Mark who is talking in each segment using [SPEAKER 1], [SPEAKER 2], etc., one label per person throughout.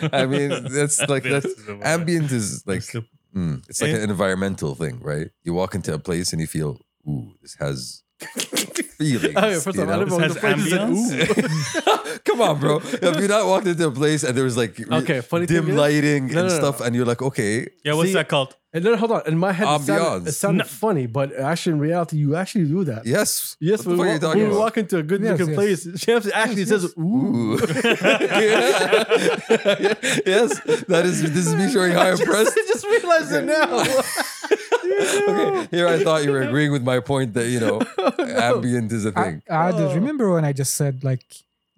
[SPEAKER 1] I mean, that's like that's ambient is like mm, it's like
[SPEAKER 2] Eh?
[SPEAKER 1] an environmental thing, right? You walk into a place and you feel, ooh, this has feelings.
[SPEAKER 3] Oh, yeah, first
[SPEAKER 1] you
[SPEAKER 3] of all, I
[SPEAKER 1] know?
[SPEAKER 3] never went
[SPEAKER 2] This
[SPEAKER 3] to
[SPEAKER 2] has
[SPEAKER 3] places that-
[SPEAKER 2] ambience?
[SPEAKER 3] ooh.
[SPEAKER 1] Come on, bro. Have you not walked into a place and there was like re-
[SPEAKER 3] Okay, funny thing
[SPEAKER 1] dim
[SPEAKER 3] is-
[SPEAKER 1] lighting
[SPEAKER 3] No,
[SPEAKER 1] and
[SPEAKER 3] no, no.
[SPEAKER 1] stuff, and you're like, okay,
[SPEAKER 2] Yeah, what's
[SPEAKER 3] See-
[SPEAKER 2] that called?
[SPEAKER 3] And then hold on, in my head, it sounded,
[SPEAKER 1] Ambiance.
[SPEAKER 3] it sounded
[SPEAKER 2] No.
[SPEAKER 3] funny, but actually in reality, you actually do that.
[SPEAKER 1] yes,
[SPEAKER 3] Yes,
[SPEAKER 1] what
[SPEAKER 3] when
[SPEAKER 1] the fuck
[SPEAKER 3] we,
[SPEAKER 1] are you talking
[SPEAKER 3] walk, when we
[SPEAKER 1] about?
[SPEAKER 3] walk into a good
[SPEAKER 4] Yes,
[SPEAKER 3] looking
[SPEAKER 4] yes.
[SPEAKER 3] place, Champs actually
[SPEAKER 4] Yes,
[SPEAKER 3] says,
[SPEAKER 4] yes.
[SPEAKER 3] "Ooh."
[SPEAKER 1] Ooh. yes, that is. This is me showing how impressed.
[SPEAKER 3] I just realized it now.
[SPEAKER 1] Okay, here I thought you were agreeing with my point that you know, ambient is a
[SPEAKER 4] I,
[SPEAKER 1] thing.
[SPEAKER 4] I
[SPEAKER 3] Oh.
[SPEAKER 4] just remember when I just said like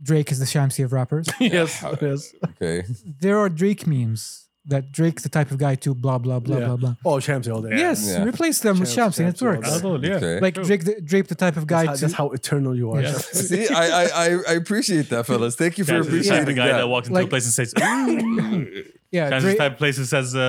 [SPEAKER 4] Drake is the Shamsi of rappers.
[SPEAKER 3] yes, yes.
[SPEAKER 1] Okay,
[SPEAKER 4] there are Drake memes that Drake's the type of guy to blah blah blah
[SPEAKER 3] Yeah.
[SPEAKER 4] blah blah.
[SPEAKER 3] Oh, Champs all day.
[SPEAKER 4] Yes,
[SPEAKER 1] Yeah.
[SPEAKER 4] replace them with
[SPEAKER 3] Champs,
[SPEAKER 4] Shamsi and
[SPEAKER 3] Champs,
[SPEAKER 4] it works.
[SPEAKER 3] Champs.
[SPEAKER 2] yeah.
[SPEAKER 1] okay.
[SPEAKER 4] Like
[SPEAKER 2] True.
[SPEAKER 4] Drake, the, Drake, the type of guy
[SPEAKER 3] That's how,
[SPEAKER 4] to
[SPEAKER 3] that's how eternal you are.
[SPEAKER 2] Yeah.
[SPEAKER 3] Shams.
[SPEAKER 1] See, I, I I I appreciate that, fellas. Thank you for
[SPEAKER 2] Chance is the type
[SPEAKER 1] appreciating
[SPEAKER 2] of guy
[SPEAKER 1] that.
[SPEAKER 2] that walks into a
[SPEAKER 4] Like-
[SPEAKER 2] place and says, "Ooh."
[SPEAKER 4] yeah.
[SPEAKER 2] Chance is the
[SPEAKER 4] Drake,
[SPEAKER 2] type of place that says, uh,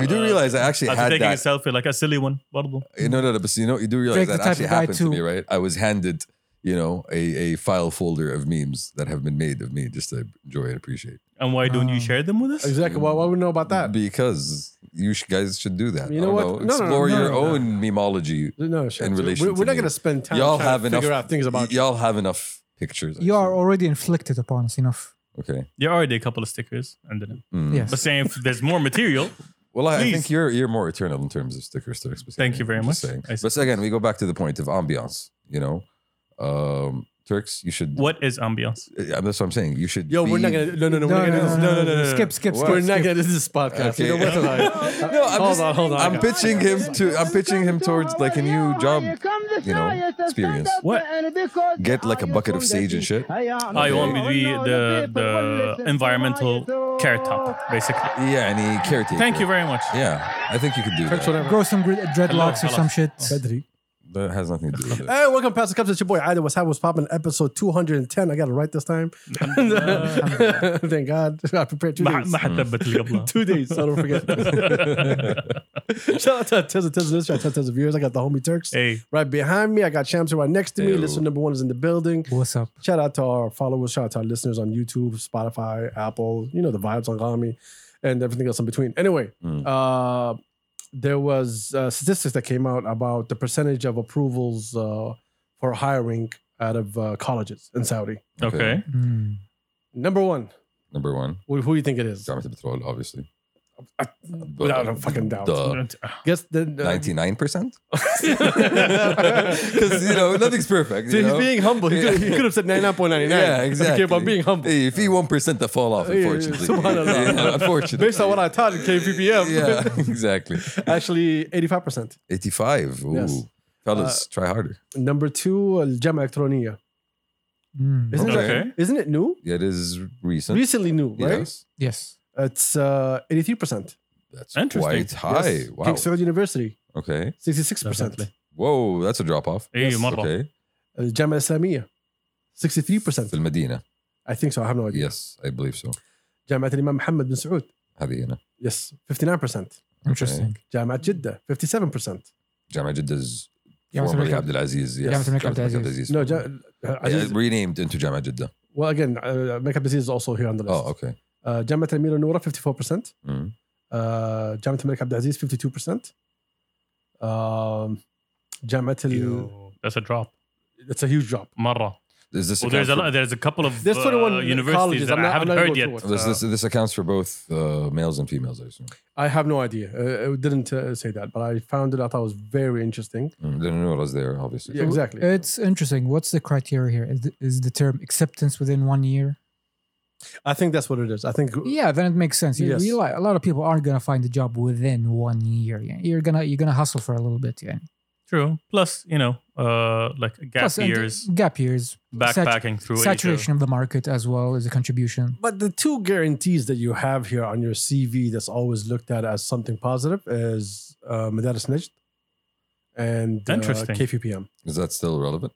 [SPEAKER 1] you do
[SPEAKER 2] uh,
[SPEAKER 1] realize I actually
[SPEAKER 2] after
[SPEAKER 1] had
[SPEAKER 2] taking
[SPEAKER 1] that.
[SPEAKER 2] a selfie, like a silly one. Bottle.
[SPEAKER 1] You know, no, no, but you know, you do realize
[SPEAKER 4] Drake
[SPEAKER 1] that
[SPEAKER 4] the type
[SPEAKER 1] actually
[SPEAKER 4] of guy
[SPEAKER 1] happened to
[SPEAKER 4] to-
[SPEAKER 1] me, right? I was handed, you know, a, a file folder of memes that have been made of me just to enjoy and appreciate.
[SPEAKER 2] And why don't you
[SPEAKER 4] Ah.
[SPEAKER 2] share them with us?
[SPEAKER 3] Exactly. Why, why would we know about that?
[SPEAKER 1] Because you sh- guys should do that.
[SPEAKER 3] You
[SPEAKER 1] I
[SPEAKER 3] know
[SPEAKER 1] don't
[SPEAKER 3] what?
[SPEAKER 1] know.
[SPEAKER 3] No, no, no,
[SPEAKER 1] Explore
[SPEAKER 3] no,
[SPEAKER 1] your
[SPEAKER 3] no.
[SPEAKER 1] own memeology.
[SPEAKER 3] No, Shams.
[SPEAKER 1] In relation
[SPEAKER 3] we're,
[SPEAKER 1] to
[SPEAKER 3] we're not
[SPEAKER 1] me.
[SPEAKER 3] going to spend time
[SPEAKER 1] y'all
[SPEAKER 3] trying
[SPEAKER 1] have
[SPEAKER 3] to
[SPEAKER 1] enough
[SPEAKER 3] figure out things about
[SPEAKER 1] y- y'all have enough pictures.
[SPEAKER 4] you are
[SPEAKER 1] actually.
[SPEAKER 4] already inflicted upon us enough.
[SPEAKER 1] okay.
[SPEAKER 2] There are already a couple of stickers under them.
[SPEAKER 1] Mm.
[SPEAKER 4] Yes.
[SPEAKER 2] But saying if there's more material,
[SPEAKER 1] Well, I, I think
[SPEAKER 2] Please.
[SPEAKER 1] you're you're more eternal in terms of sticker sticks.
[SPEAKER 2] Thank you very much. I see.
[SPEAKER 1] But again, we go back to the point of ambiance. You know, um, Turks, you should.
[SPEAKER 2] what is ambiance?
[SPEAKER 1] Uh, that's what I'm saying. You should.
[SPEAKER 3] Yo, we're
[SPEAKER 1] be-
[SPEAKER 3] not going to. No, no, no. We're not going to. No, no, no, no.
[SPEAKER 4] Skip, skip,
[SPEAKER 1] What?
[SPEAKER 4] skip.
[SPEAKER 3] We're
[SPEAKER 4] skip.
[SPEAKER 3] not going to. This is podcast. You
[SPEAKER 1] Okay.
[SPEAKER 3] know what's like-
[SPEAKER 1] No, I'm
[SPEAKER 3] hold
[SPEAKER 1] just-
[SPEAKER 3] on, hold on.
[SPEAKER 1] I'm pitching him to. I'm pitching him towards like a new job. you know, experience.
[SPEAKER 2] What?
[SPEAKER 1] Get like a bucket of sage and shit.
[SPEAKER 2] Oh, you want me to be the, the environmental carrot top, basically.
[SPEAKER 1] Yeah, and he caretaker.
[SPEAKER 2] Thank you very much.
[SPEAKER 1] Yeah, I think you could do
[SPEAKER 3] Turks,
[SPEAKER 1] that.
[SPEAKER 3] whatever.
[SPEAKER 4] Grow some gre- dreadlocks or
[SPEAKER 2] Hello,
[SPEAKER 4] some shit.
[SPEAKER 3] Bedri.
[SPEAKER 1] That has nothing to do with it.
[SPEAKER 3] Hey, welcome, Pastor Cups. It's your boy Ida. What's happening? What's popping? Episode 210. I got it right this time. Thank God. I prepared two
[SPEAKER 2] ما-
[SPEAKER 3] days.
[SPEAKER 2] ما
[SPEAKER 1] Hmm.
[SPEAKER 2] حتبت اللي قبلها.
[SPEAKER 3] Two days, so I don't forget. Shout out to Tezza Tezza listeners, shout out to Tezza viewers. I got the homie Turks
[SPEAKER 2] Hey,
[SPEAKER 3] right behind me. I got Champs right next to me.
[SPEAKER 1] Yo.
[SPEAKER 3] Listener number one is in the building.
[SPEAKER 4] What's up?
[SPEAKER 3] Shout out to our followers. Shout out to our listeners on YouTube, Spotify, Apple. You know the vibes on Gami and everything else in between. Anyway,
[SPEAKER 1] Mm.
[SPEAKER 3] uh, there was uh, statistics that came out about the percentage of approvals uh, for hiring out of uh, colleges in Saudi.
[SPEAKER 2] okay.
[SPEAKER 4] Mm.
[SPEAKER 3] Number one,
[SPEAKER 1] Number one,
[SPEAKER 3] who who do you think it is?
[SPEAKER 1] Jamaat Petrol, obviously.
[SPEAKER 3] Without a fucking doubt.
[SPEAKER 1] Duh.
[SPEAKER 3] Guess the, the-
[SPEAKER 1] Ninety-nine percent. Because you know nothing's perfect.
[SPEAKER 3] See,
[SPEAKER 1] You
[SPEAKER 3] he's
[SPEAKER 1] know?
[SPEAKER 3] being humble. He
[SPEAKER 1] Yeah.
[SPEAKER 3] could, he could have said 99.99.
[SPEAKER 1] Yeah, exactly.
[SPEAKER 3] Okay, but being humble.
[SPEAKER 1] Hey, if he one percent that fall off,
[SPEAKER 3] Yeah, yeah,
[SPEAKER 1] unfortunately.
[SPEAKER 3] subhanallah.
[SPEAKER 1] Yeah, unfortunately.
[SPEAKER 3] Based on what I taught at KPPM.
[SPEAKER 1] Yeah, exactly.
[SPEAKER 3] Actually, 85%.
[SPEAKER 1] Eighty-five. Ooh,
[SPEAKER 3] Yes. Uh,
[SPEAKER 1] fellas, try harder.
[SPEAKER 3] Number two, uh, Jama Electronia.
[SPEAKER 4] Mm.
[SPEAKER 3] Isn't,
[SPEAKER 2] Okay.
[SPEAKER 3] it, isn't it new?
[SPEAKER 1] Yeah, it is recent.
[SPEAKER 3] Recently new, right?
[SPEAKER 1] Yes,
[SPEAKER 4] Yes.
[SPEAKER 3] It's uh, 83%.
[SPEAKER 1] that's
[SPEAKER 2] Interesting.
[SPEAKER 1] quite high.
[SPEAKER 3] Yes.
[SPEAKER 1] Wow.
[SPEAKER 3] King Saud University,
[SPEAKER 1] Okay.
[SPEAKER 3] 66%.
[SPEAKER 2] Definitely.
[SPEAKER 1] Whoa, that's a drop off.
[SPEAKER 2] Hey, مرة.
[SPEAKER 1] Okay.
[SPEAKER 3] Uh, Jama Islamia, 63%.
[SPEAKER 1] في المدينة.
[SPEAKER 3] I think so. I have no idea.
[SPEAKER 1] Yes, I believe so.
[SPEAKER 3] Jamaat Imam Muhammad bin Saud.
[SPEAKER 1] هذه هنا.
[SPEAKER 3] Yes, 59%.
[SPEAKER 4] Interesting.
[SPEAKER 3] Jamaat Jeddah, 57%.
[SPEAKER 1] جامعة جدة is
[SPEAKER 4] جامعة
[SPEAKER 1] formerly
[SPEAKER 4] الملك
[SPEAKER 1] عبد العزيز. Yes.
[SPEAKER 4] جامعة الملك عبد العزيز.
[SPEAKER 3] No, Jam- uh,
[SPEAKER 1] Yeah,
[SPEAKER 3] Aziz-
[SPEAKER 1] renamed into Jamaat Jeddah.
[SPEAKER 3] well, again, uh, Mecca Aziz is also here on the list.
[SPEAKER 1] Oh, okay.
[SPEAKER 3] Uh, Jamaat Amir Noura, 54%.
[SPEAKER 1] Mm.
[SPEAKER 3] Uh, Jamaat Malik Abdulaziz, 52%. Um, Jamaat al-
[SPEAKER 2] Ew, That's a drop.
[SPEAKER 3] It's a huge drop.
[SPEAKER 2] Marra.
[SPEAKER 1] Is this
[SPEAKER 2] Well, there's a
[SPEAKER 1] account
[SPEAKER 2] lot, there's a couple of
[SPEAKER 3] There's 21
[SPEAKER 2] uh,
[SPEAKER 3] colleges.
[SPEAKER 2] universities that
[SPEAKER 3] I'm
[SPEAKER 2] I
[SPEAKER 3] not- I'm
[SPEAKER 2] haven't
[SPEAKER 3] not
[SPEAKER 2] heard
[SPEAKER 3] gonna
[SPEAKER 2] yet.
[SPEAKER 3] go
[SPEAKER 1] for, this, this, this accounts for both uh, males and females, I assume.
[SPEAKER 3] I have no idea. Uh, it didn't uh, say that, but I found it. I thought it was very interesting.
[SPEAKER 1] Mm. Didn't know it was there, obviously.
[SPEAKER 3] Yeah, exactly.
[SPEAKER 4] It's interesting. What's the criteria here? Is the, is the term acceptance within one year?
[SPEAKER 3] I think that's what it is. I think.
[SPEAKER 4] Yeah, then it makes sense. You
[SPEAKER 3] Yes.
[SPEAKER 4] realize a lot of people aren't gonna find a job within one year. Yeah. You're gonna you're gonna hustle for a little bit. Yeah.
[SPEAKER 2] True. Plus, you know, uh, like gap
[SPEAKER 4] Plus, and
[SPEAKER 2] years,
[SPEAKER 4] Gap years. sat-
[SPEAKER 2] backpacking through
[SPEAKER 4] saturation of the market as well is a contribution.
[SPEAKER 3] But the two guarantees that you have here on your CV that's always looked at as something positive is uh, Madaris Najd and uh,
[SPEAKER 2] Interesting.
[SPEAKER 3] KFPM.
[SPEAKER 1] Is that still relevant?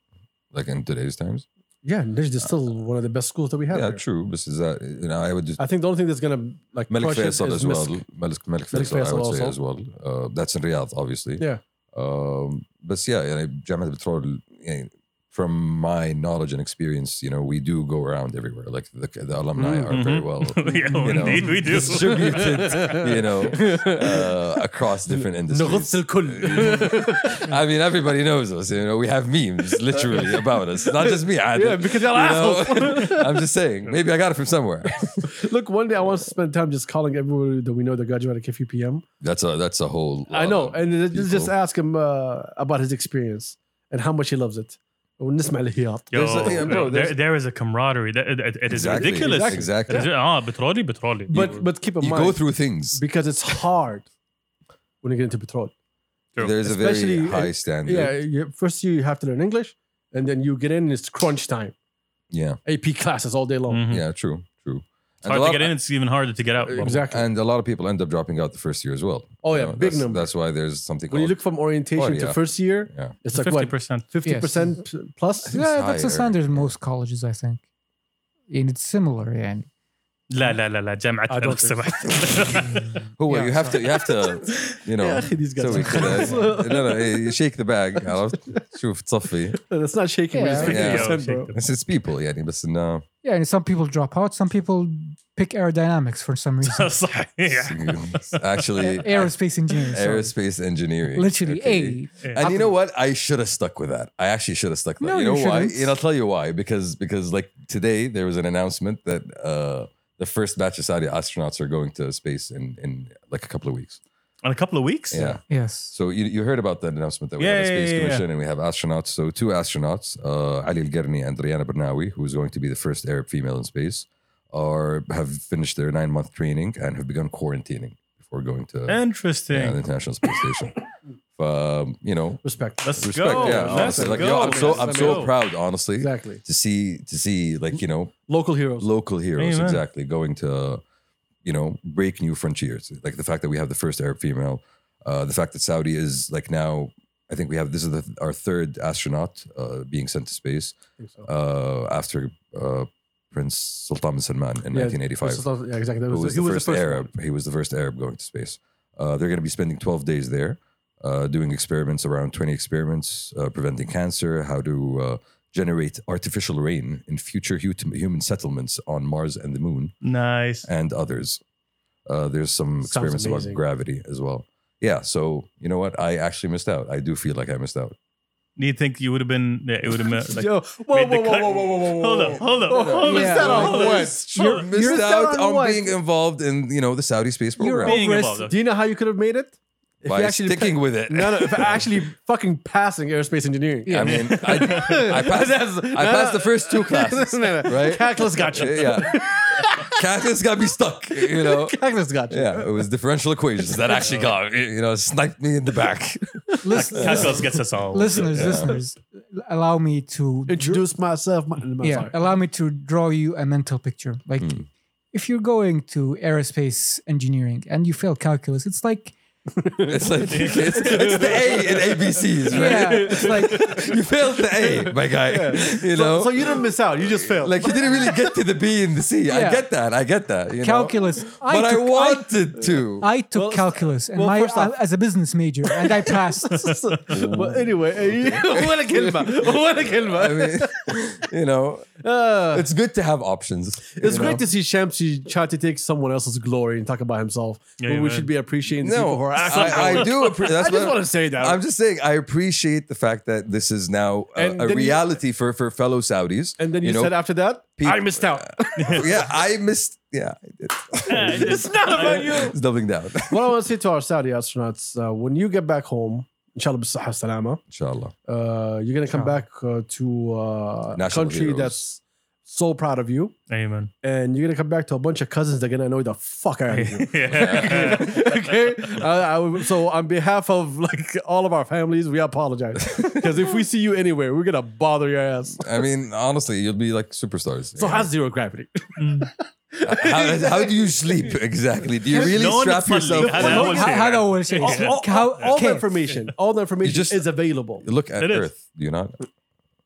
[SPEAKER 1] Like in today's times?
[SPEAKER 3] Yeah, Najd is still one of the best schools that we have.
[SPEAKER 1] Yeah,
[SPEAKER 3] here.
[SPEAKER 1] true. But is that, you know, I would just
[SPEAKER 3] I think the only thing that's gonna like
[SPEAKER 1] Malik
[SPEAKER 3] crush it
[SPEAKER 1] Faisal
[SPEAKER 3] Uh, is
[SPEAKER 1] as well.
[SPEAKER 3] Misk.
[SPEAKER 1] Malik, Malik
[SPEAKER 3] Malik
[SPEAKER 1] Faisal, I would
[SPEAKER 3] Faisal
[SPEAKER 1] say as well. Uh, that's in Riyadh, obviously.
[SPEAKER 3] Yeah.
[SPEAKER 1] Um, but yeah, يعني جامعة البترول يعني from my knowledge and experience, you know, we do go around everywhere. Like the, the alumni are very
[SPEAKER 2] Mhm.
[SPEAKER 1] well,
[SPEAKER 2] yeah,
[SPEAKER 1] you know,
[SPEAKER 2] indeed, we do.
[SPEAKER 1] distributed, you know, uh, across different
[SPEAKER 5] نغص
[SPEAKER 1] industries.
[SPEAKER 5] الكل
[SPEAKER 1] I mean, everybody knows us. You know, we have memes literally about us. Not just me. I,
[SPEAKER 5] Yeah, because you're
[SPEAKER 1] you know?
[SPEAKER 5] assholes.
[SPEAKER 1] I'm just saying. Maybe I got it from somewhere.
[SPEAKER 3] Look, one day I want to spend time just calling everybody that we know that graduated at KFUPM.
[SPEAKER 1] That's a that's a whole.
[SPEAKER 3] I
[SPEAKER 1] lot
[SPEAKER 3] know,
[SPEAKER 1] of
[SPEAKER 3] and just- just
[SPEAKER 1] people.
[SPEAKER 3] ask him uh, about his experience and how much he loves it. Oh, ونسمع الهياط.
[SPEAKER 2] Yo,
[SPEAKER 1] There's a- yeah, bro,
[SPEAKER 2] there-
[SPEAKER 1] there's-
[SPEAKER 2] there is a camaraderie. That, it, it- it is
[SPEAKER 1] Exactly,
[SPEAKER 2] ridiculous.
[SPEAKER 1] Exactly.
[SPEAKER 2] Is it- Ah, petroli, petroli.
[SPEAKER 3] But but keep in
[SPEAKER 1] You
[SPEAKER 3] mind,
[SPEAKER 1] go through things.
[SPEAKER 3] because it's hard when you get into patrol.
[SPEAKER 2] True.
[SPEAKER 1] There's a very
[SPEAKER 3] Especially-
[SPEAKER 1] high standard.
[SPEAKER 3] Yeah,
[SPEAKER 1] Yeah.
[SPEAKER 3] you, first you have to learn English, and then you get in and it's crunch time.
[SPEAKER 1] Yeah.
[SPEAKER 3] AP classes all day long.
[SPEAKER 1] Mm.
[SPEAKER 2] Mhm.
[SPEAKER 1] true. True.
[SPEAKER 2] It's hard to get in. It's even harder to get out. bro.
[SPEAKER 3] Exactly.
[SPEAKER 1] And a lot of people end up dropping out the first year as well.
[SPEAKER 3] oh yeah,
[SPEAKER 1] You know,
[SPEAKER 3] big
[SPEAKER 1] that's,
[SPEAKER 3] number.
[SPEAKER 1] That's why there's something
[SPEAKER 3] when you
[SPEAKER 1] called.
[SPEAKER 3] look from orientation
[SPEAKER 1] Oh, yeah.
[SPEAKER 3] to first year,
[SPEAKER 1] yeah.
[SPEAKER 3] it's like
[SPEAKER 2] fifty
[SPEAKER 3] what
[SPEAKER 2] percent.
[SPEAKER 3] fifty percent plus.
[SPEAKER 1] think
[SPEAKER 4] yeah,
[SPEAKER 1] it's
[SPEAKER 4] that's a
[SPEAKER 1] higher.
[SPEAKER 4] standard in most colleges, I think. And it's similar, yeah.
[SPEAKER 2] لا لا لا لا جامعة
[SPEAKER 3] I don't think
[SPEAKER 1] هو
[SPEAKER 4] Yeah,
[SPEAKER 1] Oh, you have to you have to you know
[SPEAKER 3] يا أخي these guys
[SPEAKER 1] تسوي
[SPEAKER 3] are
[SPEAKER 1] كده.
[SPEAKER 3] crazy.
[SPEAKER 1] لا لا إيه، shake the bag عرفت شوف تصفي
[SPEAKER 3] That's not shaking. but it's
[SPEAKER 4] Yeah.
[SPEAKER 1] Yeah.
[SPEAKER 3] fifty percent, bro.
[SPEAKER 2] Yo,
[SPEAKER 1] It's it's people uh, يعني بس انه
[SPEAKER 4] Yeah, and some people drop out, some people pick aerodynamics for some reason.
[SPEAKER 2] صحيح.
[SPEAKER 1] actually
[SPEAKER 4] Aerospace engineering. sorry.
[SPEAKER 1] aerospace engineering
[SPEAKER 4] Literally,
[SPEAKER 1] okay?
[SPEAKER 4] A.
[SPEAKER 1] And you know what? I should have stuck with that. I actually should have stuck with
[SPEAKER 4] No,
[SPEAKER 1] that. You
[SPEAKER 4] you
[SPEAKER 1] know why?
[SPEAKER 4] shouldn't.
[SPEAKER 1] And I'll tell you why. Because because like today there was an announcement that uh the first batch of Saudi astronauts are going to space in in like a couple of weeks.
[SPEAKER 2] In a couple of weeks.
[SPEAKER 1] Yeah.
[SPEAKER 4] Yes.
[SPEAKER 1] So you, you heard about that announcement that we have a
[SPEAKER 2] Yeah, yeah,
[SPEAKER 1] space
[SPEAKER 2] yeah, yeah.
[SPEAKER 1] commission and we have astronauts. So two astronauts, uh, Ali Al-Gherni and Rihanna Bernawi, who is going to be the first Arab female in space, are have finished their nine month training and have begun quarantining before going to yeah, the
[SPEAKER 2] Interesting.
[SPEAKER 1] International Space Station. um, you know,
[SPEAKER 3] Respect.
[SPEAKER 2] Let's
[SPEAKER 1] respect.
[SPEAKER 2] go.
[SPEAKER 1] yeah,
[SPEAKER 2] Let's
[SPEAKER 1] honestly, like
[SPEAKER 2] go.
[SPEAKER 1] yo, I'm so
[SPEAKER 2] Let's
[SPEAKER 1] I'm so
[SPEAKER 2] go.
[SPEAKER 1] proud, honestly,
[SPEAKER 3] Exactly.
[SPEAKER 1] to see to see like you know
[SPEAKER 3] Local heroes.
[SPEAKER 1] local heroes
[SPEAKER 2] Amen.
[SPEAKER 1] exactly going to you know break new frontiers like the fact that we have the first arab female uh, the fact that saudi is like now i think we have this is the, our third astronaut uh, being sent to space uh, after uh, prince sultan bin salman in
[SPEAKER 3] Yeah,
[SPEAKER 1] 1985
[SPEAKER 3] Yeah, exactly. That
[SPEAKER 1] who
[SPEAKER 3] was-
[SPEAKER 1] was
[SPEAKER 3] He
[SPEAKER 1] the
[SPEAKER 3] was the
[SPEAKER 1] first
[SPEAKER 3] first
[SPEAKER 1] arab
[SPEAKER 3] one.
[SPEAKER 1] he was the first arab going to space uh, they're going to be spending 12 days there uh, doing experiments around 20 experiments uh, preventing cancer how to uh, generate artificial rain in future hu- human settlements on mars and the moon
[SPEAKER 2] Nice.
[SPEAKER 1] and others. Uh, there's some
[SPEAKER 3] Sounds
[SPEAKER 1] experiments
[SPEAKER 3] amazing.
[SPEAKER 1] about gravity as well. Yeah, so you know what? I actually missed out. I do feel like I missed out.
[SPEAKER 2] Do you think you would have been? yeah, It would have been like.
[SPEAKER 3] Yo, whoa,
[SPEAKER 2] made the
[SPEAKER 3] whoa, whoa,
[SPEAKER 2] cut.
[SPEAKER 3] whoa, whoa, whoa, whoa, whoa.
[SPEAKER 2] Hold up, hold up, hold
[SPEAKER 4] Yeah,
[SPEAKER 2] up.
[SPEAKER 4] like
[SPEAKER 2] hold up.
[SPEAKER 1] You
[SPEAKER 2] Sure.
[SPEAKER 1] missed
[SPEAKER 3] missed out
[SPEAKER 1] out
[SPEAKER 3] on
[SPEAKER 1] on
[SPEAKER 3] what?
[SPEAKER 1] being involved in you know the Saudi space
[SPEAKER 3] You're
[SPEAKER 1] program
[SPEAKER 2] Being
[SPEAKER 3] overest-
[SPEAKER 2] involved.
[SPEAKER 3] Do you know how you could have made it? If
[SPEAKER 1] by
[SPEAKER 3] you actually
[SPEAKER 1] sticking
[SPEAKER 3] pa-
[SPEAKER 1] with it.
[SPEAKER 3] no, no, if actually fucking passing aerospace engineering.
[SPEAKER 1] I mean, I, I passed.
[SPEAKER 3] That's-
[SPEAKER 1] I passed the first two classes,
[SPEAKER 3] no, no.
[SPEAKER 1] right?
[SPEAKER 3] Calculus got you.
[SPEAKER 1] Yeah, calculus got me stuck. You know.
[SPEAKER 3] Calculus got you.
[SPEAKER 1] Yeah, it was differential equations that actually got you know sniped me in the back.
[SPEAKER 4] Listen-
[SPEAKER 2] Calculus gets us all.
[SPEAKER 4] listeners, listeners, allow me to
[SPEAKER 3] Introduce myself. My, no,
[SPEAKER 4] yeah,
[SPEAKER 3] sorry.
[SPEAKER 4] allow me to draw you a mental picture. Like,
[SPEAKER 1] Hmm.
[SPEAKER 4] if you're going to aerospace engineering and you fail calculus, it's like
[SPEAKER 1] It's like it's, it's the A in ABCs, right?
[SPEAKER 4] yeah, it's like
[SPEAKER 1] you failed the A, my guy. You know,
[SPEAKER 3] So, so you didn't miss out. You just failed.
[SPEAKER 1] Oh. like you didn't really get to the B and the C. I
[SPEAKER 4] Yeah.
[SPEAKER 1] get that. I get that. You know?
[SPEAKER 4] calculus.
[SPEAKER 1] but I
[SPEAKER 4] took-
[SPEAKER 1] wanted to.
[SPEAKER 4] I took
[SPEAKER 3] Well,
[SPEAKER 4] calculus and
[SPEAKER 3] well,
[SPEAKER 4] my
[SPEAKER 3] first off-
[SPEAKER 4] as a business major, and I passed.
[SPEAKER 3] but anyway, ولا كلمة ولا
[SPEAKER 1] I
[SPEAKER 3] كلمة.
[SPEAKER 1] mean, you know,
[SPEAKER 3] Uh,
[SPEAKER 1] it's good to have options.
[SPEAKER 3] It's
[SPEAKER 1] you
[SPEAKER 3] great
[SPEAKER 1] know?
[SPEAKER 3] to see Shamsi try to take someone else's glory and talk about himself.
[SPEAKER 2] Yeah,
[SPEAKER 3] but we
[SPEAKER 2] man.
[SPEAKER 3] should be appreciating the people
[SPEAKER 1] No,
[SPEAKER 3] who are
[SPEAKER 1] I,
[SPEAKER 3] actually.
[SPEAKER 1] I- I do. Appre- that's
[SPEAKER 3] I just
[SPEAKER 1] what
[SPEAKER 3] want to say that.
[SPEAKER 1] I'm just saying. I appreciate the fact that this is now a,
[SPEAKER 3] And
[SPEAKER 1] a
[SPEAKER 3] then you-
[SPEAKER 1] reality for for fellow Saudis.
[SPEAKER 3] and then you,
[SPEAKER 1] know,
[SPEAKER 3] said after that,
[SPEAKER 1] peop-
[SPEAKER 3] I missed out.
[SPEAKER 1] yeah, I missed. Yeah, I did.
[SPEAKER 2] it's not about you.
[SPEAKER 1] it's doubling down.
[SPEAKER 3] what I want to say to our Saudi astronauts uh, when you get back home, inshallah, بالصحة والسلامة,
[SPEAKER 1] Inshallah.
[SPEAKER 3] uh, you're going to come
[SPEAKER 4] Inshallah.
[SPEAKER 3] back uh, to uh, a
[SPEAKER 1] National
[SPEAKER 3] country
[SPEAKER 1] heroes.
[SPEAKER 3] that's so proud of you.
[SPEAKER 2] Amen.
[SPEAKER 3] And you're going to come back to a bunch of cousins that are going to annoy the fuck out of you.
[SPEAKER 2] Yeah.
[SPEAKER 3] okay. Uh, I would- so on behalf of like all of our families, we apologize because if we see you anywhere, we're gonna bother your ass.
[SPEAKER 1] I mean, honestly, you'll be like superstars.
[SPEAKER 3] So
[SPEAKER 1] you know?
[SPEAKER 3] how's zero gravity?
[SPEAKER 1] how, how do you sleep exactly? Do you really
[SPEAKER 2] No one
[SPEAKER 1] strap
[SPEAKER 2] funny.
[SPEAKER 1] yourself?
[SPEAKER 2] How- how-
[SPEAKER 1] down?
[SPEAKER 2] how-
[SPEAKER 4] How do I will say
[SPEAKER 3] All, all- all- all the information, all the information
[SPEAKER 1] just-
[SPEAKER 3] is available.
[SPEAKER 1] Look at
[SPEAKER 2] It is.
[SPEAKER 1] Earth. Do you not?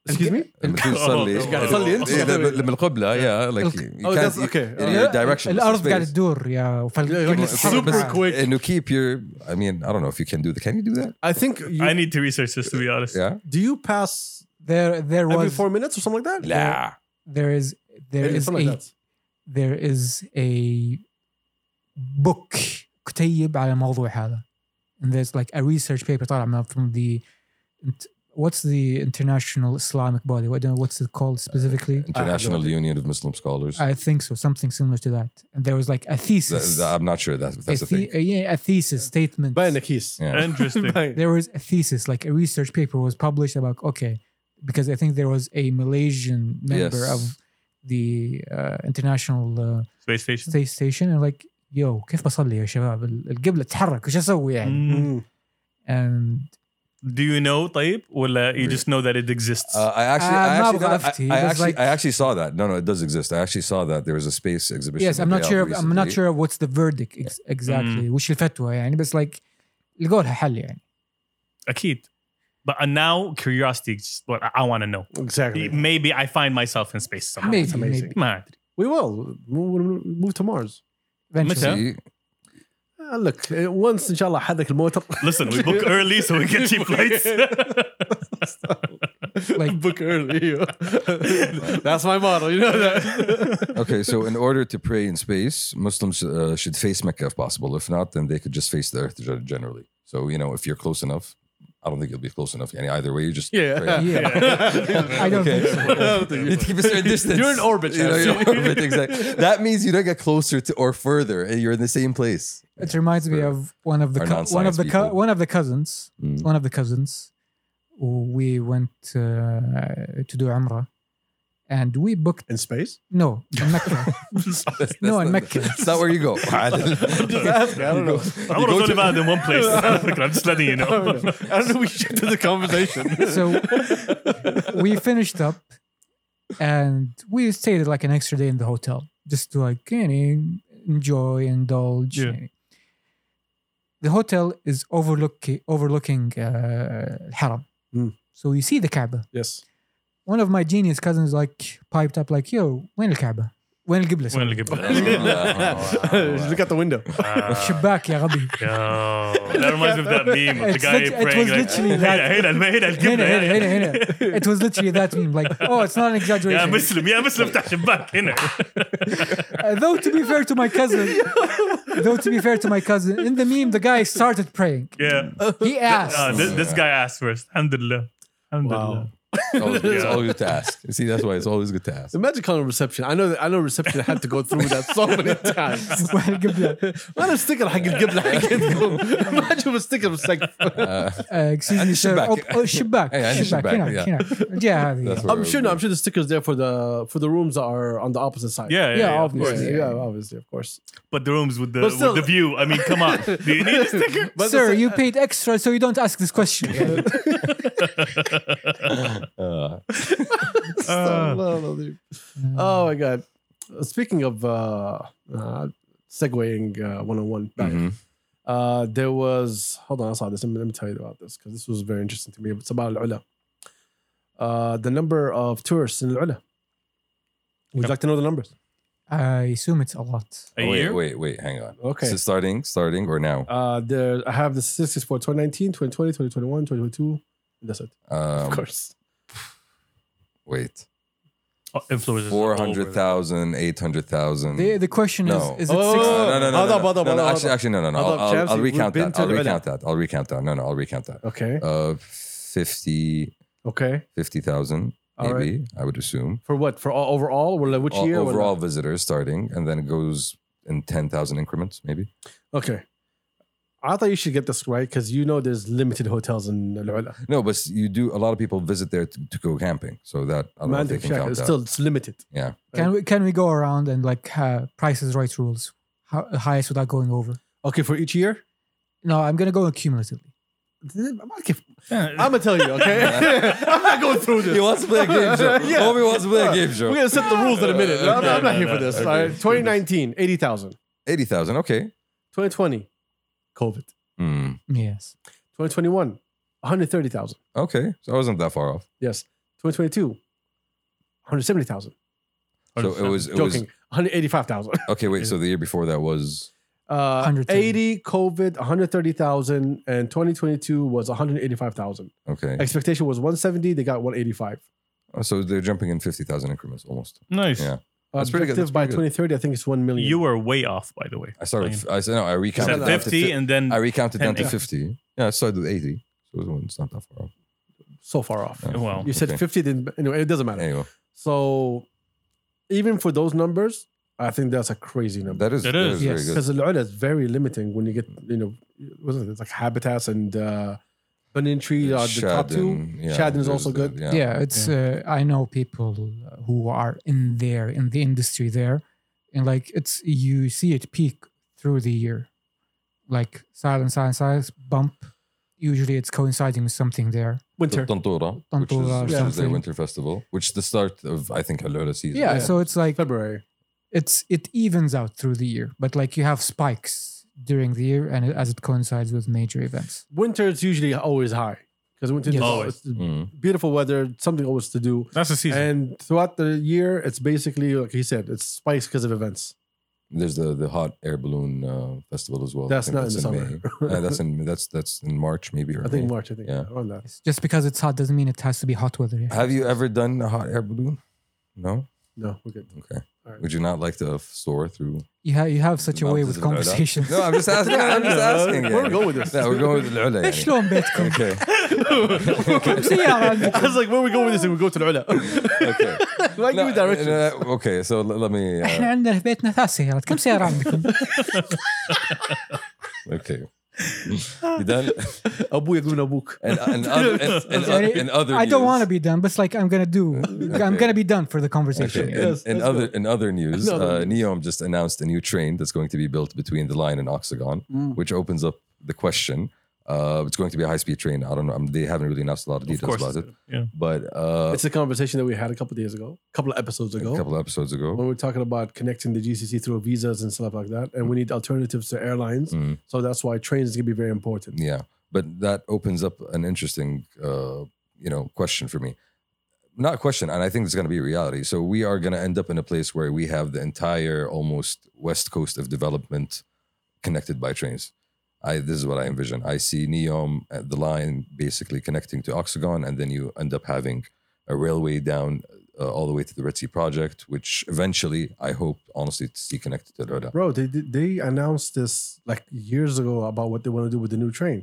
[SPEAKER 3] Excuse me.
[SPEAKER 1] لما تيجي تصلي
[SPEAKER 2] Oh,
[SPEAKER 3] قاعد تصلي أنت؟
[SPEAKER 1] إيه، لما- لما القبلة yeah like you you
[SPEAKER 3] Oh,
[SPEAKER 1] can't
[SPEAKER 3] that's-
[SPEAKER 1] you-
[SPEAKER 3] okay.
[SPEAKER 1] in your direction
[SPEAKER 4] الارض قاعد
[SPEAKER 1] space.
[SPEAKER 4] تدور يا فال-
[SPEAKER 3] super
[SPEAKER 1] But-
[SPEAKER 3] quick.
[SPEAKER 1] and you keep your I mean I don't know if you can do that can you do that
[SPEAKER 3] I think you,
[SPEAKER 2] I need to research this to be honest.
[SPEAKER 1] yeah
[SPEAKER 3] do you pass
[SPEAKER 4] there there
[SPEAKER 3] Every
[SPEAKER 4] was
[SPEAKER 3] four minutes or something like that?
[SPEAKER 1] لا
[SPEAKER 4] there is there
[SPEAKER 3] It's
[SPEAKER 4] is
[SPEAKER 3] something like
[SPEAKER 4] a
[SPEAKER 3] that.
[SPEAKER 4] there is a book كتيب على الموضوع هذا and there's like a research paper طالع من from the what's the international Islamic body I don't know what's it called specifically
[SPEAKER 1] International
[SPEAKER 3] idea.
[SPEAKER 1] Union of Muslim Scholars.
[SPEAKER 4] I think so something similar to that and there was like a
[SPEAKER 1] Th-
[SPEAKER 4] thesis
[SPEAKER 1] th- I'm not sure that that's
[SPEAKER 4] a
[SPEAKER 1] the thing.
[SPEAKER 4] the- yeah a thesis statement
[SPEAKER 3] Buy in the keys.
[SPEAKER 1] Yeah.
[SPEAKER 2] Interesting.
[SPEAKER 3] Buy-
[SPEAKER 4] there was a thesis, like a research paper was published about okay, because I think there was a Malaysian member
[SPEAKER 1] Yes.
[SPEAKER 4] of the uh, international uh,
[SPEAKER 2] Space station.
[SPEAKER 4] space station and like yo كيف بصلي يا شباب ال- القبلة تتحرك وش اسوي يعني؟
[SPEAKER 2] Mm.
[SPEAKER 3] Mm.
[SPEAKER 4] and
[SPEAKER 2] Do you know طيب ولا you just know that it exists?
[SPEAKER 1] Uh, I actually,
[SPEAKER 4] Uh,
[SPEAKER 1] I
[SPEAKER 4] not
[SPEAKER 1] actually, got-
[SPEAKER 4] Rafti,
[SPEAKER 1] I, I
[SPEAKER 4] it was
[SPEAKER 1] actually,
[SPEAKER 4] like-
[SPEAKER 1] I actually saw that. No, no, it does exist. I actually saw that there was a space exhibition.
[SPEAKER 4] yes
[SPEAKER 1] that
[SPEAKER 4] I'm
[SPEAKER 1] they
[SPEAKER 4] not
[SPEAKER 1] held
[SPEAKER 4] sure if- I'm not
[SPEAKER 1] recently.
[SPEAKER 4] sure what's the verdict ex- exactly وش الفتوى يعني بس like لقوا لها حل يعني
[SPEAKER 1] Oh,
[SPEAKER 2] أكيد. But uh, now curiosity is just what I, want to know.
[SPEAKER 3] Exactly.
[SPEAKER 2] Maybe I find myself in space somehow.
[SPEAKER 4] maybe
[SPEAKER 3] amazing.
[SPEAKER 4] maybe
[SPEAKER 2] ما أدري.
[SPEAKER 3] We will. We'll move to Mars.
[SPEAKER 4] eventually
[SPEAKER 2] متى؟
[SPEAKER 1] See?
[SPEAKER 3] Uh, look, uh, once inshallah حدك الموتر
[SPEAKER 2] Listen, we book early so we get cheap flights.
[SPEAKER 4] Like-
[SPEAKER 3] book early. That's my model. You know that.
[SPEAKER 1] Okay, so in order to pray in space, Muslims uh, should face Mecca if possible. If not, then they could just face the Earth gen- generally. So you know, if you're close enough, I don't think you'll be close enough. Any either way, you just
[SPEAKER 3] yeah.
[SPEAKER 1] pray.
[SPEAKER 4] Yeah. I don't
[SPEAKER 1] Okay.
[SPEAKER 4] think so.
[SPEAKER 1] You keep a certain distance.
[SPEAKER 3] You're in orbit,
[SPEAKER 1] You know,
[SPEAKER 3] yes.
[SPEAKER 1] you're in orbit, exactly. That means you don't get closer to or further. and You're in the same place.
[SPEAKER 4] It reminds me
[SPEAKER 1] for
[SPEAKER 4] of one of the
[SPEAKER 1] our
[SPEAKER 4] cou- one of
[SPEAKER 1] non-science
[SPEAKER 4] the cou-
[SPEAKER 1] people.
[SPEAKER 4] one of the cousins,
[SPEAKER 1] Mm.
[SPEAKER 4] one of the cousins. We went uh, to do Umrah, and we booked
[SPEAKER 3] In space?
[SPEAKER 4] no in Mecca.
[SPEAKER 1] That's-
[SPEAKER 4] No,
[SPEAKER 1] that's
[SPEAKER 4] in
[SPEAKER 1] not-
[SPEAKER 4] Mecca.
[SPEAKER 1] That's not where you go.
[SPEAKER 3] asking, I don't know.
[SPEAKER 2] I was only about in one place. I'm just letting you
[SPEAKER 3] I
[SPEAKER 4] Oh,
[SPEAKER 3] don't
[SPEAKER 2] know.
[SPEAKER 3] know. I don't know. We should do the conversation.
[SPEAKER 4] so we finished up, and we stayed like an extra day in the hotel just to like you know, enjoy, indulge.
[SPEAKER 2] Yeah.
[SPEAKER 4] The hotel is overlooking overlooking uh, Haram,
[SPEAKER 3] Mm.
[SPEAKER 4] so you see the Kaaba.
[SPEAKER 3] yes.
[SPEAKER 4] one of my genius cousins like piped up like yo وين الكعبة وين القبلة
[SPEAKER 2] وين
[SPEAKER 4] سوري؟
[SPEAKER 2] اللي قبل؟
[SPEAKER 1] Wow.
[SPEAKER 3] Look at the window.
[SPEAKER 4] شباك يا غبي
[SPEAKER 2] Yo, that reminds me of that meme of the
[SPEAKER 4] It's
[SPEAKER 2] guy
[SPEAKER 4] lit- it
[SPEAKER 2] praying
[SPEAKER 4] was
[SPEAKER 2] like,
[SPEAKER 4] literally
[SPEAKER 2] "Hey,
[SPEAKER 4] that-
[SPEAKER 2] hey, that- hey, that
[SPEAKER 4] هنا
[SPEAKER 2] Qibla,
[SPEAKER 4] هنا
[SPEAKER 2] hey."
[SPEAKER 4] هنا هنا it was literally that meme like oh it's not an
[SPEAKER 2] يا
[SPEAKER 4] exaggeration
[SPEAKER 2] مسلم يا مسلم افتح شباك هنا
[SPEAKER 4] Uh, though to be fair to my cousin though to be fair to my cousin in the meme the guy started praying
[SPEAKER 2] yeah
[SPEAKER 4] he asked
[SPEAKER 2] Uh, this, this guy asked first الحمد لله الحمد
[SPEAKER 3] Wow.
[SPEAKER 2] لله
[SPEAKER 1] Oh, It's always, it's
[SPEAKER 2] Yeah.
[SPEAKER 1] always good to ask. You See, that's why it's always good to ask.
[SPEAKER 3] Imagine calling reception. I know that I know reception had to go through that so many times.
[SPEAKER 4] وين القبلة
[SPEAKER 3] وانا ستيكر حق القبله حقتكم imagine ستيكر بالسقف
[SPEAKER 1] Uh,
[SPEAKER 4] Uh, excuse
[SPEAKER 1] عند
[SPEAKER 4] me sir
[SPEAKER 1] الشباك.
[SPEAKER 4] Oh, oh, الشباك
[SPEAKER 1] إيه، عند
[SPEAKER 4] الشباك
[SPEAKER 1] الشباك,
[SPEAKER 4] هناك
[SPEAKER 1] yeah.
[SPEAKER 4] هناك الجهة هذه
[SPEAKER 1] That's
[SPEAKER 3] I'm sure no, I'm sure the stickers there for the for the rooms are on the opposite side.
[SPEAKER 2] yeah yeah,
[SPEAKER 4] Yeah,
[SPEAKER 2] yeah.
[SPEAKER 3] Of course,
[SPEAKER 4] obviously.
[SPEAKER 3] yeah, obviously, of course.
[SPEAKER 2] but the rooms with the
[SPEAKER 3] But still-
[SPEAKER 2] with the view I mean come on do you need a sticker
[SPEAKER 3] But
[SPEAKER 4] sir
[SPEAKER 3] the-
[SPEAKER 4] you paid extra so you don't ask this question
[SPEAKER 1] uh,
[SPEAKER 2] Uh.
[SPEAKER 3] oh my god! Speaking of uh, uh segueing uh, one on one back,
[SPEAKER 1] mhm.
[SPEAKER 3] uh, there was hold on, I saw this. Let me, let me tell you about this because this was very interesting to me. It's about Al-Ula. Uh, the number of tourists in Al-Ula. Would you like to know the numbers?
[SPEAKER 4] I assume it's a lot
[SPEAKER 2] a
[SPEAKER 1] Oh, wait,
[SPEAKER 2] year
[SPEAKER 1] wait, wait, hang on.
[SPEAKER 3] Okay.
[SPEAKER 1] Is it starting, starting, or now?
[SPEAKER 3] Uh, there I have the statistics for 2019, 2020, 2021, 2022. and That's it.
[SPEAKER 1] Um,
[SPEAKER 3] Uh, of course.
[SPEAKER 1] Wait.
[SPEAKER 2] Oh, influencers all over.
[SPEAKER 1] 400,000, 800,000.
[SPEAKER 4] The, the question
[SPEAKER 1] No.
[SPEAKER 4] is is it
[SPEAKER 3] Oh,
[SPEAKER 4] six?
[SPEAKER 1] No, no, no, no,
[SPEAKER 3] Hold
[SPEAKER 1] no,
[SPEAKER 3] up, hold
[SPEAKER 1] no, no, actually,
[SPEAKER 3] up, hold up, hold up.
[SPEAKER 1] actually, no, no, no. I'll,
[SPEAKER 3] Hold up,
[SPEAKER 1] I'll,
[SPEAKER 3] Chelsea,
[SPEAKER 1] I'll
[SPEAKER 3] we've
[SPEAKER 1] recount
[SPEAKER 3] been
[SPEAKER 1] that.
[SPEAKER 3] to
[SPEAKER 1] I'll
[SPEAKER 3] the
[SPEAKER 1] recount that. I'll recount that. No, no, I'll recount that.
[SPEAKER 3] Okay.
[SPEAKER 1] Uh, 50,
[SPEAKER 3] Okay.
[SPEAKER 1] 50,000,
[SPEAKER 3] All
[SPEAKER 1] maybe,
[SPEAKER 3] right.
[SPEAKER 1] I would assume.
[SPEAKER 3] For what? For all, overall? Or like which
[SPEAKER 1] O-
[SPEAKER 3] year? or-
[SPEAKER 1] overall visitors starting, and then it goes in 10,000 increments, maybe.
[SPEAKER 3] Okay. I thought you should get this right because you know there's limited hotels in Al Ula.
[SPEAKER 1] No, but you do, a lot of people visit there to, to go camping. So that, I don't know if they
[SPEAKER 3] Magic
[SPEAKER 1] can
[SPEAKER 3] Shack.
[SPEAKER 1] count
[SPEAKER 3] It's
[SPEAKER 1] that.
[SPEAKER 3] still it's limited.
[SPEAKER 1] yeah.
[SPEAKER 4] Can we can we go around and like uh, prices right rules? How highest without going over?
[SPEAKER 3] Okay, for each year?
[SPEAKER 4] No, I'm gonna go cumulatively.
[SPEAKER 3] I'm not give-
[SPEAKER 2] Yeah.
[SPEAKER 3] I'm gonna tell you, okay? I'm not going through this.
[SPEAKER 1] He wants to play a game show.
[SPEAKER 3] Yeah.
[SPEAKER 1] Obi wants to play a game
[SPEAKER 3] We're
[SPEAKER 1] show.
[SPEAKER 3] gonna set the rules in a minute. I'm, not- I'm not here for this.
[SPEAKER 1] Okay.
[SPEAKER 3] All right. 2019, 80,000.
[SPEAKER 1] 80,000. Okay.
[SPEAKER 3] 2020, COVID.
[SPEAKER 1] Hmm.
[SPEAKER 4] Yes.
[SPEAKER 3] 2021, 130,000.
[SPEAKER 1] Okay. So I wasn't that far off.
[SPEAKER 3] Yes. 2022, 170,000.
[SPEAKER 1] So it was, it was,
[SPEAKER 3] Joking. 185,000.
[SPEAKER 1] okay, wait. So the year before that was
[SPEAKER 3] Uh,
[SPEAKER 4] 130.
[SPEAKER 3] 80 COVID, 130,000, and 2022 was 185,000.
[SPEAKER 1] Okay.
[SPEAKER 3] Expectation was 170, they got 185.
[SPEAKER 1] Uh, So they're jumping in 50,000 increments almost.
[SPEAKER 2] Nice.
[SPEAKER 1] Yeah. That's pretty good,
[SPEAKER 3] Objective
[SPEAKER 1] that's
[SPEAKER 3] by
[SPEAKER 1] pretty good.
[SPEAKER 3] 2030, I think it's 1 million.
[SPEAKER 2] You were way off, by the way.
[SPEAKER 1] I started, with, I said, no, I
[SPEAKER 2] You
[SPEAKER 1] recounted
[SPEAKER 2] said
[SPEAKER 1] down to
[SPEAKER 2] 50
[SPEAKER 1] fi-
[SPEAKER 2] and then
[SPEAKER 1] I recounted down to
[SPEAKER 2] 10.
[SPEAKER 1] 50. Yeah, I started with 80. So it's not that far off.
[SPEAKER 3] so far off.
[SPEAKER 1] Yeah.
[SPEAKER 2] Well.
[SPEAKER 3] You said
[SPEAKER 1] Okay.
[SPEAKER 3] 50, then anyway, it doesn't matter.
[SPEAKER 1] Anyway,
[SPEAKER 3] So even for those numbers, I think that's a crazy number.
[SPEAKER 1] that is,
[SPEAKER 2] It
[SPEAKER 1] that
[SPEAKER 2] is.
[SPEAKER 1] is very
[SPEAKER 4] Yes.
[SPEAKER 1] good.
[SPEAKER 3] because al is very limiting when you get you know was it it's like habitats and uh banyan tree are the top two
[SPEAKER 1] Shadden, yeah,
[SPEAKER 3] Shadden is
[SPEAKER 1] there's
[SPEAKER 3] also
[SPEAKER 1] that,
[SPEAKER 3] good.
[SPEAKER 1] Yeah.
[SPEAKER 4] yeah, it's Uh, i know people who are in there in the industry there and like it's you see it peak through the year like silence silence silence bump usually it's coinciding with something there
[SPEAKER 1] So
[SPEAKER 3] winter
[SPEAKER 1] Tontora, which is,
[SPEAKER 4] Tontora or
[SPEAKER 1] which is their
[SPEAKER 4] something.
[SPEAKER 1] winter festival, which is the start of, I think, Halora season.
[SPEAKER 4] yeah,
[SPEAKER 3] Yeah.
[SPEAKER 4] so it's like
[SPEAKER 3] February
[SPEAKER 4] it's it evens out through the year but like you have spikes during the year and it, as it coincides with major events
[SPEAKER 3] winter is usually always high because winter
[SPEAKER 4] Yes.
[SPEAKER 3] is
[SPEAKER 2] Always.
[SPEAKER 3] it's
[SPEAKER 1] Mm.
[SPEAKER 3] beautiful weather something always to do
[SPEAKER 2] That's the season.
[SPEAKER 3] and throughout the year it's basically like he said it's spikes because of events
[SPEAKER 1] There's the, the hot air balloon uh, festival as well. I
[SPEAKER 3] That's
[SPEAKER 1] think
[SPEAKER 3] not in the
[SPEAKER 1] May.
[SPEAKER 3] summer.
[SPEAKER 1] Uh, that's in that's that's in March maybe. Or
[SPEAKER 3] I think
[SPEAKER 1] May.
[SPEAKER 3] March I think
[SPEAKER 1] Yeah.
[SPEAKER 3] around that
[SPEAKER 4] It's just because it's hot doesn't mean it has to be hot weather yeah.
[SPEAKER 1] Have you ever done a hot air balloon? No.
[SPEAKER 3] no we're good
[SPEAKER 1] Okay.
[SPEAKER 3] All right.
[SPEAKER 1] Would you not like to soar through?
[SPEAKER 4] you, ha- you have such a way
[SPEAKER 1] mountains
[SPEAKER 4] with
[SPEAKER 1] of Al-Ula?
[SPEAKER 4] conversations
[SPEAKER 1] No, I'm just asking. I'm just asking.
[SPEAKER 3] Where we
[SPEAKER 1] yeah.
[SPEAKER 3] going with this?
[SPEAKER 1] Yeah, we're going with Al-Ula,
[SPEAKER 4] إيش
[SPEAKER 1] يعني.
[SPEAKER 4] لون بيتكم؟
[SPEAKER 1] Okay. Uh,
[SPEAKER 3] I was like where we going with this we go to the
[SPEAKER 1] Okay.
[SPEAKER 3] like
[SPEAKER 1] No,
[SPEAKER 3] give me directions
[SPEAKER 1] no, no, okay. So l- let me.
[SPEAKER 4] احنا
[SPEAKER 1] Uh,
[SPEAKER 4] عندنا في بيتنا ثلاث سيارات كم سياره عندكم؟
[SPEAKER 1] okay. You done?
[SPEAKER 3] أبوي يقول أبوك
[SPEAKER 1] And, and other, and, and, other- and other
[SPEAKER 4] I don't want to
[SPEAKER 1] news.
[SPEAKER 4] be done but like I'm gonna do I'm gonna be done for the conversation
[SPEAKER 1] Okay.
[SPEAKER 3] Yeah. Yes,
[SPEAKER 1] in, in
[SPEAKER 3] let's
[SPEAKER 1] other in other news,
[SPEAKER 3] No, no,
[SPEAKER 1] uh, Neom just announced a new train that's going to be built between the line and Oxagon,
[SPEAKER 3] Mm.
[SPEAKER 1] which opens up the question. Uh, it's going to be a high speed train. I don't know. I mean, they haven't really announced a lot of
[SPEAKER 2] of
[SPEAKER 1] details
[SPEAKER 2] course.
[SPEAKER 1] about it,
[SPEAKER 2] Yeah.
[SPEAKER 1] but uh,
[SPEAKER 3] it's a conversation that we had a couple days ago a couple of episodes
[SPEAKER 1] a
[SPEAKER 3] ago
[SPEAKER 1] couple of episodes
[SPEAKER 3] when
[SPEAKER 1] ago.
[SPEAKER 3] we we're talking about connecting the GCC through visas and stuff like that, and we need alternatives to airlines.
[SPEAKER 1] Mm,
[SPEAKER 3] So that's why trains is gonna be very important.
[SPEAKER 1] yeah, but that opens up an interesting, uh, you know, question for me. Not a question, and I think it's going to be a reality. So we are going to end up in a place where we have the entire almost west coast of development connected by trains. I this is what I envision. I see Neom at the line basically connecting to Oxagon, and then you end up having a railway down uh, all the way to the Red Sea project, which eventually I hope honestly to see connected to Roda.
[SPEAKER 3] Bro, they did- they announced this like years ago about what they want to do with the new train.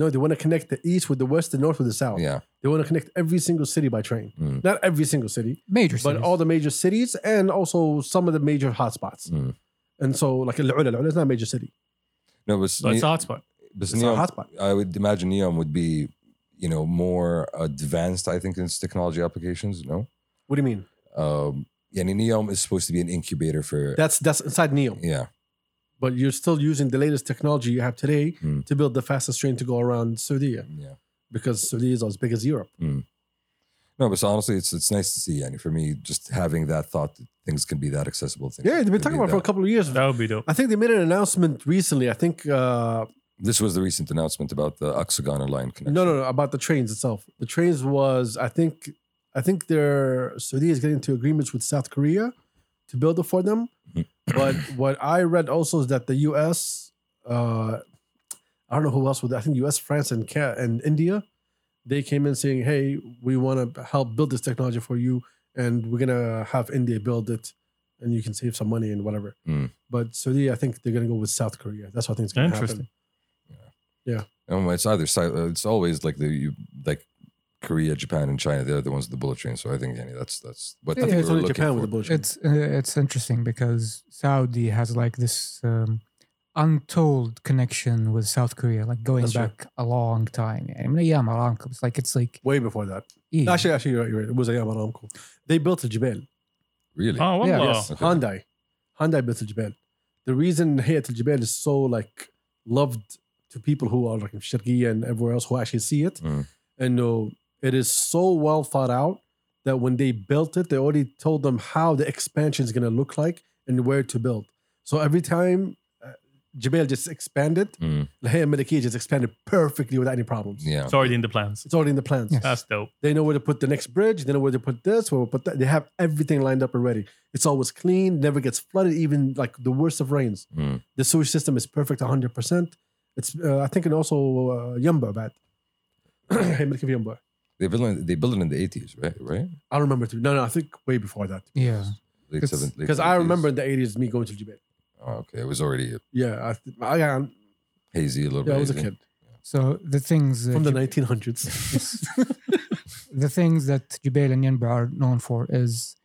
[SPEAKER 3] No, they want to connect the east with the west, the north with the south.
[SPEAKER 1] Yeah,
[SPEAKER 3] They want to connect every single city by train.
[SPEAKER 1] Mm.
[SPEAKER 3] Not every single city,
[SPEAKER 4] major
[SPEAKER 3] but all the major cities and also some of the major hotspots.
[SPEAKER 1] Mm.
[SPEAKER 3] And so, like Al-Ula, Al-Ula is not a major city.
[SPEAKER 1] no, but,
[SPEAKER 2] So it's a hotspot.
[SPEAKER 1] but
[SPEAKER 3] It's not
[SPEAKER 1] Neom-
[SPEAKER 3] a hotspot.
[SPEAKER 1] I would imagine Neom would be, you know, more advanced. I think in its technology applications. No,
[SPEAKER 3] What do you mean?
[SPEAKER 1] um, yeah, and Neom is supposed to be an incubator for.
[SPEAKER 3] That's that's inside Neom.
[SPEAKER 1] yeah,
[SPEAKER 3] But you're still using the latest technology you have today
[SPEAKER 1] Mm.
[SPEAKER 3] to build the fastest train to go around Saudi.
[SPEAKER 1] yeah.
[SPEAKER 3] because Saudi is as big as Europe.
[SPEAKER 1] No, but so honestly, it's it's nice to see. And for me, just having that thought that things can be that accessible. Things
[SPEAKER 3] Yeah, they've been
[SPEAKER 1] can
[SPEAKER 3] talking
[SPEAKER 1] be
[SPEAKER 3] about it for a
[SPEAKER 1] that-
[SPEAKER 3] couple of years.
[SPEAKER 2] That would be dope.
[SPEAKER 3] I think they made an announcement recently. I think uh,
[SPEAKER 1] This was the recent announcement about the Oxagon line connection.
[SPEAKER 3] no, no, no, about the trains itself. The trains was I think I think they're Saudi is getting into agreements with South Korea to build it for them. but what I read also is that the U.S. Uh, I don't know who else would. I think U.S., France, and Ca- and India, they came in saying, "Hey, we want to help build this technology for you, and we're gonna have India build it, and you can save some money and whatever."
[SPEAKER 1] Mm.
[SPEAKER 3] But Saudi, I think they're gonna go with South Korea. That's what I think is gonna happen.
[SPEAKER 2] Interesting.
[SPEAKER 1] Um, it's either side. uh, It's always like the you, like Korea, Japan, and China. They're the ones with the bullet train. So I think yeah, that's that's what
[SPEAKER 3] I
[SPEAKER 1] I
[SPEAKER 3] think
[SPEAKER 1] think
[SPEAKER 3] it's
[SPEAKER 1] we were
[SPEAKER 3] only
[SPEAKER 1] looking
[SPEAKER 3] Japan with the
[SPEAKER 1] for.
[SPEAKER 3] bullshit.
[SPEAKER 4] it's uh, it's interesting because Saudi has like this um, untold connection with South Korea like going
[SPEAKER 3] That's true.
[SPEAKER 4] back a long time يعني من ايام ارامكو it's like it's like
[SPEAKER 3] Way before that.
[SPEAKER 4] إيه.
[SPEAKER 3] Actually, actually, you're right. You're right. It was Ayam Aramco. They built a Jabal.
[SPEAKER 1] Really?
[SPEAKER 3] Uh,
[SPEAKER 2] Oh,
[SPEAKER 4] Yeah.
[SPEAKER 2] wallah.
[SPEAKER 3] Yes,
[SPEAKER 1] Okay.
[SPEAKER 3] Hyundai. Hyundai built Jabal. The reason Hayat al Jabal is so like loved to people who are like in Shirkiya and everywhere else who actually see it,
[SPEAKER 1] Mm.
[SPEAKER 3] and know it is so well thought out that when they built it, they already told them how the expansion is going to look like and where to build. So every time uh, Jubail just expanded.
[SPEAKER 1] Mm.
[SPEAKER 3] Lahey and Maliki just expanded perfectly without any problems.
[SPEAKER 1] Yeah.
[SPEAKER 2] It's already in the plans.
[SPEAKER 3] It's already in the plans.
[SPEAKER 4] Yes.
[SPEAKER 2] That's dope.
[SPEAKER 3] They know where to put the next bridge. They know where to put this, where to put that. They have everything lined up already. It's always clean, never gets flooded, even like the worst of rains.
[SPEAKER 1] Mm.
[SPEAKER 3] The sewage system is perfect 100%. It's, uh, I think, and also uh, Yamba, bad. hey, Maliki of Yamba.
[SPEAKER 1] They built it, they built it in the eighties, right? Right?
[SPEAKER 3] I don't remember. Too. No, no, I think way before that.
[SPEAKER 4] Yeah.
[SPEAKER 1] Late
[SPEAKER 4] It's-
[SPEAKER 1] seven- late
[SPEAKER 3] Because I
[SPEAKER 1] 70s.
[SPEAKER 3] remember in the 80s me going to Jubail.
[SPEAKER 1] Oh, okay, it was already
[SPEAKER 3] Yeah, I, th- I, I,
[SPEAKER 1] hazy a little
[SPEAKER 3] yeah,
[SPEAKER 1] bit.
[SPEAKER 3] I was a
[SPEAKER 1] hazy.
[SPEAKER 3] kid
[SPEAKER 4] So the things uh,
[SPEAKER 3] from the
[SPEAKER 4] Jub-
[SPEAKER 3] 1900s.
[SPEAKER 4] the things that Jubail and Yanba are known for is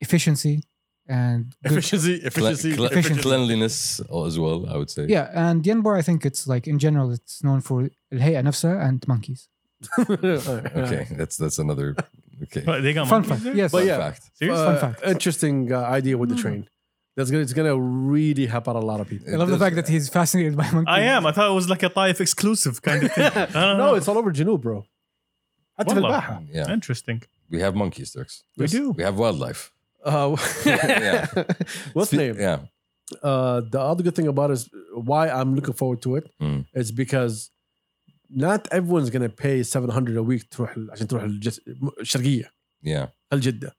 [SPEAKER 4] efficiency and good-
[SPEAKER 5] Efficiency,
[SPEAKER 1] Cle-
[SPEAKER 5] efficiency,
[SPEAKER 1] cle-
[SPEAKER 4] efficiency.
[SPEAKER 1] cleanliness as well. I would say.
[SPEAKER 4] yeah, and Yanbar I think it's like in general it's known for الهيئة نفسها and monkeys.
[SPEAKER 1] Okay, that's that's another. Okay.
[SPEAKER 2] But they got
[SPEAKER 4] Fun
[SPEAKER 2] monkeys
[SPEAKER 4] fact,
[SPEAKER 2] there?
[SPEAKER 4] yes.
[SPEAKER 3] But
[SPEAKER 1] Fun
[SPEAKER 3] yeah,
[SPEAKER 1] fact.
[SPEAKER 2] Seriously?
[SPEAKER 4] Fun fact.
[SPEAKER 3] Interesting uh, idea with the train. That's gonna it's gonna really help out a lot of people.
[SPEAKER 4] I love the
[SPEAKER 1] does-
[SPEAKER 4] fact that he's fascinated by monkeys.
[SPEAKER 2] I am. I thought it was like a Taif exclusive kind of thing. I don't
[SPEAKER 3] No,
[SPEAKER 2] know.
[SPEAKER 3] it's all over Janu, bro. That's
[SPEAKER 2] Wallah.
[SPEAKER 3] Baha.
[SPEAKER 1] Yeah,
[SPEAKER 2] interesting.
[SPEAKER 1] we have monkeys, Turks.
[SPEAKER 3] We do.
[SPEAKER 1] We have wildlife.
[SPEAKER 3] Uh,
[SPEAKER 1] Yeah.
[SPEAKER 3] What's
[SPEAKER 1] Spe-
[SPEAKER 3] the name?
[SPEAKER 1] Yeah.
[SPEAKER 3] Uh, the other good thing about it is why I'm looking forward to it.
[SPEAKER 1] Mm.
[SPEAKER 3] It's because not everyone's gonna pay 700 a week تروح ال- عشان تروح الجس- الشرقية
[SPEAKER 1] Yeah.
[SPEAKER 3] الجدة.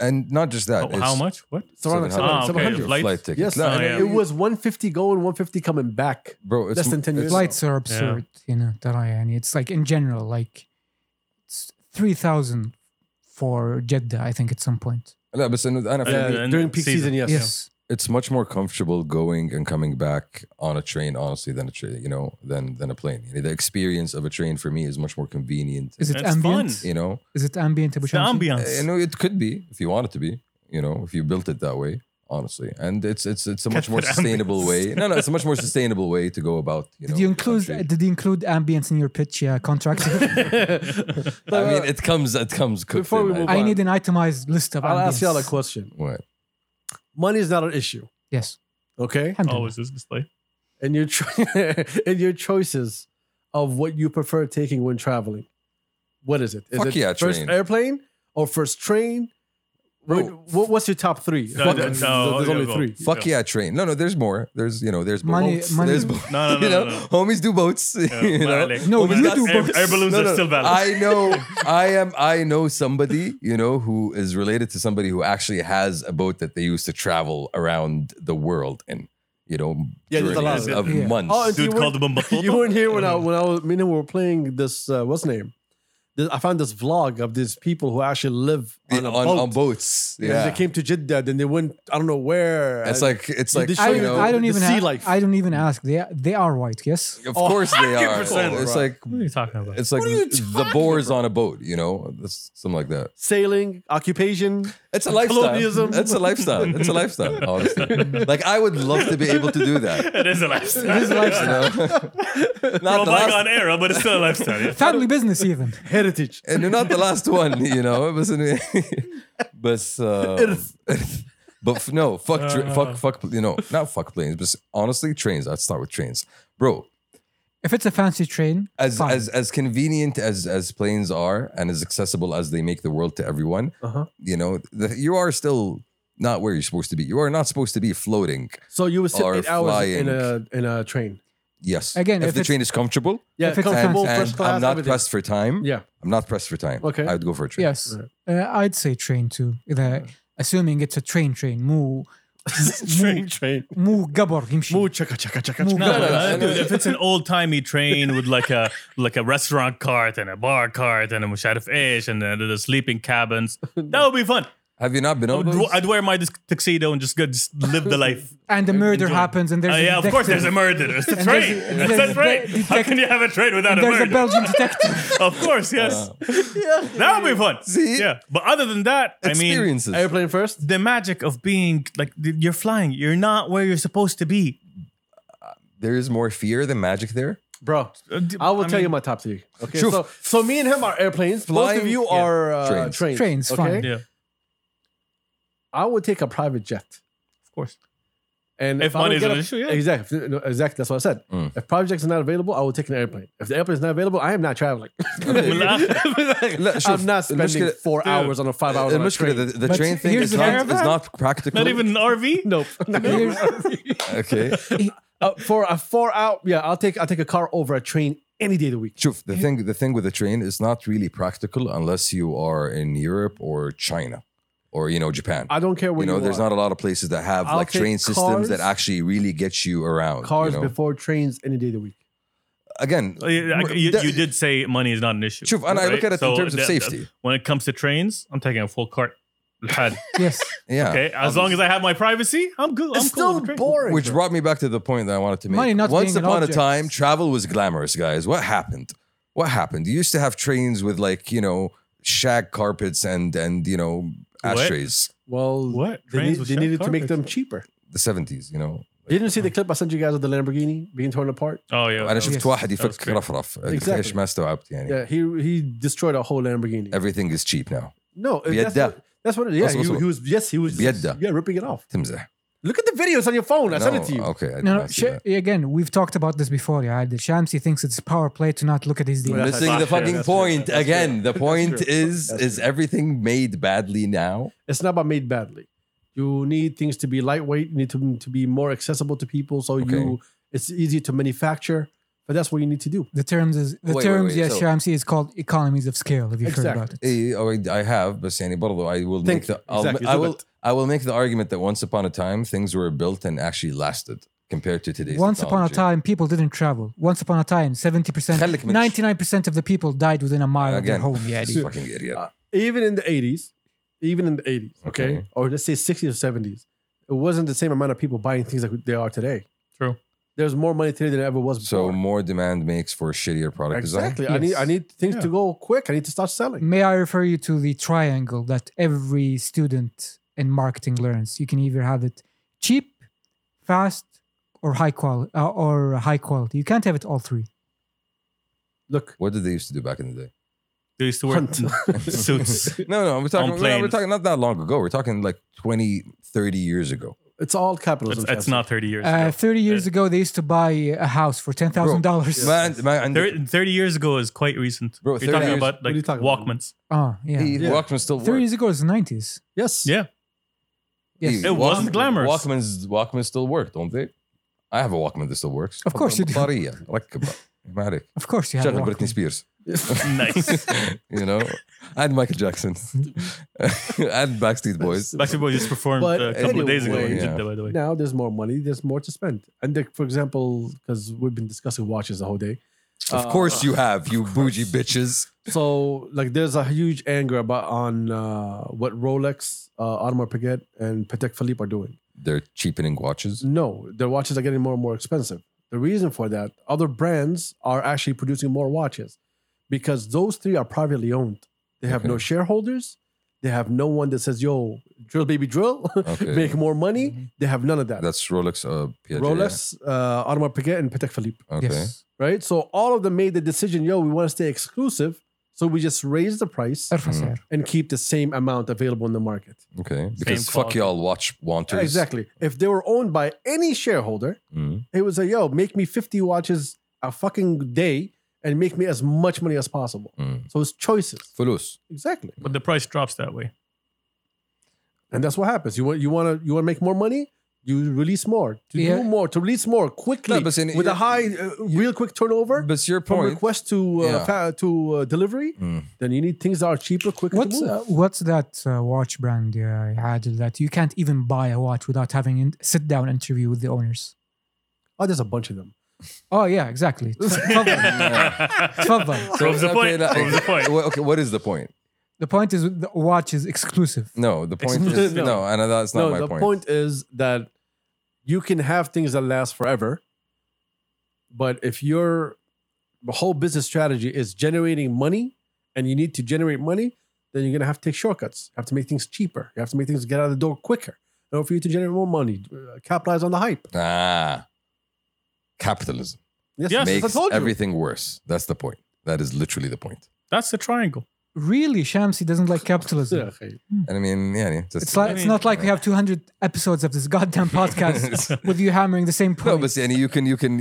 [SPEAKER 1] And not just that.
[SPEAKER 2] Oh, how
[SPEAKER 1] Uh, it's
[SPEAKER 2] much? What?
[SPEAKER 3] It's around like
[SPEAKER 1] 700.
[SPEAKER 2] Ah, okay,
[SPEAKER 3] 700.
[SPEAKER 2] flight.
[SPEAKER 1] Flight tickets.
[SPEAKER 3] Yes,
[SPEAKER 1] No,
[SPEAKER 2] Oh, yeah.
[SPEAKER 3] it was 150 going, 150 coming back.
[SPEAKER 1] bro. It's
[SPEAKER 3] Less than
[SPEAKER 1] m-
[SPEAKER 3] 10 years.
[SPEAKER 1] it's-
[SPEAKER 4] Flights are absurd, you know, ترى يعني it's like in general like it's 3000 for Jeddah I think at some point.
[SPEAKER 1] لا بس انه انا
[SPEAKER 2] Yeah.
[SPEAKER 1] في
[SPEAKER 2] and
[SPEAKER 3] during peak
[SPEAKER 2] season.
[SPEAKER 3] season, yes.
[SPEAKER 4] Yes.
[SPEAKER 1] it's much more comfortable going and coming back on a train, honestly, than a train, you know, than than a plane. You know, the experience of a train for me is much more convenient.
[SPEAKER 4] Is it
[SPEAKER 2] That's
[SPEAKER 4] ambient?
[SPEAKER 2] fun.
[SPEAKER 1] You know,
[SPEAKER 4] Is it ambient Abu
[SPEAKER 2] It's the
[SPEAKER 4] Shamsi?
[SPEAKER 1] Uh,
[SPEAKER 2] ambiance.
[SPEAKER 1] you know, it could be if you want it to be. You know, if you built it that way, honestly, and it's it's it's a much more
[SPEAKER 2] Catholic
[SPEAKER 1] sustainable way.
[SPEAKER 2] ambience.
[SPEAKER 1] No, no, it's a much more sustainable way to go about. You know,
[SPEAKER 4] Did you
[SPEAKER 1] the
[SPEAKER 4] include
[SPEAKER 1] country.
[SPEAKER 4] did you include ambience in your pitch uh, contract?
[SPEAKER 1] I mean,
[SPEAKER 4] uh,
[SPEAKER 1] it comes it comes cooked.
[SPEAKER 3] Before we
[SPEAKER 1] in,
[SPEAKER 3] move
[SPEAKER 1] I-
[SPEAKER 4] I
[SPEAKER 3] on.
[SPEAKER 4] need an itemized list of
[SPEAKER 3] uh, I'll
[SPEAKER 4] ambience.
[SPEAKER 3] ask y'all a question.
[SPEAKER 1] What?
[SPEAKER 3] Money is not an issue,
[SPEAKER 4] Yes.
[SPEAKER 3] okay?
[SPEAKER 4] Alhamdulillah.
[SPEAKER 2] Always Oh, this display.
[SPEAKER 3] and your cho- and your choices of what you prefer taking when traveling. What is it? Is
[SPEAKER 1] Fuck
[SPEAKER 3] it
[SPEAKER 1] yeah,
[SPEAKER 3] first
[SPEAKER 1] train.
[SPEAKER 3] airplane or first train? What,
[SPEAKER 1] Bro.
[SPEAKER 3] what- what's your top three?
[SPEAKER 2] No,
[SPEAKER 3] Fuck
[SPEAKER 2] no,
[SPEAKER 3] it. there's
[SPEAKER 2] no,
[SPEAKER 3] there's
[SPEAKER 2] no,
[SPEAKER 3] only
[SPEAKER 2] no.
[SPEAKER 3] three.
[SPEAKER 1] Fuck yeah, train. No, no, there's more. There's you know, there's
[SPEAKER 4] Money-
[SPEAKER 1] boats.
[SPEAKER 4] money-
[SPEAKER 1] There's boats.
[SPEAKER 2] No, no, no,
[SPEAKER 1] you know,
[SPEAKER 2] no, no.
[SPEAKER 1] homies do boats. you know?
[SPEAKER 4] No,
[SPEAKER 1] Homies
[SPEAKER 4] you
[SPEAKER 1] got
[SPEAKER 4] do
[SPEAKER 2] air,
[SPEAKER 4] boats.
[SPEAKER 2] air balloons
[SPEAKER 1] No, no,
[SPEAKER 2] are still valid.
[SPEAKER 1] I know. I am. I know somebody. You know who is related to somebody who actually has a boat that they used to travel around the world in. You know,
[SPEAKER 3] Yeah, there's a lot of
[SPEAKER 1] journeys of
[SPEAKER 4] that. Yeah.
[SPEAKER 1] months.
[SPEAKER 3] Oh, and
[SPEAKER 2] Dude
[SPEAKER 3] You
[SPEAKER 2] called them a
[SPEAKER 3] you weren't here when I when I was me and him were playing this uh, what's name? This- I found this vlog of these people who actually live on
[SPEAKER 1] on,
[SPEAKER 3] a
[SPEAKER 1] on,
[SPEAKER 3] boat.
[SPEAKER 1] boats.
[SPEAKER 3] And
[SPEAKER 1] Yeah,
[SPEAKER 3] they came to Jeddah, then they went I don't know where.
[SPEAKER 1] it's like it's like
[SPEAKER 3] Did
[SPEAKER 4] I,
[SPEAKER 1] you
[SPEAKER 3] you-
[SPEAKER 1] know.
[SPEAKER 4] I don't
[SPEAKER 3] the
[SPEAKER 4] even
[SPEAKER 3] sea
[SPEAKER 4] ask,
[SPEAKER 3] life.
[SPEAKER 4] I don't even ask. They they are white, yes?
[SPEAKER 1] of
[SPEAKER 3] Oh,
[SPEAKER 1] course they are.
[SPEAKER 3] 100%,
[SPEAKER 1] It's
[SPEAKER 3] bro.
[SPEAKER 1] like
[SPEAKER 2] What are you talking about?
[SPEAKER 1] it's like
[SPEAKER 3] What are you
[SPEAKER 1] the
[SPEAKER 3] talking
[SPEAKER 1] boars on a boat. You know, that's something like that.
[SPEAKER 3] sailing, occupation.
[SPEAKER 1] It's a lifestyle.
[SPEAKER 3] Colonialism.
[SPEAKER 1] It's a lifestyle. It's a lifestyle. Honestly, like I would love to be able to do that.
[SPEAKER 2] it is a lifestyle.
[SPEAKER 4] It is a
[SPEAKER 1] You
[SPEAKER 4] lifestyle.
[SPEAKER 1] know? not
[SPEAKER 2] Well,
[SPEAKER 1] the
[SPEAKER 2] like
[SPEAKER 1] last
[SPEAKER 2] on air, but it's still a lifestyle. yeah.
[SPEAKER 4] Family business even.
[SPEAKER 3] heritage.
[SPEAKER 1] and you're not the last one, you know. But but uh,
[SPEAKER 3] Earth.
[SPEAKER 1] but f- no, fuck, tra-
[SPEAKER 2] Uh.
[SPEAKER 3] Uh-huh.
[SPEAKER 1] fuck, fuck. You know, not fuck planes, but honestly, trains. I'd start with trains, bro.
[SPEAKER 4] If it's a fancy train,
[SPEAKER 1] As
[SPEAKER 4] Fine.
[SPEAKER 1] as as convenient as as planes are, and as accessible as they make the world to everyone,
[SPEAKER 3] Uh-huh.
[SPEAKER 1] you know, the, you are still not where you're supposed to be. You are not supposed to be floating.
[SPEAKER 3] So you would sit
[SPEAKER 1] Or
[SPEAKER 3] eight hours in
[SPEAKER 1] flying.
[SPEAKER 3] a in a train.
[SPEAKER 1] Yes,
[SPEAKER 4] Again,
[SPEAKER 1] if,
[SPEAKER 4] if
[SPEAKER 1] the
[SPEAKER 4] it's-
[SPEAKER 1] train is comfortable,
[SPEAKER 3] Yeah,
[SPEAKER 4] If
[SPEAKER 1] and,
[SPEAKER 4] it's
[SPEAKER 3] comfortable,
[SPEAKER 1] and
[SPEAKER 3] first class.
[SPEAKER 1] I'm not
[SPEAKER 3] everything.
[SPEAKER 1] pressed for time.
[SPEAKER 3] Yeah.
[SPEAKER 1] I'm not pressed for time.
[SPEAKER 3] Okay.
[SPEAKER 1] I would go for a train.
[SPEAKER 4] yes. Uh, I'd say train too. إذا- assuming it's a train train. مو
[SPEAKER 3] train, train.
[SPEAKER 4] مو قبر يمشي.
[SPEAKER 3] Moo chaka chaka chaka.
[SPEAKER 4] Moo.
[SPEAKER 2] No, no,
[SPEAKER 3] chaka.
[SPEAKER 1] no,
[SPEAKER 2] no,
[SPEAKER 1] no.
[SPEAKER 2] dude. If it's an old timey train with like a like a restaurant cart and a bar cart and a musharif ish and then the sleeping cabins, that would be fun.
[SPEAKER 1] Have you not been
[SPEAKER 2] I
[SPEAKER 1] on
[SPEAKER 2] would,
[SPEAKER 1] those?
[SPEAKER 2] I'd wear my dis- tuxedo and just go just live the life.
[SPEAKER 4] and a murder
[SPEAKER 2] Enjoy.
[SPEAKER 4] happens and there's
[SPEAKER 2] Uh,
[SPEAKER 4] a
[SPEAKER 2] yeah, of course, there's a
[SPEAKER 4] detective.
[SPEAKER 2] murder. It's a
[SPEAKER 4] And
[SPEAKER 2] train.
[SPEAKER 4] there's a-
[SPEAKER 2] It's
[SPEAKER 4] there's
[SPEAKER 2] a
[SPEAKER 4] a
[SPEAKER 2] train.
[SPEAKER 4] de-
[SPEAKER 2] How can you have a train without a
[SPEAKER 4] There's a Uh.
[SPEAKER 2] murder?
[SPEAKER 4] Belgian detective.
[SPEAKER 2] Of course, yes. that would be fun.
[SPEAKER 1] See?
[SPEAKER 2] Yeah. But other than that, I mean,
[SPEAKER 1] Experiences.
[SPEAKER 3] Airplane first.
[SPEAKER 2] the magic of being like th- you're flying, you're not where you're supposed to be.
[SPEAKER 1] there is more fear than magic there.
[SPEAKER 3] Bro,
[SPEAKER 2] Uh, d-
[SPEAKER 3] I will
[SPEAKER 2] I
[SPEAKER 3] tell you
[SPEAKER 2] mean-
[SPEAKER 3] my top three. Okay,
[SPEAKER 1] Shoof.
[SPEAKER 3] so so me and him are airplanes. Most of
[SPEAKER 1] Flying-
[SPEAKER 3] you
[SPEAKER 1] yeah.
[SPEAKER 3] are uh,
[SPEAKER 1] Trains.
[SPEAKER 3] trains.
[SPEAKER 4] Trains, fine.
[SPEAKER 2] Yeah, of
[SPEAKER 3] I would take a private jet.
[SPEAKER 2] course.
[SPEAKER 3] And
[SPEAKER 2] If
[SPEAKER 3] I don't
[SPEAKER 2] money is
[SPEAKER 3] get
[SPEAKER 2] an
[SPEAKER 3] a-
[SPEAKER 2] issue, yeah.
[SPEAKER 3] Exactly. No, Exactly. That's what I said.
[SPEAKER 1] Mm.
[SPEAKER 3] If projects are not available, I will take an airplane. If the airplane is not available, I am not traveling.
[SPEAKER 1] لا شوف
[SPEAKER 3] I'm not spending
[SPEAKER 1] المشكلة-
[SPEAKER 3] four hours on a five hour
[SPEAKER 1] المشكلة
[SPEAKER 3] train.
[SPEAKER 1] the, the
[SPEAKER 4] But
[SPEAKER 1] train thing
[SPEAKER 4] here's
[SPEAKER 1] is
[SPEAKER 4] the
[SPEAKER 1] not,
[SPEAKER 4] caravan.
[SPEAKER 1] is not practical.
[SPEAKER 2] Not even an RV.
[SPEAKER 3] Nope.
[SPEAKER 4] Here's-
[SPEAKER 1] okay.
[SPEAKER 3] Uh, for a four hour, yeah, I'll take I'll take a car over a train any day of the week.
[SPEAKER 1] Shuf, the thing the thing with the train is not really practical unless you are in Europe or China or you know Japan.
[SPEAKER 3] I don't care where
[SPEAKER 1] you
[SPEAKER 3] you,
[SPEAKER 1] know, there's
[SPEAKER 3] are.
[SPEAKER 1] not a lot of places that have
[SPEAKER 3] I'll
[SPEAKER 1] like train
[SPEAKER 3] take
[SPEAKER 1] systems that
[SPEAKER 3] cars-
[SPEAKER 1] actually really get you around. you
[SPEAKER 3] cars
[SPEAKER 1] know.
[SPEAKER 3] before trains any day of the week.
[SPEAKER 1] Again,
[SPEAKER 2] Uh, yeah, I- You,
[SPEAKER 1] that-
[SPEAKER 2] you did say money is not an issue.
[SPEAKER 1] Shuf, and I look at
[SPEAKER 2] right?
[SPEAKER 1] it in
[SPEAKER 2] So
[SPEAKER 1] terms of
[SPEAKER 2] that-
[SPEAKER 1] safety.
[SPEAKER 2] When it comes to trains, I'm taking a full cart. Had,
[SPEAKER 4] yes.
[SPEAKER 1] Yeah.
[SPEAKER 2] Okay, as long as I have my privacy, I'm good. I'm
[SPEAKER 3] It's
[SPEAKER 2] cool
[SPEAKER 3] still
[SPEAKER 2] with the train.
[SPEAKER 3] boring.
[SPEAKER 1] Which brought me back to the point that I wanted to make.
[SPEAKER 4] Money not
[SPEAKER 1] Once
[SPEAKER 4] being an
[SPEAKER 1] upon a
[SPEAKER 4] object.
[SPEAKER 1] time, travel was glamorous, guys. What happened? What happened? You used to have trains with like, you know, shag carpets and and you know,
[SPEAKER 2] What?
[SPEAKER 1] ashtrays.
[SPEAKER 3] well,
[SPEAKER 2] What?
[SPEAKER 3] they,
[SPEAKER 2] Trains
[SPEAKER 3] need-
[SPEAKER 2] with
[SPEAKER 3] they
[SPEAKER 2] shag
[SPEAKER 3] needed to make
[SPEAKER 2] carpets?
[SPEAKER 3] them cheaper.
[SPEAKER 1] The 70s, you know.
[SPEAKER 3] Didn't you see the clip I sent you guys of the Lamborghini being torn apart?
[SPEAKER 2] Oh yeah.
[SPEAKER 1] انا
[SPEAKER 2] that
[SPEAKER 1] شفت
[SPEAKER 4] Yes.
[SPEAKER 1] واحد
[SPEAKER 2] That was
[SPEAKER 1] يفك
[SPEAKER 2] great.
[SPEAKER 1] رفرف
[SPEAKER 3] Exactly.
[SPEAKER 1] ليش ما استوعبت يعني
[SPEAKER 3] Yeah, he he destroyed a whole Lamborghini.
[SPEAKER 1] everything is cheap now
[SPEAKER 3] no, uh, that's
[SPEAKER 1] بيده.
[SPEAKER 3] what, that's what it is. Yeah,
[SPEAKER 1] أصبر،
[SPEAKER 3] he,
[SPEAKER 1] أصبر.
[SPEAKER 3] he was yes, he was
[SPEAKER 1] بيده.
[SPEAKER 3] yeah ripping it off.
[SPEAKER 1] تمزح
[SPEAKER 3] Look at the videos on your phone. I sent it to you.
[SPEAKER 1] okay I did
[SPEAKER 4] No, no,
[SPEAKER 1] not see
[SPEAKER 4] Sh-
[SPEAKER 1] that.
[SPEAKER 4] again, we've talked about this before. Yeah, the Shamsi thinks it's power play to not look at his
[SPEAKER 3] Well,
[SPEAKER 4] deals.
[SPEAKER 1] missing the
[SPEAKER 2] That's fair,
[SPEAKER 1] fucking
[SPEAKER 3] that's fair,
[SPEAKER 1] point
[SPEAKER 3] that's
[SPEAKER 1] again
[SPEAKER 3] fair.
[SPEAKER 1] the
[SPEAKER 3] That's
[SPEAKER 1] point
[SPEAKER 3] true.
[SPEAKER 1] is
[SPEAKER 3] That's
[SPEAKER 1] is
[SPEAKER 3] true.
[SPEAKER 1] everything made badly now
[SPEAKER 3] It's not about made badly. You need things to be lightweight. You need to to be more accessible to people. So
[SPEAKER 1] Okay.
[SPEAKER 3] you it's easy to manufacture. But that's what you need to do.
[SPEAKER 4] The terms is the
[SPEAKER 1] Wait, wait,
[SPEAKER 4] terms.
[SPEAKER 1] wait,
[SPEAKER 4] yes,
[SPEAKER 1] so-
[SPEAKER 4] Shamsi is called economies of scale. If you've heard
[SPEAKER 3] Exactly.
[SPEAKER 4] about it,
[SPEAKER 1] Eh, oh, I- I have but يعني برضو I will make
[SPEAKER 3] Think.
[SPEAKER 1] the I'll,
[SPEAKER 3] Exactly.
[SPEAKER 1] I
[SPEAKER 3] Do
[SPEAKER 1] will
[SPEAKER 3] it.
[SPEAKER 1] I will make the argument that once upon a time things were built and actually lasted compared to today's
[SPEAKER 4] once upon a
[SPEAKER 1] technology.
[SPEAKER 4] time people didn't travel. Once upon a time, seventy percent,
[SPEAKER 1] خليك من-
[SPEAKER 4] ninety nine percent of the people died within a mile of their
[SPEAKER 1] again
[SPEAKER 4] home. Yeah,
[SPEAKER 1] this
[SPEAKER 4] dude.
[SPEAKER 1] fucking idiot
[SPEAKER 3] Uh, even in the eighties, even in the eighties, okay?
[SPEAKER 1] Okay.
[SPEAKER 3] or let's say sixties or seventies, it wasn't the same amount of people buying things like they are today.
[SPEAKER 2] True.
[SPEAKER 3] There's more money today than ever was
[SPEAKER 1] so
[SPEAKER 3] before.
[SPEAKER 1] more demand makes for shittier product design
[SPEAKER 3] exactly. I
[SPEAKER 4] Yes. Mm.
[SPEAKER 3] need I need things to
[SPEAKER 2] Yeah.
[SPEAKER 3] go quick. I need to start selling.
[SPEAKER 4] May I refer you to the triangle that every student in marketing learns? You can either have it cheap, fast, or high quality. Uh, or high quality. You can't have it all three.
[SPEAKER 3] Look,
[SPEAKER 1] what did they used to do back in the day
[SPEAKER 2] They used to wear
[SPEAKER 3] Hunt.
[SPEAKER 2] suits.
[SPEAKER 1] No, no, we're talking,
[SPEAKER 2] On
[SPEAKER 1] we're, we're
[SPEAKER 2] planes.
[SPEAKER 1] talking not that long ago. We're talking like 20, 30 years ago.
[SPEAKER 3] it's all
[SPEAKER 2] It's,
[SPEAKER 3] capitalism.
[SPEAKER 2] it's
[SPEAKER 3] Chelsea.
[SPEAKER 2] not 30 years
[SPEAKER 4] Uh,
[SPEAKER 2] ago.
[SPEAKER 4] Thirty years
[SPEAKER 2] Uh,
[SPEAKER 4] ago, they used to buy a house for ten thousand dollars.
[SPEAKER 1] Man, man, and
[SPEAKER 2] Thir- 30 years ago is quite recent.
[SPEAKER 1] Bro,
[SPEAKER 2] You're
[SPEAKER 1] 30
[SPEAKER 2] talking
[SPEAKER 1] years-
[SPEAKER 2] about
[SPEAKER 3] what
[SPEAKER 2] like
[SPEAKER 3] are you talking about?
[SPEAKER 2] Walkmans.
[SPEAKER 4] Oh yeah.
[SPEAKER 1] the
[SPEAKER 3] Yeah.
[SPEAKER 1] Walkman still
[SPEAKER 4] Thirty
[SPEAKER 1] works.
[SPEAKER 4] years ago, it was the nineties.
[SPEAKER 3] Yes.
[SPEAKER 2] Yeah.
[SPEAKER 4] Yes.
[SPEAKER 2] It wasn't glamorous.
[SPEAKER 1] Walkman's Walkman still work, don't they? I have a Walkman that still works.
[SPEAKER 4] Of course you do.
[SPEAKER 1] Batteria. ركب. ما عليك.
[SPEAKER 4] Of course, you have.
[SPEAKER 1] شغل
[SPEAKER 4] a
[SPEAKER 1] Britney
[SPEAKER 4] Walkman.
[SPEAKER 1] Spears.
[SPEAKER 2] Nice.
[SPEAKER 1] you know, and Michael Jackson, and Backstreet Boys.
[SPEAKER 2] Backstreet Boys just performed
[SPEAKER 3] But
[SPEAKER 2] uh, a couple of days ago
[SPEAKER 3] anyway,
[SPEAKER 2] in
[SPEAKER 1] yeah.
[SPEAKER 2] Jeddah, by the way.
[SPEAKER 3] Now there's more money. There's more to spend. And the, for example, because we've been discussing watches the whole day.
[SPEAKER 2] Uh,
[SPEAKER 3] Uh,
[SPEAKER 1] Of course you have, you bougie bitches.
[SPEAKER 3] So like, there's a huge anger about on uh, what Rolex, uh, Audemars Piguet, and Patek Philippe are doing.
[SPEAKER 1] They're cheapening watches.
[SPEAKER 3] No, their watches are getting more and more expensive. The reason for that, other brands are actually producing more watches because those three are privately owned. They have no
[SPEAKER 1] Okay.
[SPEAKER 3] shareholders. They have no one that says, yo, drill, baby, drill,
[SPEAKER 1] Okay. Mm-hmm.
[SPEAKER 3] make more money. They have none of that.
[SPEAKER 1] That's Rolex. Uh, Piaget,
[SPEAKER 3] Rolex, uh, Audemars Piguet, and Patek Philippe,
[SPEAKER 1] yeah? Okay.
[SPEAKER 4] Yes.
[SPEAKER 3] right? So all of them made the decision, yo, we want to stay exclusive. So we just raise the price
[SPEAKER 4] ارفع
[SPEAKER 1] Mm.
[SPEAKER 4] سعر.
[SPEAKER 3] and keep the same amount available in the market.
[SPEAKER 1] Okay. Because fuck
[SPEAKER 2] quality.
[SPEAKER 1] y'all watch wanters.
[SPEAKER 3] Exactly. If they were owned by any shareholder,
[SPEAKER 1] Mhm.
[SPEAKER 3] it was like, yo, make me 50 watches a fucking day and make me as much money as possible.
[SPEAKER 1] Mm.
[SPEAKER 3] So it's choices.
[SPEAKER 1] فلوس
[SPEAKER 3] Exactly.
[SPEAKER 2] But the price drops that way.
[SPEAKER 3] And that's what happens. You want you want to you want to make more money? You release more. To
[SPEAKER 4] Yeah.
[SPEAKER 3] do more, to release more quickly
[SPEAKER 1] No, but in-
[SPEAKER 3] with a high uh, real quick turnover
[SPEAKER 1] But your
[SPEAKER 3] from
[SPEAKER 1] point.
[SPEAKER 3] request to uh,
[SPEAKER 1] Yeah.
[SPEAKER 3] fa- to uh, delivery,
[SPEAKER 1] Mm.
[SPEAKER 3] then you need things that are cheaper, quicker
[SPEAKER 4] What's
[SPEAKER 3] to move.
[SPEAKER 4] uh, what's that uh, watch brand uh, Adil, that you can't even buy a watch without having a sit down interview with the owners?
[SPEAKER 3] oh, there's a bunch of them.
[SPEAKER 4] Oh yeah, exactly. تفضل. تفضل.
[SPEAKER 2] Proves the point.
[SPEAKER 1] no,
[SPEAKER 2] Proves the point.
[SPEAKER 1] Well, okay, what is the point?
[SPEAKER 4] the point is the watch is exclusive.
[SPEAKER 1] No, the point is
[SPEAKER 3] No.
[SPEAKER 1] no, and that's not
[SPEAKER 3] no,
[SPEAKER 1] my
[SPEAKER 3] the
[SPEAKER 1] point.
[SPEAKER 3] point. is that you can have things that last forever, but if your whole business strategy is generating money and you need to generate money, then you're gonna have to take shortcuts. You have to make things cheaper. You have to make things get out of the door quicker in order for you to generate more money. uh, Capitalize on the hype.
[SPEAKER 1] Ah, capitalism
[SPEAKER 3] Yes,
[SPEAKER 2] Yes,
[SPEAKER 3] yes, I
[SPEAKER 1] makes
[SPEAKER 3] told you.
[SPEAKER 1] everything worse. That's the point. That is literally the point.
[SPEAKER 2] That's the triangle.
[SPEAKER 4] really Shamsi doesn't like capitalism.
[SPEAKER 3] Yeah, okay.
[SPEAKER 1] And I mean, yeah, just,
[SPEAKER 4] It's like
[SPEAKER 2] I
[SPEAKER 4] it's
[SPEAKER 2] mean-
[SPEAKER 4] not like we have 200 episodes of this goddamn podcast with you hammering the same
[SPEAKER 1] no,
[SPEAKER 4] point.
[SPEAKER 1] but see, and you can, you can.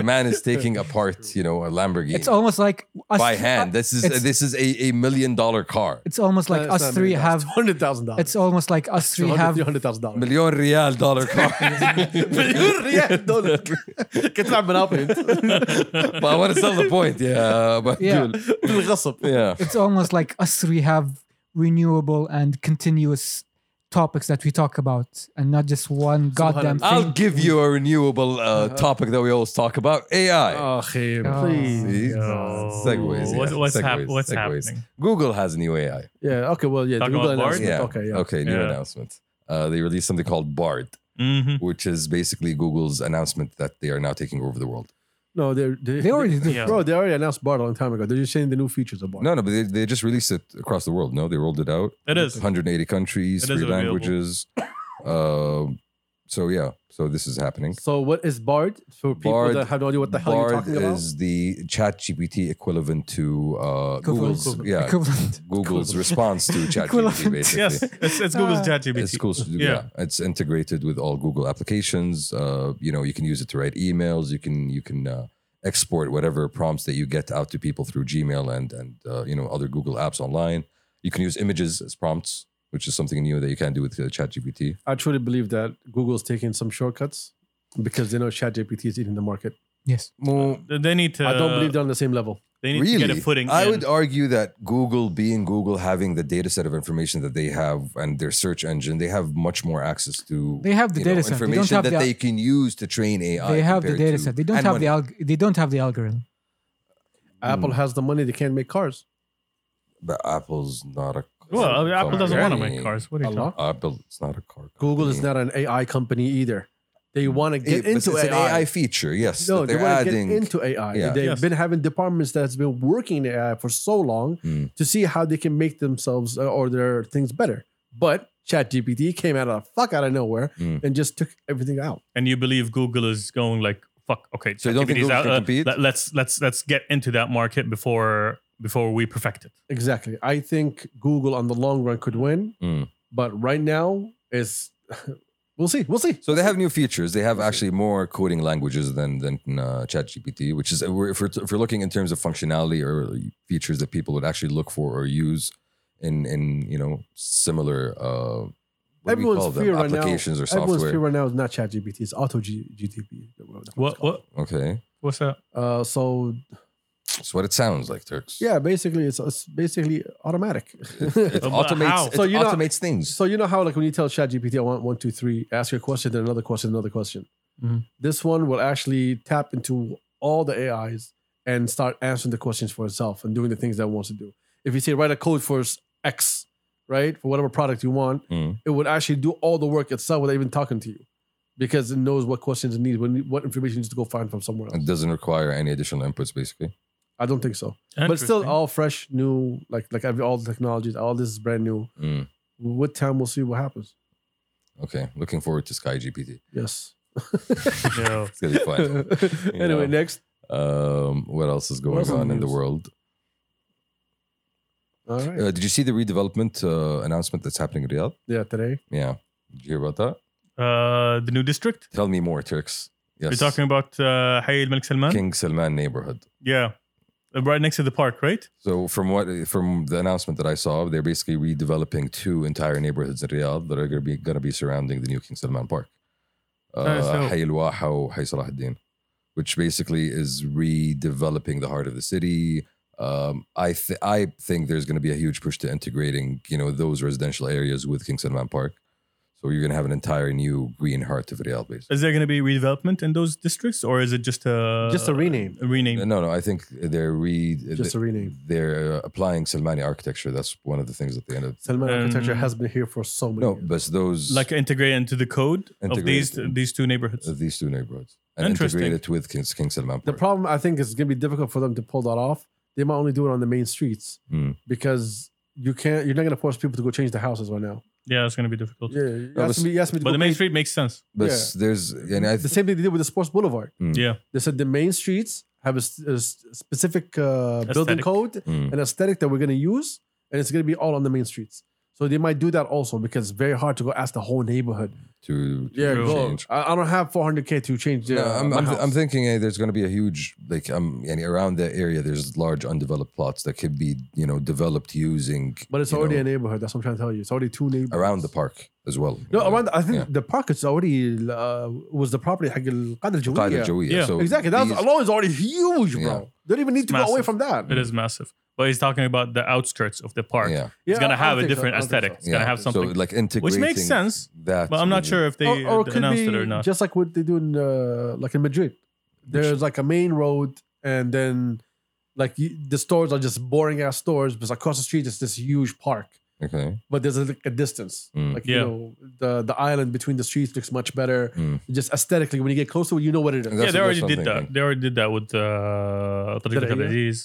[SPEAKER 1] The man is taking apart, you know, a Lamborghini
[SPEAKER 4] it's almost like us
[SPEAKER 1] by hand. This is
[SPEAKER 4] it's-
[SPEAKER 1] this is a, a million dollar car.
[SPEAKER 4] It's almost like us three have.
[SPEAKER 3] hundred thousand dollars.
[SPEAKER 4] It's almost like us three have.
[SPEAKER 3] hundred thousand dollars.
[SPEAKER 1] Million real dollar car.
[SPEAKER 3] مليون ريال دولار كنت تلعب مونوبولي
[SPEAKER 1] but I want to sell the point. Yeah, but
[SPEAKER 4] Yeah.
[SPEAKER 1] dude,
[SPEAKER 3] بالغصب
[SPEAKER 1] yeah.
[SPEAKER 4] It's almost like us three have renewable and continuous topics that we talk about, and not just one goddamn
[SPEAKER 3] Subhanallah.
[SPEAKER 1] I'll
[SPEAKER 4] thing.
[SPEAKER 1] give you a renewable uh, topic that we always talk about AI.
[SPEAKER 3] Oh, اخي
[SPEAKER 4] آه.
[SPEAKER 1] See?
[SPEAKER 3] بليز
[SPEAKER 2] Oh.
[SPEAKER 1] Segways, yeah.
[SPEAKER 2] What- what's hap-
[SPEAKER 1] Segways,
[SPEAKER 2] what's
[SPEAKER 1] segways.
[SPEAKER 2] happening?
[SPEAKER 1] Google has new AI.
[SPEAKER 3] Yeah, okay, well, yeah.
[SPEAKER 2] Talking
[SPEAKER 3] the Google
[SPEAKER 2] about Bard?
[SPEAKER 3] announcement.
[SPEAKER 1] Yeah.
[SPEAKER 3] Okay, yeah.
[SPEAKER 1] Okay, new
[SPEAKER 2] Yeah.
[SPEAKER 1] announcement. Uh, they released something called BARD,
[SPEAKER 2] Mhm.
[SPEAKER 1] which is basically Google's announcement that they are now taking over the world.
[SPEAKER 3] No, they're, they
[SPEAKER 4] They already did.
[SPEAKER 2] Yeah.
[SPEAKER 3] Bro, they already announced Bard a long time ago. They're just saying the new features of Bard.
[SPEAKER 1] No, no, but they, they just released it across the world. No, they rolled it out.
[SPEAKER 2] It is.
[SPEAKER 1] 180 countries,
[SPEAKER 2] It is
[SPEAKER 1] three
[SPEAKER 2] available.
[SPEAKER 1] languages. Um so, yeah, so this is happening.
[SPEAKER 3] So what is Bard for people
[SPEAKER 1] Bard-
[SPEAKER 3] that have no idea what the hell
[SPEAKER 1] BARD
[SPEAKER 3] you're talking about?
[SPEAKER 1] is the chat GPT equivalent to uh,
[SPEAKER 4] Equivalent.
[SPEAKER 1] Google's, yeah,
[SPEAKER 4] Equivalent.
[SPEAKER 1] Google's response to chat GPT,
[SPEAKER 4] Equivalent.
[SPEAKER 1] basically.
[SPEAKER 2] Yes, it's, it's Google's
[SPEAKER 3] Uh,
[SPEAKER 2] ChatGPT.
[SPEAKER 1] It's cool. to do-
[SPEAKER 2] Yeah.
[SPEAKER 1] yeah. it's integrated with all Google applications. Uh, you know, you can use it to write emails. You can you can uh, export whatever prompts that you get out to people through Gmail and and uh, you know other Google apps online. You can use images as prompts, which is something new that you can do with uh, ChatGPT.
[SPEAKER 3] I truly believe that Google's taking some shortcuts because they know ChatGPT is eating the market.
[SPEAKER 4] Yes.
[SPEAKER 2] They need to. uh,
[SPEAKER 3] I don't believe they're on the same level.
[SPEAKER 2] They need
[SPEAKER 1] Uh, Really,
[SPEAKER 2] to get a footing.
[SPEAKER 1] I
[SPEAKER 2] in.
[SPEAKER 1] would argue that Google, being Google, having the data set of information that they have and their search engine, they have much more access to
[SPEAKER 4] They have the
[SPEAKER 1] you know,
[SPEAKER 4] data set. They
[SPEAKER 1] information
[SPEAKER 4] don't have
[SPEAKER 1] that
[SPEAKER 4] the.
[SPEAKER 1] they can use to train AI.
[SPEAKER 4] they have the
[SPEAKER 1] compared
[SPEAKER 4] data
[SPEAKER 1] to-
[SPEAKER 4] set. They don't
[SPEAKER 1] and
[SPEAKER 4] have
[SPEAKER 1] money.
[SPEAKER 4] the alg- They don't have the algorithm.
[SPEAKER 1] Hmm.
[SPEAKER 3] Apple has the money; they can't make cars.
[SPEAKER 1] But Apple's not a.
[SPEAKER 2] Well, Apple doesn't want to make
[SPEAKER 1] company.
[SPEAKER 2] cars. What are you
[SPEAKER 3] Allah.
[SPEAKER 2] talking?
[SPEAKER 1] Apple, it's not a car.
[SPEAKER 3] Google is
[SPEAKER 1] company.
[SPEAKER 3] not an AI company either. They want to get
[SPEAKER 1] It- Hmm. but
[SPEAKER 3] into
[SPEAKER 1] it's
[SPEAKER 3] AI.
[SPEAKER 1] an AI feature. Yes,
[SPEAKER 3] no,
[SPEAKER 1] that
[SPEAKER 3] they
[SPEAKER 1] they're
[SPEAKER 3] want to
[SPEAKER 1] adding.
[SPEAKER 3] get into AI.
[SPEAKER 1] Yeah.
[SPEAKER 3] They've
[SPEAKER 2] Yes.
[SPEAKER 3] been having departments that's been working in AI for so long
[SPEAKER 1] Mm.
[SPEAKER 3] to see how they can make themselves uh, or their things better. But ChatGPT came out of the fuck out of nowhere
[SPEAKER 1] Mm.
[SPEAKER 3] and just took everything out.
[SPEAKER 2] And you believe Google is going like fuck? Okay,
[SPEAKER 1] So you don't think
[SPEAKER 2] ChatGPT is
[SPEAKER 1] Google can
[SPEAKER 2] uh,
[SPEAKER 1] compete?
[SPEAKER 2] let- let's let's let's get into that market before before we perfect it.
[SPEAKER 3] Exactly. I think Google on the long run could win,
[SPEAKER 1] Mm.
[SPEAKER 3] but right now is we'll see. We'll see.
[SPEAKER 1] so they have new features. They have actually more coding languages than than uh, ChatGPT, which is if we're, if we're if we're looking in terms of functionality or features that people would actually look for or use in in you know similar uh, what do we
[SPEAKER 3] Everyone's
[SPEAKER 1] call them?
[SPEAKER 3] fear right now-
[SPEAKER 1] applications or
[SPEAKER 3] Everyone's fear
[SPEAKER 1] software.
[SPEAKER 3] right now is not ChatGPT, it's Auto G- GTP.
[SPEAKER 2] What what
[SPEAKER 1] Okay,
[SPEAKER 2] what's that?
[SPEAKER 3] Uh, so
[SPEAKER 1] that's what it sounds like, Turks.
[SPEAKER 3] yeah, basically it's, it's basically automatic.
[SPEAKER 1] it
[SPEAKER 2] But how?
[SPEAKER 1] automates. It
[SPEAKER 3] So you know-
[SPEAKER 1] automates things.
[SPEAKER 3] So you know how like when you tell ChatGPT, I want one, two, three, ask you a question, then another question, another question.
[SPEAKER 2] Mhm.
[SPEAKER 3] This one will actually tap into all the AIs and start answering the questions for itself and doing the things that it wants to do. If you say write a code for s- X, right, for whatever product you want,
[SPEAKER 1] Mm.
[SPEAKER 3] it would actually do all the work itself without even talking to you, because it knows what questions it needs, when- what information it needs to go find from somewhere
[SPEAKER 1] It
[SPEAKER 3] else.
[SPEAKER 1] doesn't require any additional inputs, basically.
[SPEAKER 3] I don't think so, but it's still
[SPEAKER 2] Interesting.
[SPEAKER 3] all fresh, new, like like every- all the technologies, all this is brand new.
[SPEAKER 1] Mm,
[SPEAKER 3] With time, we'll see what happens.
[SPEAKER 1] Okay, looking forward to Sky GPT.
[SPEAKER 3] Yes.
[SPEAKER 2] Yeah.
[SPEAKER 1] It's gonna be fun.
[SPEAKER 3] anyway,
[SPEAKER 1] Yeah.
[SPEAKER 3] next.
[SPEAKER 1] um, what else is going
[SPEAKER 3] else is
[SPEAKER 1] on
[SPEAKER 3] in the
[SPEAKER 1] in the
[SPEAKER 3] news?
[SPEAKER 1] world?
[SPEAKER 3] All right.
[SPEAKER 1] Uh, did you see the redevelopment uh, announcement that's happening in Riyadh?
[SPEAKER 3] yeah, today.
[SPEAKER 1] Yeah. Did you hear about that?
[SPEAKER 2] Uh, the new district.
[SPEAKER 1] Tell me more, Turks. Yes.
[SPEAKER 2] You're talking about uh, Hayy Al Malik Salman.
[SPEAKER 1] King Salman neighborhood.
[SPEAKER 2] Yeah, Uh, right next to the park, right?
[SPEAKER 1] So from what from the announcement that I saw, they're basically redeveloping two entire neighborhoods in Riyadh that are going to be going to be surrounding the new King Salman Park,
[SPEAKER 2] Nice,
[SPEAKER 1] uh,
[SPEAKER 2] so-
[SPEAKER 1] Hayy Al-Waha or Hayy Salah al-Din, which basically is redeveloping the heart of the city. Um, I th- I think there's going to be a huge push to integrating you know those residential areas with King Salman Park, so you're going to have an entire new green heart of Riyadh, basically.
[SPEAKER 2] Is there going to be redevelopment in those districts, or is it just
[SPEAKER 1] uh,
[SPEAKER 2] a
[SPEAKER 3] Just a rename.
[SPEAKER 2] a rename?
[SPEAKER 1] No, no, I think they're re
[SPEAKER 3] Just a rename.
[SPEAKER 1] they're applying Salmani architecture. That's one of the things that they ended.
[SPEAKER 3] Salman
[SPEAKER 2] Um,
[SPEAKER 3] architecture has been here for so many
[SPEAKER 1] No,
[SPEAKER 3] years.
[SPEAKER 1] but those
[SPEAKER 2] Like integrate into the code of
[SPEAKER 1] Integrate
[SPEAKER 2] these
[SPEAKER 1] it.
[SPEAKER 2] these two neighborhoods.
[SPEAKER 1] of these two neighborhoods and
[SPEAKER 2] Interesting.
[SPEAKER 1] integrate it with King, King Salman
[SPEAKER 3] The
[SPEAKER 1] Park.
[SPEAKER 3] problem I think is going to be difficult for them to pull that off. They might only do it on the main streets
[SPEAKER 1] Hmm.
[SPEAKER 3] because you can't. You're not going to force people to go change the houses right now.
[SPEAKER 2] yeah, it's going to be difficult.
[SPEAKER 3] Yeah, you
[SPEAKER 1] No,
[SPEAKER 3] asked
[SPEAKER 1] but-
[SPEAKER 3] me. You asked me to
[SPEAKER 2] But
[SPEAKER 3] go
[SPEAKER 2] the main
[SPEAKER 3] paint-
[SPEAKER 2] street makes sense.
[SPEAKER 1] but
[SPEAKER 3] yeah.
[SPEAKER 1] s- there's and I
[SPEAKER 3] The same thing they did with the Sports Boulevard.
[SPEAKER 1] Mm.
[SPEAKER 2] Yeah.
[SPEAKER 3] They said the main streets have a, s- a s- specific uh, building
[SPEAKER 2] Aesthetic.
[SPEAKER 3] code
[SPEAKER 1] Mm.
[SPEAKER 3] and aesthetic that we're going to use, and it's going to be all on the main streets. So they might do that also because it's very hard to go ask the whole neighborhood.
[SPEAKER 1] to, to
[SPEAKER 3] Yeah,
[SPEAKER 2] True.
[SPEAKER 3] go.
[SPEAKER 1] change.
[SPEAKER 3] I, I don't have 400k to change.
[SPEAKER 1] No,
[SPEAKER 3] Uh,
[SPEAKER 1] I'm,
[SPEAKER 3] my
[SPEAKER 1] I'm,
[SPEAKER 3] house.
[SPEAKER 1] I'm thinking eh, there's going to be a huge like um and around that area there's large undeveloped plots that could be you know developed using
[SPEAKER 3] but it's
[SPEAKER 1] you
[SPEAKER 3] already
[SPEAKER 1] know,
[SPEAKER 3] a neighborhood. That's what I'm trying to tell you. It's already two neighborhoods
[SPEAKER 1] around the park as well
[SPEAKER 3] No,
[SPEAKER 1] Yeah.
[SPEAKER 3] around. I think
[SPEAKER 1] Yeah.
[SPEAKER 3] the park is already uh, was the property. حق القاعدة
[SPEAKER 1] Qad
[SPEAKER 3] الجوية.
[SPEAKER 1] al-Jawiyah.
[SPEAKER 2] Yeah.
[SPEAKER 1] so
[SPEAKER 3] Exactly. That's
[SPEAKER 1] these-
[SPEAKER 3] alone is already huge, bro.
[SPEAKER 1] Yeah.
[SPEAKER 3] They don't even need to go away
[SPEAKER 2] massive.
[SPEAKER 3] from that.
[SPEAKER 2] It is massive. But he's talking about the outskirts of the park.
[SPEAKER 1] yeah
[SPEAKER 2] It's gonna
[SPEAKER 3] I
[SPEAKER 2] have a
[SPEAKER 3] think so.
[SPEAKER 2] different
[SPEAKER 3] I think so.
[SPEAKER 2] aesthetic. It's gonna
[SPEAKER 1] Yeah.
[SPEAKER 2] have
[SPEAKER 1] so
[SPEAKER 2] something,
[SPEAKER 1] like integrating
[SPEAKER 2] which makes sense.
[SPEAKER 1] that
[SPEAKER 2] But I'm not
[SPEAKER 1] with-
[SPEAKER 2] sure if they
[SPEAKER 3] or, or
[SPEAKER 2] d-
[SPEAKER 3] it could
[SPEAKER 2] announced
[SPEAKER 3] be
[SPEAKER 2] it or not.
[SPEAKER 3] just like what they do in uh, like in Madrid. There's like a main road, and then like you, the stores are just boring ass stores, but across the street is this huge park.
[SPEAKER 1] okay
[SPEAKER 3] But there's like a distance,
[SPEAKER 1] Mm.
[SPEAKER 3] like
[SPEAKER 2] Yeah.
[SPEAKER 3] you know, the the island between the streets looks much better.
[SPEAKER 1] Mm.
[SPEAKER 3] Just aesthetically, when you get close to it, you know what it is.
[SPEAKER 1] That's
[SPEAKER 2] yeah, they
[SPEAKER 1] what-
[SPEAKER 2] already
[SPEAKER 1] that's
[SPEAKER 2] did
[SPEAKER 1] what I'm
[SPEAKER 2] that.
[SPEAKER 1] thinking.
[SPEAKER 2] They already did that with uh, Tariq
[SPEAKER 3] Diriyah?
[SPEAKER 2] al-Aziz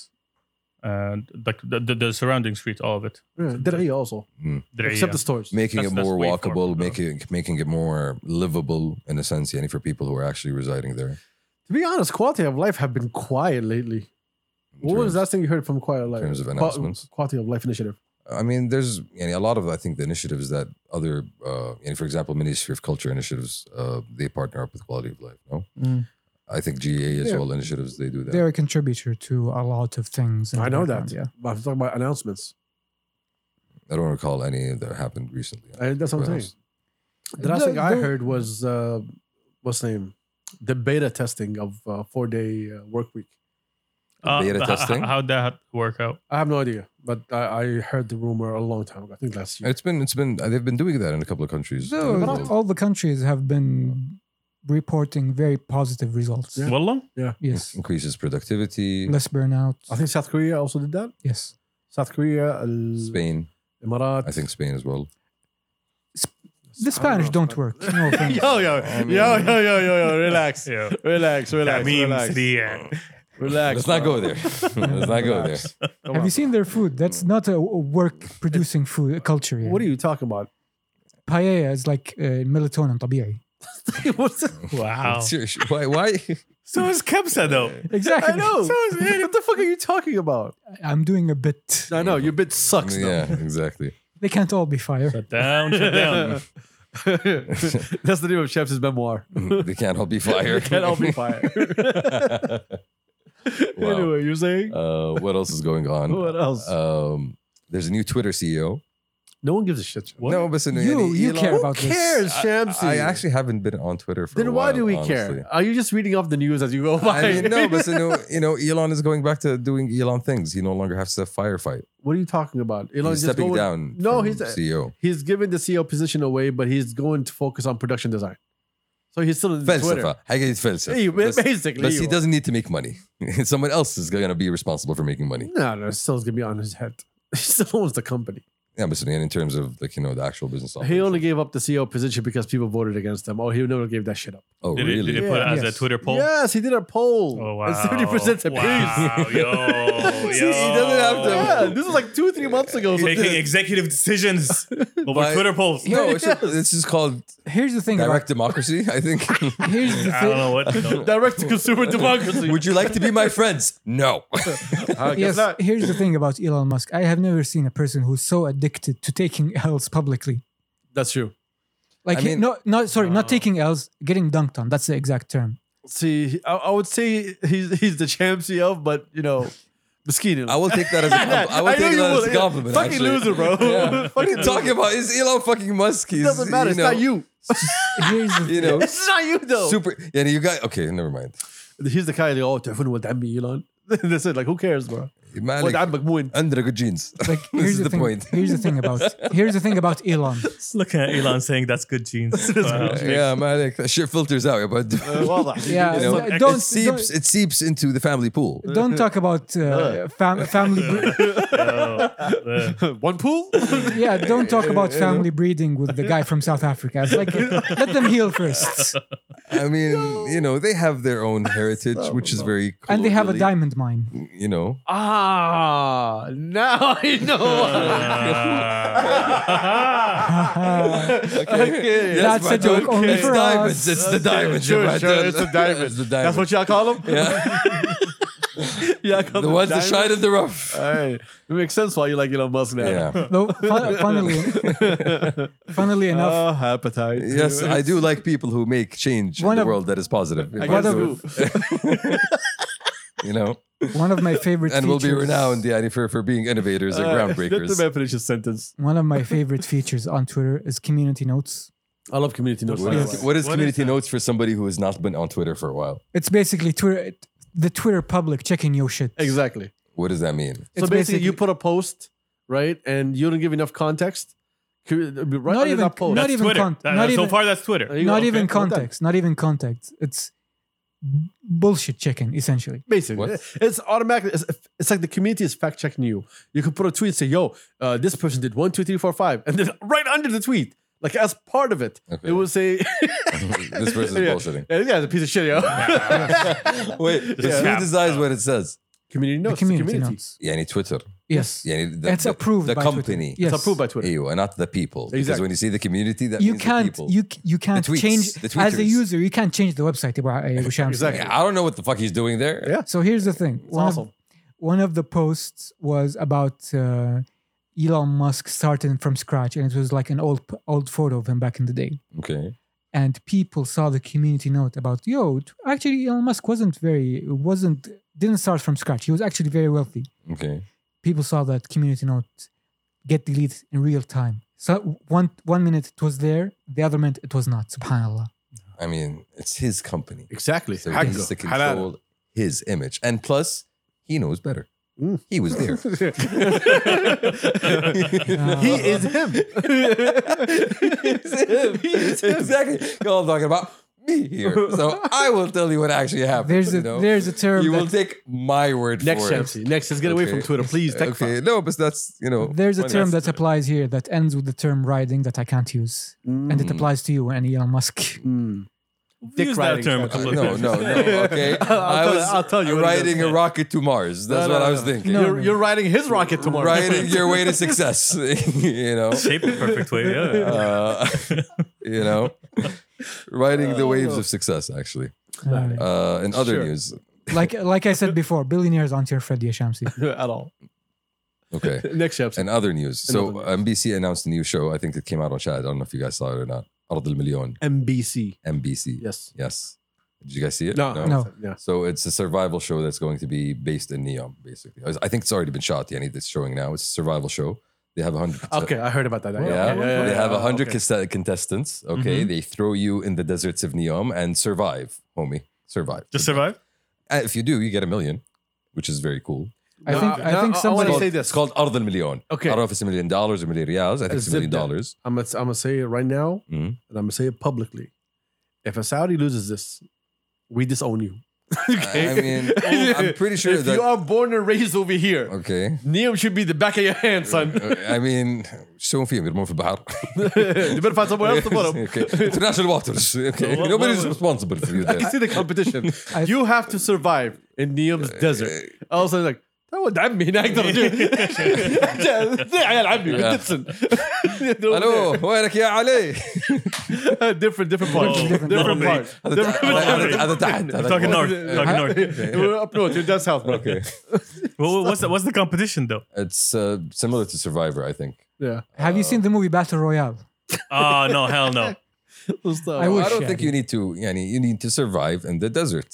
[SPEAKER 2] and like the, the, the surrounding street, all of it.
[SPEAKER 3] Yeah, Diriyah also,
[SPEAKER 2] Diriyah.
[SPEAKER 3] except the stores.
[SPEAKER 1] making
[SPEAKER 2] That's-
[SPEAKER 1] it
[SPEAKER 2] that's
[SPEAKER 1] more
[SPEAKER 2] way forward,
[SPEAKER 1] walkable
[SPEAKER 2] though.
[SPEAKER 1] making making it more livable in a sense yani for people who are actually residing there
[SPEAKER 3] To be honest, quality of life have been quiet lately.
[SPEAKER 1] In
[SPEAKER 3] What was
[SPEAKER 1] terms-
[SPEAKER 3] the last thing you heard from Quality of Life?
[SPEAKER 1] terms of
[SPEAKER 3] Qua-
[SPEAKER 1] announcements?
[SPEAKER 3] Quality of Life Initiative.
[SPEAKER 1] I mean, there's yani, a lot of I think the initiatives that other, uh, yani, for example, Ministry of Culture initiatives, uh, they partner up with Quality of Life. No,
[SPEAKER 2] Mm.
[SPEAKER 1] I think E GA as
[SPEAKER 3] Yeah.
[SPEAKER 1] well initiatives they do that.
[SPEAKER 4] They're a contributor to a lot of things. in
[SPEAKER 3] I
[SPEAKER 4] the
[SPEAKER 3] know
[SPEAKER 4] background,
[SPEAKER 3] that. Yeah. But I'm talking about announcements.
[SPEAKER 1] I don't recall any that happened recently.
[SPEAKER 3] I, that's what I'm saying.
[SPEAKER 1] Perhaps.
[SPEAKER 3] The last thing I
[SPEAKER 4] The- the-
[SPEAKER 3] heard was uh, what's the name? The beta testing of uh, four day uh, work week.
[SPEAKER 1] Beta
[SPEAKER 2] h-
[SPEAKER 1] testing?
[SPEAKER 2] h- how'd Uh, that work out?
[SPEAKER 3] I have no idea, but I, I heard the rumor a long time ago. I think last year.
[SPEAKER 1] It's been it's been they've been doing that in a couple of countries.
[SPEAKER 4] No,
[SPEAKER 1] Uh,
[SPEAKER 4] but all, all the countries have been reporting very positive results.
[SPEAKER 3] Yeah.
[SPEAKER 2] Wallah?
[SPEAKER 4] Yes.
[SPEAKER 1] increases productivity.
[SPEAKER 4] Less burnout.
[SPEAKER 3] I think South Korea also did that.
[SPEAKER 4] Yes.
[SPEAKER 3] South Korea, uh, Al-
[SPEAKER 1] Spain,
[SPEAKER 3] Emirat.
[SPEAKER 1] I think Spain as well.
[SPEAKER 4] The Spanish don't work. No offense.
[SPEAKER 5] yo, yo,
[SPEAKER 1] I mean-
[SPEAKER 5] yo, yo, yo, yo, yo, relax.
[SPEAKER 2] Yeah.
[SPEAKER 5] Relax, relax,
[SPEAKER 2] That means
[SPEAKER 5] relax.
[SPEAKER 2] the end.
[SPEAKER 5] relax.
[SPEAKER 1] Let's not
[SPEAKER 5] bro.
[SPEAKER 1] go there. Let's not go there.
[SPEAKER 5] Relax. Come
[SPEAKER 4] Have
[SPEAKER 5] on.
[SPEAKER 4] you seen their food? That's not a work producing food a culture. Here.
[SPEAKER 3] What are you talking about?
[SPEAKER 4] Paella is like uh, melatonin, طبيعي.
[SPEAKER 3] What's that?
[SPEAKER 2] Wow.
[SPEAKER 1] Seriously, why? Why?
[SPEAKER 2] So is Kebsa though.
[SPEAKER 4] Exactly.
[SPEAKER 3] I know. what the fuck are you talking about?
[SPEAKER 4] I'm doing a bit.
[SPEAKER 3] I know your bit sucks. though.
[SPEAKER 1] yeah, exactly.
[SPEAKER 4] They can't all be fire.
[SPEAKER 2] Shut down, shut down.
[SPEAKER 3] That's the name of Chef's memoir.
[SPEAKER 1] They can't all be fired.
[SPEAKER 3] Can't all be fired.
[SPEAKER 1] Wow.
[SPEAKER 3] Anyway, you're saying
[SPEAKER 1] Uh, what else is going on?
[SPEAKER 3] what else?
[SPEAKER 1] Um, there's a new Twitter CEO.
[SPEAKER 3] no one gives a shit.
[SPEAKER 2] What?
[SPEAKER 1] No, listen,
[SPEAKER 4] You- you care
[SPEAKER 3] Who
[SPEAKER 4] about this.
[SPEAKER 3] cares, Shamsi?
[SPEAKER 1] I actually haven't been on Twitter for. a
[SPEAKER 3] Then why
[SPEAKER 1] while,
[SPEAKER 3] do we
[SPEAKER 1] honestly.
[SPEAKER 3] care? Are you just reading off the news as you go by?
[SPEAKER 1] I mean, no, but you know, you know, Elon is going back to doing Elon things. He no longer has to firefight.
[SPEAKER 3] what are you talking about? Elon
[SPEAKER 1] he's
[SPEAKER 3] just
[SPEAKER 1] stepping
[SPEAKER 3] going-
[SPEAKER 1] down.
[SPEAKER 3] No,
[SPEAKER 1] from E
[SPEAKER 3] he's-
[SPEAKER 1] CEO.
[SPEAKER 3] He's giving the CEO position away, but he's going to focus on production design. So he's still in Twitter.
[SPEAKER 1] Felsafa. I get felsafa.
[SPEAKER 3] Hey, ba-
[SPEAKER 1] But-
[SPEAKER 3] basically,
[SPEAKER 1] But
[SPEAKER 3] you
[SPEAKER 1] he
[SPEAKER 3] are.
[SPEAKER 1] doesn't need to make money. Someone else is going to be responsible for making money.
[SPEAKER 3] No, no, it's still gonna be on his head. He still owns the company.
[SPEAKER 1] Yeah, but in terms of like you know the actual business.
[SPEAKER 3] He
[SPEAKER 1] operation.
[SPEAKER 3] only gave up the CEO position because people voted against him. Oh, he never gave that shit up.
[SPEAKER 1] Oh
[SPEAKER 2] Did, it,
[SPEAKER 1] really?
[SPEAKER 2] did it put
[SPEAKER 4] Yeah.
[SPEAKER 2] it as
[SPEAKER 4] Yes.
[SPEAKER 2] a Twitter poll?
[SPEAKER 3] Yes, he did a poll.
[SPEAKER 2] Oh wow.
[SPEAKER 3] It's 70% apiece.
[SPEAKER 2] Wow, yo,
[SPEAKER 1] See, he
[SPEAKER 2] yo.
[SPEAKER 1] doesn't have to-
[SPEAKER 3] Yeah, this is like two, three months ago. So
[SPEAKER 2] Making executive decisions over
[SPEAKER 1] But-
[SPEAKER 2] Twitter polls.
[SPEAKER 1] no, it's just,
[SPEAKER 3] Yes.
[SPEAKER 1] this is called
[SPEAKER 4] Here's the thing.
[SPEAKER 1] direct
[SPEAKER 4] About,
[SPEAKER 1] democracy. I think.
[SPEAKER 4] here's the
[SPEAKER 2] I don't
[SPEAKER 4] thing.
[SPEAKER 2] know what. no.
[SPEAKER 3] direct to consumer democracy.
[SPEAKER 1] Would you like to be my friends? No.
[SPEAKER 3] I guess
[SPEAKER 4] Yes,
[SPEAKER 3] not.
[SPEAKER 4] here's the thing about Elon Musk. I have never seen a person who's so addicted to taking L's publicly.
[SPEAKER 3] That's true.
[SPEAKER 4] Like,
[SPEAKER 1] I
[SPEAKER 4] he-
[SPEAKER 1] mean- uh,
[SPEAKER 4] no, no, sorry, not
[SPEAKER 2] Oh.
[SPEAKER 4] taking L's, getting dunked on. That's the exact term.
[SPEAKER 3] See, I, I would say he's he's the champ CEO, but you know, Moschino.
[SPEAKER 1] I will take that as a compliment. I will
[SPEAKER 3] know
[SPEAKER 1] take
[SPEAKER 3] you
[SPEAKER 1] that
[SPEAKER 3] will,
[SPEAKER 1] as a
[SPEAKER 3] yeah.
[SPEAKER 1] compliment.
[SPEAKER 3] Fucking
[SPEAKER 1] actually.
[SPEAKER 3] loser, bro.
[SPEAKER 1] Yeah. What are
[SPEAKER 3] Fucking
[SPEAKER 1] you talking about? It's Elon fucking Musk. He's,
[SPEAKER 3] It doesn't matter.
[SPEAKER 1] You
[SPEAKER 3] It's
[SPEAKER 1] know,
[SPEAKER 3] not you.
[SPEAKER 4] Here's the,
[SPEAKER 1] You know,
[SPEAKER 3] It's not you though.
[SPEAKER 1] super. Yeah, you got okay. Never mind.
[SPEAKER 3] He's the guy. Like, oh, تعرفون ولد عمي Elon. That's it. Like, who cares, bro? ولد
[SPEAKER 1] Malik,
[SPEAKER 3] عمك مو انت.
[SPEAKER 1] under good jeans.
[SPEAKER 4] like,
[SPEAKER 1] This
[SPEAKER 4] here's
[SPEAKER 1] is the
[SPEAKER 4] thing,
[SPEAKER 1] point.
[SPEAKER 4] Here's the thing about here's the thing about Elon.
[SPEAKER 2] Looking at Elon saying that's good genes. Wow.
[SPEAKER 1] yeah, Malik, that shit filters out. But
[SPEAKER 3] Uh, واضح.
[SPEAKER 4] Yeah,
[SPEAKER 1] you know,
[SPEAKER 4] don't,
[SPEAKER 1] it
[SPEAKER 4] don't,
[SPEAKER 1] seeps. It seeps into the family pool.
[SPEAKER 4] don't talk about uh, fam- family. bre-
[SPEAKER 2] Oh, uh,
[SPEAKER 3] One pool?
[SPEAKER 4] yeah, don't talk about family breeding with the guy from South Africa. It's like let them heal first,
[SPEAKER 1] I mean, you know, they have their own heritage, which is very. Cool,
[SPEAKER 4] and they have a
[SPEAKER 1] really.
[SPEAKER 4] diamond mine.
[SPEAKER 1] You know,
[SPEAKER 3] ah, now I know. okay.
[SPEAKER 4] That's a joke
[SPEAKER 1] Maton.
[SPEAKER 4] only
[SPEAKER 1] it's
[SPEAKER 4] for
[SPEAKER 1] diamonds.
[SPEAKER 4] us.
[SPEAKER 1] It's the diamonds.
[SPEAKER 3] Sure,
[SPEAKER 1] Maton.
[SPEAKER 3] sure, it's a diamond.
[SPEAKER 1] It's the diamond.
[SPEAKER 3] That's what y'all call him?
[SPEAKER 1] Yeah.
[SPEAKER 5] Jacob
[SPEAKER 1] the ones that
[SPEAKER 5] Diamond.
[SPEAKER 1] shine in the rough.
[SPEAKER 5] Hey, it makes sense why you like Elon Musk now.
[SPEAKER 1] Yeah.
[SPEAKER 4] Though, fun- funnily, funnily enough,
[SPEAKER 5] Oh, appetite.
[SPEAKER 1] Yes, I do like people who make change
[SPEAKER 4] One
[SPEAKER 1] in the
[SPEAKER 4] of-
[SPEAKER 1] world that is positive.
[SPEAKER 5] I
[SPEAKER 4] One
[SPEAKER 5] guess
[SPEAKER 4] of-
[SPEAKER 5] who?
[SPEAKER 1] you know,
[SPEAKER 3] Uh,
[SPEAKER 4] one of my favorite
[SPEAKER 1] and we'll be
[SPEAKER 4] features-
[SPEAKER 1] renowned, Yani, for, for being innovators
[SPEAKER 5] Uh,
[SPEAKER 1] and
[SPEAKER 5] That's the
[SPEAKER 1] groundbreakers.
[SPEAKER 5] definition sentence.
[SPEAKER 4] One of my favorite features on Twitter is community notes.
[SPEAKER 3] I love community notes.
[SPEAKER 1] What
[SPEAKER 3] by the
[SPEAKER 1] is,
[SPEAKER 3] way.
[SPEAKER 1] what is
[SPEAKER 2] What is
[SPEAKER 1] community
[SPEAKER 2] that?
[SPEAKER 1] notes for somebody who has not been on Twitter for a while?
[SPEAKER 4] It's basically Twitter, the Twitter public checking your shit.
[SPEAKER 3] Exactly.
[SPEAKER 1] What does that mean?
[SPEAKER 4] It's
[SPEAKER 3] so basically, you put a post, right? And you don't give enough context. Cur- Right
[SPEAKER 4] not
[SPEAKER 3] under
[SPEAKER 4] even
[SPEAKER 3] that post.
[SPEAKER 4] not
[SPEAKER 2] That's
[SPEAKER 4] even
[SPEAKER 2] Twitter.
[SPEAKER 4] cont-
[SPEAKER 2] That-
[SPEAKER 4] not
[SPEAKER 2] so
[SPEAKER 4] even-
[SPEAKER 2] far, that's Twitter.
[SPEAKER 3] There you go.
[SPEAKER 4] not
[SPEAKER 3] Okay.
[SPEAKER 4] even
[SPEAKER 3] Well done.
[SPEAKER 4] context. Not even context. It's b- bullshit checking essentially.
[SPEAKER 3] Basically,
[SPEAKER 1] What?
[SPEAKER 3] it's automatically. It's, it's like the community is fact checking you. You can put a tweet and say, "Yo, uh, this person did one, two, three, four, five. and then right under the tweet, like as part of it,
[SPEAKER 1] Okay.
[SPEAKER 3] it will say,
[SPEAKER 1] this person's
[SPEAKER 3] Yeah.
[SPEAKER 1] bullshitting.
[SPEAKER 3] "Yeah, it's a piece of shit, yo."
[SPEAKER 1] Wait, the
[SPEAKER 2] Yeah.
[SPEAKER 1] tweet decides what it says.
[SPEAKER 3] community
[SPEAKER 4] The
[SPEAKER 3] notes. the
[SPEAKER 4] community,
[SPEAKER 3] community.
[SPEAKER 4] notes.
[SPEAKER 1] Yani Twitter.
[SPEAKER 4] Yes.
[SPEAKER 1] Yani the,
[SPEAKER 4] It's
[SPEAKER 1] the-
[SPEAKER 4] approved
[SPEAKER 1] The
[SPEAKER 4] by Twitter.
[SPEAKER 1] company.
[SPEAKER 4] Yes.
[SPEAKER 3] It's approved by Twitter.
[SPEAKER 1] You and not the people. Because
[SPEAKER 3] Exactly.
[SPEAKER 1] when you see the community, that
[SPEAKER 4] you
[SPEAKER 1] means the
[SPEAKER 4] can't
[SPEAKER 1] people.
[SPEAKER 4] you c- you can't
[SPEAKER 1] tweets,
[SPEAKER 4] change
[SPEAKER 1] the
[SPEAKER 4] as a
[SPEAKER 1] tweeters.
[SPEAKER 4] user you can't change the website Ibrahim, uh, Hisham said.
[SPEAKER 3] Exactly.
[SPEAKER 1] I don't know what the fuck he's doing there.
[SPEAKER 3] Yeah.
[SPEAKER 4] so here's the thing
[SPEAKER 3] It's
[SPEAKER 4] one,
[SPEAKER 3] awesome.
[SPEAKER 4] of, one of the posts was about uh, Elon Musk starting from scratch and it was like an old old photo of him back in the day
[SPEAKER 1] Okay.
[SPEAKER 4] and people saw the community note about yo t- actually Elon Musk wasn't very wasn't didn't start from scratch he was actually very wealthy
[SPEAKER 1] Okay.
[SPEAKER 4] people saw that community note get deleted in real time so one one minute it was there the other minute it was not subhanallah
[SPEAKER 1] I mean, it's his company.
[SPEAKER 3] Exactly.
[SPEAKER 1] So
[SPEAKER 3] Hack
[SPEAKER 1] he has to
[SPEAKER 3] go.
[SPEAKER 1] control his image. And plus, he knows better.
[SPEAKER 3] Mm.
[SPEAKER 1] He was there.
[SPEAKER 3] he is him.
[SPEAKER 1] exactly. Y'all talking about me here. So I will tell you what actually happened.
[SPEAKER 4] there's a
[SPEAKER 1] you know?
[SPEAKER 4] there's a term
[SPEAKER 1] you will
[SPEAKER 4] that,
[SPEAKER 1] take my word
[SPEAKER 3] Next,
[SPEAKER 1] for it.
[SPEAKER 3] Shamsi. Next, let's get away from
[SPEAKER 1] Okay.
[SPEAKER 3] Twitter, please. Tech
[SPEAKER 1] okay, no, but that's you know.
[SPEAKER 4] there's a
[SPEAKER 1] funny.
[SPEAKER 4] term that applies here that ends with the term riding that I can't use and
[SPEAKER 1] Mm.
[SPEAKER 4] it applies to you and Elon Musk Uh,
[SPEAKER 3] Mm.
[SPEAKER 2] Dick Use that
[SPEAKER 3] riding
[SPEAKER 2] term a
[SPEAKER 3] stuff.
[SPEAKER 2] couple
[SPEAKER 1] Uh,
[SPEAKER 2] of
[SPEAKER 1] no,
[SPEAKER 2] times.
[SPEAKER 1] no, no. Okay,
[SPEAKER 3] I'll tell- I'll tell you what it
[SPEAKER 1] Riding
[SPEAKER 3] is.
[SPEAKER 1] a rocket to Mars. That's
[SPEAKER 3] No,
[SPEAKER 1] what
[SPEAKER 3] no,
[SPEAKER 1] I was
[SPEAKER 3] no.
[SPEAKER 1] thinking.
[SPEAKER 4] No,
[SPEAKER 3] you're,
[SPEAKER 4] no.
[SPEAKER 3] you're riding his rocket tomorrow.
[SPEAKER 1] Riding your way to success. you know.
[SPEAKER 2] Shaped the perfect way. Yeah.
[SPEAKER 1] Uh, you know, riding the waves of success. Actually,
[SPEAKER 4] Uh,
[SPEAKER 1] uh, in other
[SPEAKER 3] Sure.
[SPEAKER 1] news,
[SPEAKER 4] like like I said before billionaires aren't your friend ya Shamsi
[SPEAKER 3] at all.
[SPEAKER 1] okay.
[SPEAKER 3] Next, Shamsi.
[SPEAKER 1] In other news, so
[SPEAKER 3] other
[SPEAKER 1] NBC announced a new show. I think it came out on Shad. I don't know if you guys saw it or not. Ard al Million,
[SPEAKER 3] MBC.
[SPEAKER 1] NBC.
[SPEAKER 3] Yes.
[SPEAKER 1] Yes. Did you guys see it?
[SPEAKER 4] No.
[SPEAKER 3] Yeah.
[SPEAKER 1] So it's a survival show that's going to be based in Neom, basically. I- I think it's already been shot. Yani, it's showing now. It's a survival show. They have a hundred.
[SPEAKER 3] Okay, I heard about that.
[SPEAKER 1] Yeah.
[SPEAKER 3] Okay,
[SPEAKER 1] they have a
[SPEAKER 3] yeah,
[SPEAKER 1] hundred
[SPEAKER 3] okay. Mm-hmm.
[SPEAKER 1] conte- contestants. Okay, they throw you in the deserts of Neom and survive, homie. Survive.
[SPEAKER 2] Just survive.
[SPEAKER 1] And if you do, you get a million, which is very cool.
[SPEAKER 4] I
[SPEAKER 3] No,
[SPEAKER 4] think
[SPEAKER 3] I-
[SPEAKER 4] I
[SPEAKER 3] no,
[SPEAKER 4] think
[SPEAKER 3] I- I
[SPEAKER 4] somebody
[SPEAKER 1] It's
[SPEAKER 3] wanna say
[SPEAKER 1] called-
[SPEAKER 3] this.
[SPEAKER 1] It's called Ard al Million.
[SPEAKER 3] Okay.
[SPEAKER 1] I don't know if it's a million dollars or a million riyals. I think
[SPEAKER 3] Uh,
[SPEAKER 1] it's a million
[SPEAKER 3] zip that.
[SPEAKER 1] dollars.
[SPEAKER 3] I'm gonna, I'm gonna say it right now,
[SPEAKER 1] Mhm.
[SPEAKER 3] and I'm gonna say it publicly. If a Saudi loses this, we disown you.
[SPEAKER 1] I mean, oh, I'm pretty sure
[SPEAKER 3] if
[SPEAKER 1] that.
[SPEAKER 3] you are born and raised over here,
[SPEAKER 1] okay.
[SPEAKER 3] Neom should be the back of your hand, son.
[SPEAKER 1] I mean, شو فيهم يرمون في البحر
[SPEAKER 3] you better find someone else to put him.
[SPEAKER 1] okay. International waters. Okay.
[SPEAKER 2] what-
[SPEAKER 1] Nobody's
[SPEAKER 2] what-
[SPEAKER 1] responsible for you
[SPEAKER 3] I can
[SPEAKER 1] there.
[SPEAKER 3] see the competition.
[SPEAKER 4] I-
[SPEAKER 3] you have to survive in Neom's desert. All of a sudden, like, "ترى ولد عمي هنا اقدر أجيب." عيال عمي ديتسون.
[SPEAKER 1] الو وينك يا علي؟
[SPEAKER 3] Uh, different different part
[SPEAKER 2] Oh,
[SPEAKER 3] different,
[SPEAKER 2] different
[SPEAKER 3] part
[SPEAKER 1] هذا
[SPEAKER 3] different
[SPEAKER 1] تحت- هذا
[SPEAKER 3] part
[SPEAKER 1] هذا تحت
[SPEAKER 2] We're
[SPEAKER 1] هذا
[SPEAKER 2] talking
[SPEAKER 1] فوق.
[SPEAKER 2] north. We're talking north.
[SPEAKER 3] we're up north you're down south bro
[SPEAKER 1] Okay.
[SPEAKER 2] Well, what's the, what's the competition though?
[SPEAKER 1] It's uh, similar to Survivor, I think.
[SPEAKER 3] yeah
[SPEAKER 4] have
[SPEAKER 1] Uh,
[SPEAKER 4] you seen the movie Battle Royale
[SPEAKER 2] Oh no, hell no.
[SPEAKER 4] I
[SPEAKER 1] Well,
[SPEAKER 4] wish,
[SPEAKER 1] I don't think
[SPEAKER 4] يعني.
[SPEAKER 1] you need to. Yani, you need to survive in the desert.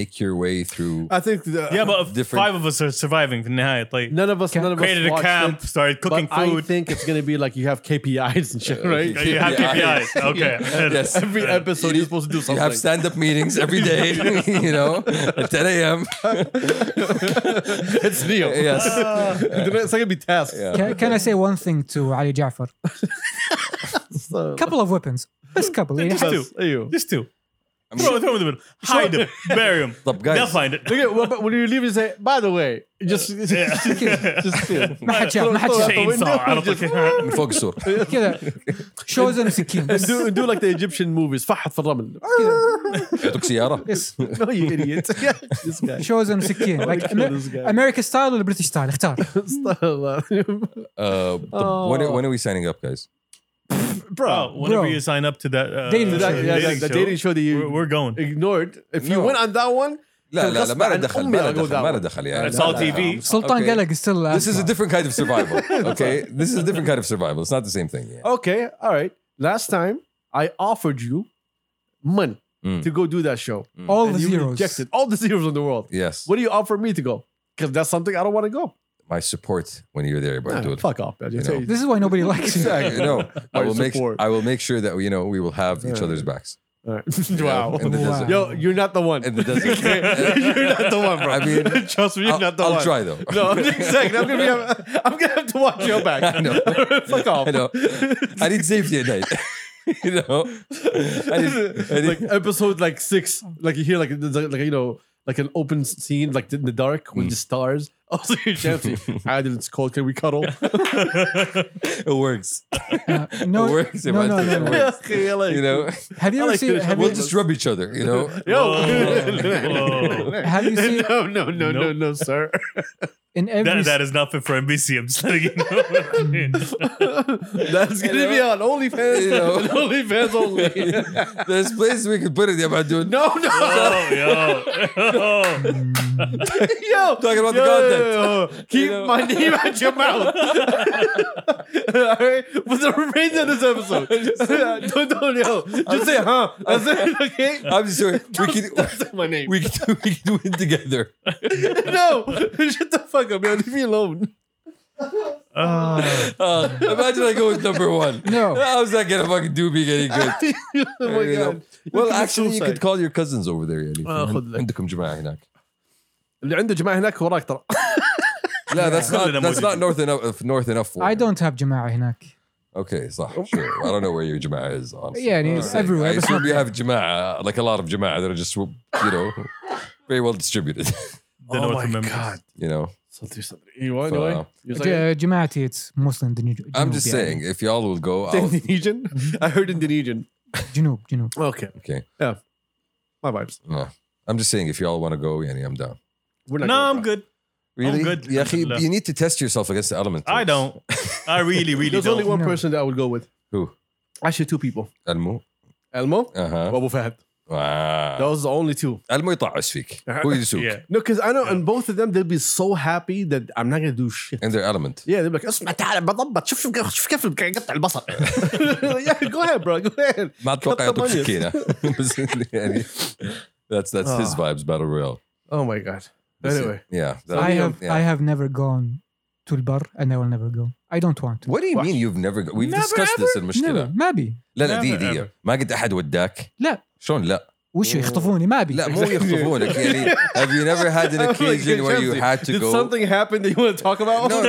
[SPEAKER 1] Make your way through.
[SPEAKER 3] I think the,
[SPEAKER 2] Yeah, but if
[SPEAKER 1] Different-
[SPEAKER 2] five of us are surviving. في النهاية, Like
[SPEAKER 3] none of us none of
[SPEAKER 2] created
[SPEAKER 3] us
[SPEAKER 2] a
[SPEAKER 3] watched
[SPEAKER 2] camp,
[SPEAKER 3] it,
[SPEAKER 2] started cooking
[SPEAKER 3] but I
[SPEAKER 2] food.
[SPEAKER 3] think it's gonna be like you have KPIs and shit right
[SPEAKER 2] You have
[SPEAKER 1] Yeah.
[SPEAKER 2] KPIs. Okay.
[SPEAKER 1] Yes.
[SPEAKER 3] every episode you're supposed to do
[SPEAKER 1] You
[SPEAKER 3] something
[SPEAKER 1] have stand-up meetings every day, you know, at 10 a.m.
[SPEAKER 3] it's Neo
[SPEAKER 1] Yes.
[SPEAKER 3] it's not gonna be tasks
[SPEAKER 1] Yeah.
[SPEAKER 4] can, can I say one thing to Ali Jafar
[SPEAKER 3] so,
[SPEAKER 4] couple of weapons best couple يعني
[SPEAKER 2] Just
[SPEAKER 4] حتى-
[SPEAKER 2] two.
[SPEAKER 3] Hey, you.
[SPEAKER 2] Just two. Throw, throw him in the middle. Hide him. Bury him.
[SPEAKER 1] طب guys.
[SPEAKER 2] They'll find it.
[SPEAKER 3] Look at, well, but when you leave, you say, by the way, just, just, just
[SPEAKER 4] ما حد شاف ما حد شاف
[SPEAKER 2] Chainsaw. I don't think-
[SPEAKER 1] من فوق السور.
[SPEAKER 4] كذا شوزن وسكين
[SPEAKER 3] And
[SPEAKER 4] بس
[SPEAKER 3] do, and do like the Egyptian movies, فحط في الرمل.
[SPEAKER 4] Oh,
[SPEAKER 1] يعطوك سيارة.
[SPEAKER 4] يس
[SPEAKER 3] no, you idiot. this guy.
[SPEAKER 4] شوزن وسكين like
[SPEAKER 3] kill this guy.
[SPEAKER 4] امريكا ستايل ولا بريتش ستايل اختار
[SPEAKER 1] Uh, طب when, are- when are we signing up, guys?
[SPEAKER 2] Oh,
[SPEAKER 3] Bro.
[SPEAKER 2] whenever
[SPEAKER 4] Bro.
[SPEAKER 2] you sign up to that uh,
[SPEAKER 4] Dating
[SPEAKER 3] That, yeah,
[SPEAKER 4] Dating
[SPEAKER 3] that, that dating show that you
[SPEAKER 2] we're, we're going.
[SPEAKER 3] ignored. If you
[SPEAKER 1] No.
[SPEAKER 3] went on that one,
[SPEAKER 1] لا لا لا ما له
[SPEAKER 3] عن
[SPEAKER 1] دخل
[SPEAKER 3] أمي
[SPEAKER 1] ما له
[SPEAKER 3] أقول
[SPEAKER 1] دخل ما
[SPEAKER 3] دعوة.
[SPEAKER 1] له دخل يعني
[SPEAKER 2] It's all
[SPEAKER 1] لا، لا،
[SPEAKER 2] TV.
[SPEAKER 1] لا.
[SPEAKER 4] Sultan
[SPEAKER 1] Okay.
[SPEAKER 4] Galag is still
[SPEAKER 1] This is a
[SPEAKER 4] asthma.
[SPEAKER 1] different kind of survival. Okay, this is a different kind of survival. It's not the same thing. Yeah.
[SPEAKER 3] Okay, all right. Last time I offered you money
[SPEAKER 1] Mm.
[SPEAKER 3] to go do that show.
[SPEAKER 1] Mm.
[SPEAKER 4] all
[SPEAKER 3] and
[SPEAKER 4] the
[SPEAKER 3] you
[SPEAKER 4] zeros.
[SPEAKER 3] rejected all the zeros in the world.
[SPEAKER 1] Yes,
[SPEAKER 3] What do you offer me to go? Because that's something I don't want to go.
[SPEAKER 1] my support when you're there, but
[SPEAKER 3] Nah,
[SPEAKER 1] dude.
[SPEAKER 3] fuck off, man.
[SPEAKER 1] You
[SPEAKER 3] You
[SPEAKER 1] know.
[SPEAKER 4] This is why nobody likes you.
[SPEAKER 1] Exactly. No, I
[SPEAKER 3] Our
[SPEAKER 1] will make.
[SPEAKER 3] support.
[SPEAKER 1] I will make sure that you know we will have each
[SPEAKER 3] Yeah.
[SPEAKER 1] other's backs.
[SPEAKER 3] all right.
[SPEAKER 1] you know,
[SPEAKER 3] wow.
[SPEAKER 1] in the desert.
[SPEAKER 3] Yo, you're not the one.
[SPEAKER 1] In the desert.
[SPEAKER 3] you're not the one, bro.
[SPEAKER 1] I mean,
[SPEAKER 3] trust me, you're
[SPEAKER 1] I'll,
[SPEAKER 3] not the
[SPEAKER 1] I'll
[SPEAKER 3] one.
[SPEAKER 1] try though.
[SPEAKER 3] No, exactly. I'm gonna be. I'm gonna have to watch your back.
[SPEAKER 1] I know.
[SPEAKER 3] Fuck off.
[SPEAKER 1] I know. I need safety at night. you know, I need, I
[SPEAKER 3] like
[SPEAKER 1] need,
[SPEAKER 3] episode like six, like you hear like there's like like, you know like an open scene like in the dark with
[SPEAKER 1] Mm.
[SPEAKER 3] the stars. Oh, Also, you're chanting. Adam, Ah, it's cold. Can we cuddle?
[SPEAKER 1] it works.
[SPEAKER 4] Uh, no,
[SPEAKER 1] It works,
[SPEAKER 4] no,
[SPEAKER 1] it
[SPEAKER 4] no,
[SPEAKER 1] works,
[SPEAKER 4] no,
[SPEAKER 1] it
[SPEAKER 4] no.
[SPEAKER 1] works.
[SPEAKER 3] Okay, I like
[SPEAKER 1] You know,
[SPEAKER 4] Have you
[SPEAKER 3] I
[SPEAKER 4] ever
[SPEAKER 3] like
[SPEAKER 4] seen?
[SPEAKER 3] this.
[SPEAKER 4] Have
[SPEAKER 1] we'll
[SPEAKER 4] you,
[SPEAKER 1] just rub each other. You know,
[SPEAKER 3] it. Yo.
[SPEAKER 2] Whoa. Whoa.
[SPEAKER 4] Have you seen-
[SPEAKER 3] No, no, no, no,
[SPEAKER 2] Nope.
[SPEAKER 3] no, sir.
[SPEAKER 4] in every
[SPEAKER 2] That, that is not fit for NBC. I'm just letting you know.
[SPEAKER 3] That's gonna be on OnlyFans.
[SPEAKER 1] You know.
[SPEAKER 3] and OnlyFans only.
[SPEAKER 1] there's places we could put it. Yeah, but dude,
[SPEAKER 3] No, no.
[SPEAKER 2] oh, yo. Oh.
[SPEAKER 3] Yo,
[SPEAKER 1] Talking about the content.
[SPEAKER 3] yo. Keep
[SPEAKER 1] You know.
[SPEAKER 3] my name out your mouth. All right, for the remainder of this episode, don't, don't yo. Just say huh. That's it. Okay.
[SPEAKER 1] I'm just saying we could
[SPEAKER 3] Say my name.
[SPEAKER 1] we could we could do it together.
[SPEAKER 3] no, shut the fuck up, man. Leave me alone.
[SPEAKER 2] Oh.
[SPEAKER 1] Uh, imagine I go with number one.
[SPEAKER 4] No.
[SPEAKER 1] how's that gonna fucking do me any good?
[SPEAKER 3] oh my
[SPEAKER 1] You know?
[SPEAKER 3] god.
[SPEAKER 1] Well,
[SPEAKER 3] Look at the
[SPEAKER 1] actually, you
[SPEAKER 3] suicide.
[SPEAKER 1] could call your cousins over there. يعني
[SPEAKER 3] آه، خد لك.
[SPEAKER 1] عندكم جماعة هناك.
[SPEAKER 3] اللي عنده جماعة هناك وراك ترى.
[SPEAKER 1] لا, that's not
[SPEAKER 2] خلينا
[SPEAKER 1] that's
[SPEAKER 2] موجودين.
[SPEAKER 1] not north enough north enough. for
[SPEAKER 4] I
[SPEAKER 1] you.
[SPEAKER 4] don't have جماعة هناك.
[SPEAKER 1] Okay, صح. Sure. I don't know where your Jama'ah is, honestly.
[SPEAKER 4] Yeah, it is
[SPEAKER 1] Honestly.
[SPEAKER 4] everywhere,
[SPEAKER 1] I
[SPEAKER 4] but it's
[SPEAKER 1] assume
[SPEAKER 4] not
[SPEAKER 1] you have Jama'ah, like a lot of Jama'ah that are just, you know, very well distributed,
[SPEAKER 3] Oh
[SPEAKER 2] Don't know what to remember.
[SPEAKER 1] you know.
[SPEAKER 3] So do something. You want
[SPEAKER 1] Wow.
[SPEAKER 3] anyway? You're
[SPEAKER 4] Uh, جماعتي it's mostly in the Janu-
[SPEAKER 1] I'm
[SPEAKER 4] جنوب
[SPEAKER 1] just
[SPEAKER 4] يعني.
[SPEAKER 1] saying, if y'all will go out,
[SPEAKER 3] Indonesian? I heard Indonesian.
[SPEAKER 4] جنوب جنوب.
[SPEAKER 3] Okay.
[SPEAKER 1] okay.
[SPEAKER 3] My vibes.
[SPEAKER 1] No. I'm just saying, if y'all want to go, yani, I'm down.
[SPEAKER 3] We're
[SPEAKER 2] No,
[SPEAKER 3] going
[SPEAKER 2] I'm
[SPEAKER 3] back.
[SPEAKER 2] good.
[SPEAKER 1] Really?
[SPEAKER 2] good.
[SPEAKER 1] يا أخي,
[SPEAKER 2] Alhamdulillah.
[SPEAKER 1] you need to test yourself against the element.
[SPEAKER 2] I don't. I really, really
[SPEAKER 3] There's only
[SPEAKER 2] don't.
[SPEAKER 3] one
[SPEAKER 4] No.
[SPEAKER 3] person that I would go with.
[SPEAKER 1] Who?
[SPEAKER 3] Actually, two people.
[SPEAKER 1] Elmo.
[SPEAKER 3] Elmo,
[SPEAKER 1] Uh huh.
[SPEAKER 3] Abu Fahad.
[SPEAKER 1] Wow.
[SPEAKER 3] Those are the only two.
[SPEAKER 1] Elmo يطعس فيك. هو يدسوك.
[SPEAKER 2] Uh-huh. Yeah.
[SPEAKER 3] No, because I know, and both of them, they'll be so happy that I'm not gonna do shit.
[SPEAKER 1] In their element.
[SPEAKER 3] Yeah, they'll be like, اسمع تعال بضبط شوف شوف شوف كيف قطع البصل. yeah, go ahead, bro. Go ahead.
[SPEAKER 1] ما اتوقع
[SPEAKER 3] Cut the
[SPEAKER 1] يعطوك
[SPEAKER 3] onions.
[SPEAKER 1] سكينه بس يعني that's that's his
[SPEAKER 3] Ah.
[SPEAKER 1] vibes battle royale
[SPEAKER 3] Oh my god.
[SPEAKER 1] That's it.
[SPEAKER 3] Anyway,
[SPEAKER 1] yeah that-
[SPEAKER 4] I have
[SPEAKER 1] yeah.
[SPEAKER 4] I have never gone to the bar and I will never go. I don't want. to.
[SPEAKER 1] what do you
[SPEAKER 3] What?
[SPEAKER 1] mean you've never go- we've
[SPEAKER 2] Never
[SPEAKER 1] discussed this
[SPEAKER 4] Never.
[SPEAKER 1] المشكله
[SPEAKER 4] ما بي.
[SPEAKER 1] لا لا دي
[SPEAKER 2] Never ever.
[SPEAKER 1] دي ما قد احد وداك
[SPEAKER 4] لا.
[SPEAKER 1] شلون لا
[SPEAKER 4] وش يخطفوني ما بي.
[SPEAKER 1] لا مو يخطفونك يعني have you never had an
[SPEAKER 3] I'm like,
[SPEAKER 1] occasion where you
[SPEAKER 3] Chelsea,
[SPEAKER 1] had to
[SPEAKER 3] did
[SPEAKER 1] go
[SPEAKER 3] something happen that you want to talk about?
[SPEAKER 1] no no, no.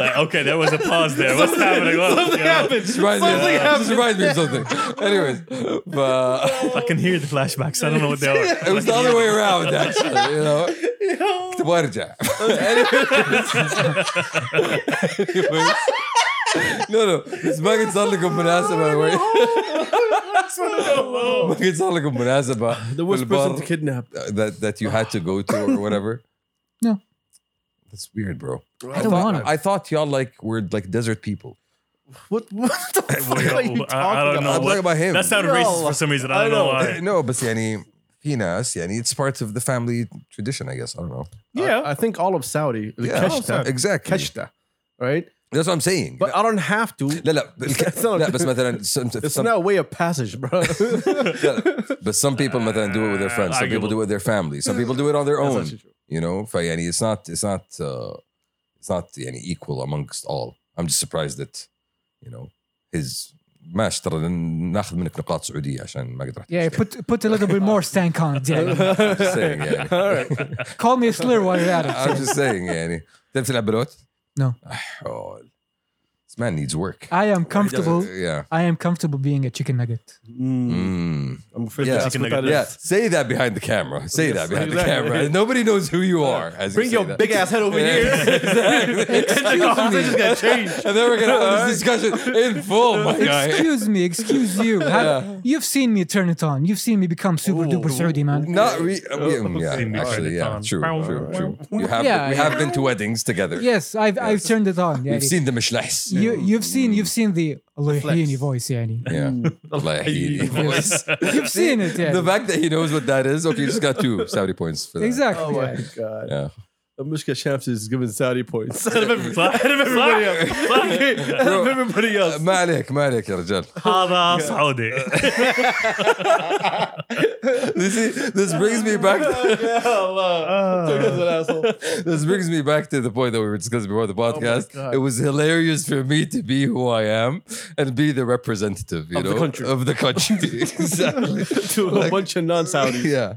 [SPEAKER 2] Like, okay, there was a pause there. What's happening? What-
[SPEAKER 3] Something
[SPEAKER 2] yo.
[SPEAKER 3] happened.
[SPEAKER 1] Just reminds me of- just reminds me
[SPEAKER 3] Something happened.
[SPEAKER 1] of something anyways but
[SPEAKER 2] I can hear the flashbacks. I don't know what they are.
[SPEAKER 1] it was the other way around actually you know كنت ابغى ارجع Anyways. no no بس ما قد صار لكم مناسبة anyway. ما قد صار لكم مناسبة
[SPEAKER 3] The worst person to kidnap.
[SPEAKER 1] that that you had to go to or whatever
[SPEAKER 4] No.
[SPEAKER 1] that's weird bro
[SPEAKER 4] I don't
[SPEAKER 1] thought,
[SPEAKER 4] want it.
[SPEAKER 1] I thought y'all like were like desert people
[SPEAKER 3] What, what the fuck
[SPEAKER 2] Well,
[SPEAKER 3] are you talking
[SPEAKER 2] I, I don't
[SPEAKER 1] I'm
[SPEAKER 2] know.
[SPEAKER 3] about?
[SPEAKER 2] what-
[SPEAKER 1] talking about him. Uh,
[SPEAKER 2] That sounded racist
[SPEAKER 3] No.
[SPEAKER 2] for some reason. I
[SPEAKER 3] I
[SPEAKER 2] don't know
[SPEAKER 3] know.
[SPEAKER 2] why.
[SPEAKER 1] no بس يعني في ناس يعني it's part of the family tradition I guess I don't know
[SPEAKER 3] I, I think all of Saudi, the
[SPEAKER 1] Yeah.
[SPEAKER 3] Keshta,
[SPEAKER 1] exactly
[SPEAKER 3] Keshta, right?
[SPEAKER 1] that's what I'm saying
[SPEAKER 3] But I don't have to.
[SPEAKER 1] لا لا الك-
[SPEAKER 3] not-
[SPEAKER 1] لا بس مثلا some,
[SPEAKER 3] It's
[SPEAKER 1] some,
[SPEAKER 3] not a way of passage, bro.
[SPEAKER 1] But some people مثلا do it with their friends. Some people do it with their family. Some people do it on their own. You know, فيعني it's not it's not uh, it's not يعني equal amongst all. I'm just surprised that you know his ماشي ترى ناخذ منك نقاط سعودية عشان ما قد رحت.
[SPEAKER 4] Yeah, put put a little bit more stank on it. يعني.
[SPEAKER 1] I'm just saying يعني.
[SPEAKER 3] All right.
[SPEAKER 4] Call me a slur while you're at it.
[SPEAKER 1] I'm just saying يعني. تعرف تلعب بلوت؟
[SPEAKER 4] No.
[SPEAKER 1] حول. This man needs work.
[SPEAKER 4] I am comfortable.
[SPEAKER 1] Yeah.
[SPEAKER 4] I am comfortable being a chicken nugget.
[SPEAKER 1] Mm.
[SPEAKER 3] I'm afraid
[SPEAKER 1] Yeah.
[SPEAKER 3] to ask what that is.
[SPEAKER 1] Yeah, say that behind the camera. Say that behind
[SPEAKER 3] exactly.
[SPEAKER 1] the camera. Nobody knows who you
[SPEAKER 4] Uh,
[SPEAKER 1] are. As you
[SPEAKER 3] Bring
[SPEAKER 1] say
[SPEAKER 3] your
[SPEAKER 1] that.
[SPEAKER 3] big ass head over
[SPEAKER 1] Yeah,
[SPEAKER 3] here.
[SPEAKER 1] exactly.
[SPEAKER 3] Conversation's gonna change.
[SPEAKER 1] And then we're gonna have this discussion in full, my guy.
[SPEAKER 4] Excuse me, excuse you. Have,
[SPEAKER 1] Yeah.
[SPEAKER 4] You've seen me turn it on. You've seen me become super duper Saudi man.
[SPEAKER 1] Not re-
[SPEAKER 3] Oh,
[SPEAKER 1] Mm, yeah,
[SPEAKER 2] Seen me turn
[SPEAKER 1] actually,
[SPEAKER 2] it
[SPEAKER 1] yeah,
[SPEAKER 2] on.
[SPEAKER 1] true,
[SPEAKER 2] Bow,
[SPEAKER 1] true,
[SPEAKER 2] bow.
[SPEAKER 1] true. You have
[SPEAKER 4] Yeah,
[SPEAKER 1] we
[SPEAKER 4] yeah.
[SPEAKER 1] have been to weddings together.
[SPEAKER 4] Yes, I've I've
[SPEAKER 1] Yes.
[SPEAKER 4] turned it on.
[SPEAKER 1] We've
[SPEAKER 4] يعني.
[SPEAKER 1] seen the mishlahs.
[SPEAKER 4] you, you've seen you've seen the Allahini
[SPEAKER 3] flex.
[SPEAKER 4] voice, yani.
[SPEAKER 1] Yeah. Lahiri voice.
[SPEAKER 4] You've seen it, yeah.
[SPEAKER 1] The fact that he knows what that is, okay, he just got two Saudi points for that.
[SPEAKER 4] exactly.
[SPEAKER 3] Oh my
[SPEAKER 4] yeah.
[SPEAKER 3] god.
[SPEAKER 1] Yeah.
[SPEAKER 3] Amushka Shams is giving Saudi points.
[SPEAKER 2] Out of every- out of everybody else.
[SPEAKER 3] Out of everybody
[SPEAKER 1] Uh,
[SPEAKER 3] else.
[SPEAKER 1] ما عليك ما عليك يا رجال.
[SPEAKER 2] هذا سعودي
[SPEAKER 1] This, is, this brings me back.
[SPEAKER 3] Yeah,
[SPEAKER 1] uh,
[SPEAKER 3] Allah. Took us an asshole.
[SPEAKER 1] this brings me back to the point that we were discussing before the podcast.
[SPEAKER 3] Oh God.
[SPEAKER 1] it was hilarious for me to be who I am and be the representative, you
[SPEAKER 3] Of the
[SPEAKER 1] know,
[SPEAKER 3] country.
[SPEAKER 1] of the country. exactly.
[SPEAKER 3] To a bunch of non-Saudis.
[SPEAKER 1] yeah.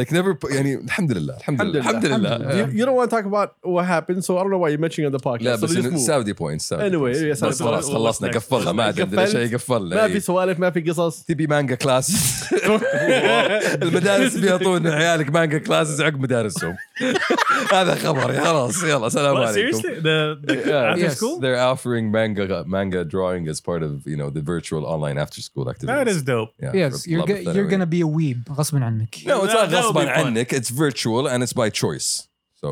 [SPEAKER 1] Like never. put- يعني الحمد لله الحمد لله الحمد
[SPEAKER 3] Alhamdulillah.
[SPEAKER 1] لله.
[SPEAKER 3] You, you don't want to talk about what happened, so I don't know why you're mentioning it on the podcast.
[SPEAKER 1] لا
[SPEAKER 3] so
[SPEAKER 1] بس
[SPEAKER 3] just
[SPEAKER 1] إنه
[SPEAKER 3] move.
[SPEAKER 1] Saudi points Saudi
[SPEAKER 3] Anyway,
[SPEAKER 1] points.
[SPEAKER 3] yeah, Saudi
[SPEAKER 1] بس خلاص
[SPEAKER 2] points.
[SPEAKER 1] خلصنا
[SPEAKER 2] What's next?
[SPEAKER 1] قفلنا ما
[SPEAKER 3] What's next?
[SPEAKER 1] عندنا شيء
[SPEAKER 3] ما
[SPEAKER 1] قفلنا
[SPEAKER 3] في
[SPEAKER 1] إيه.
[SPEAKER 3] سوالف ما في قصص
[SPEAKER 1] تبي مانجا كلاس المدارس بيعطون عيالك مانجا كلاسز عقب مدارسهم هذا خبري خلاص يلا سلام
[SPEAKER 2] What,
[SPEAKER 1] عليكم
[SPEAKER 2] seriously the, the
[SPEAKER 1] Yeah.
[SPEAKER 2] after
[SPEAKER 4] Yes.
[SPEAKER 2] school
[SPEAKER 1] They're offering manga uh, manga drawing as part of you know the virtual online after school activities.
[SPEAKER 2] that is dope
[SPEAKER 1] yeah,
[SPEAKER 4] Yes,
[SPEAKER 1] for
[SPEAKER 4] you're
[SPEAKER 1] طلاب
[SPEAKER 4] go- you're
[SPEAKER 1] الثانوي.
[SPEAKER 4] gonna be a weeb غصبا عنك.
[SPEAKER 1] No, it's
[SPEAKER 2] That-
[SPEAKER 1] not غصبا
[SPEAKER 2] that would be fun.
[SPEAKER 1] عنك. It's virtual and it's by choice. So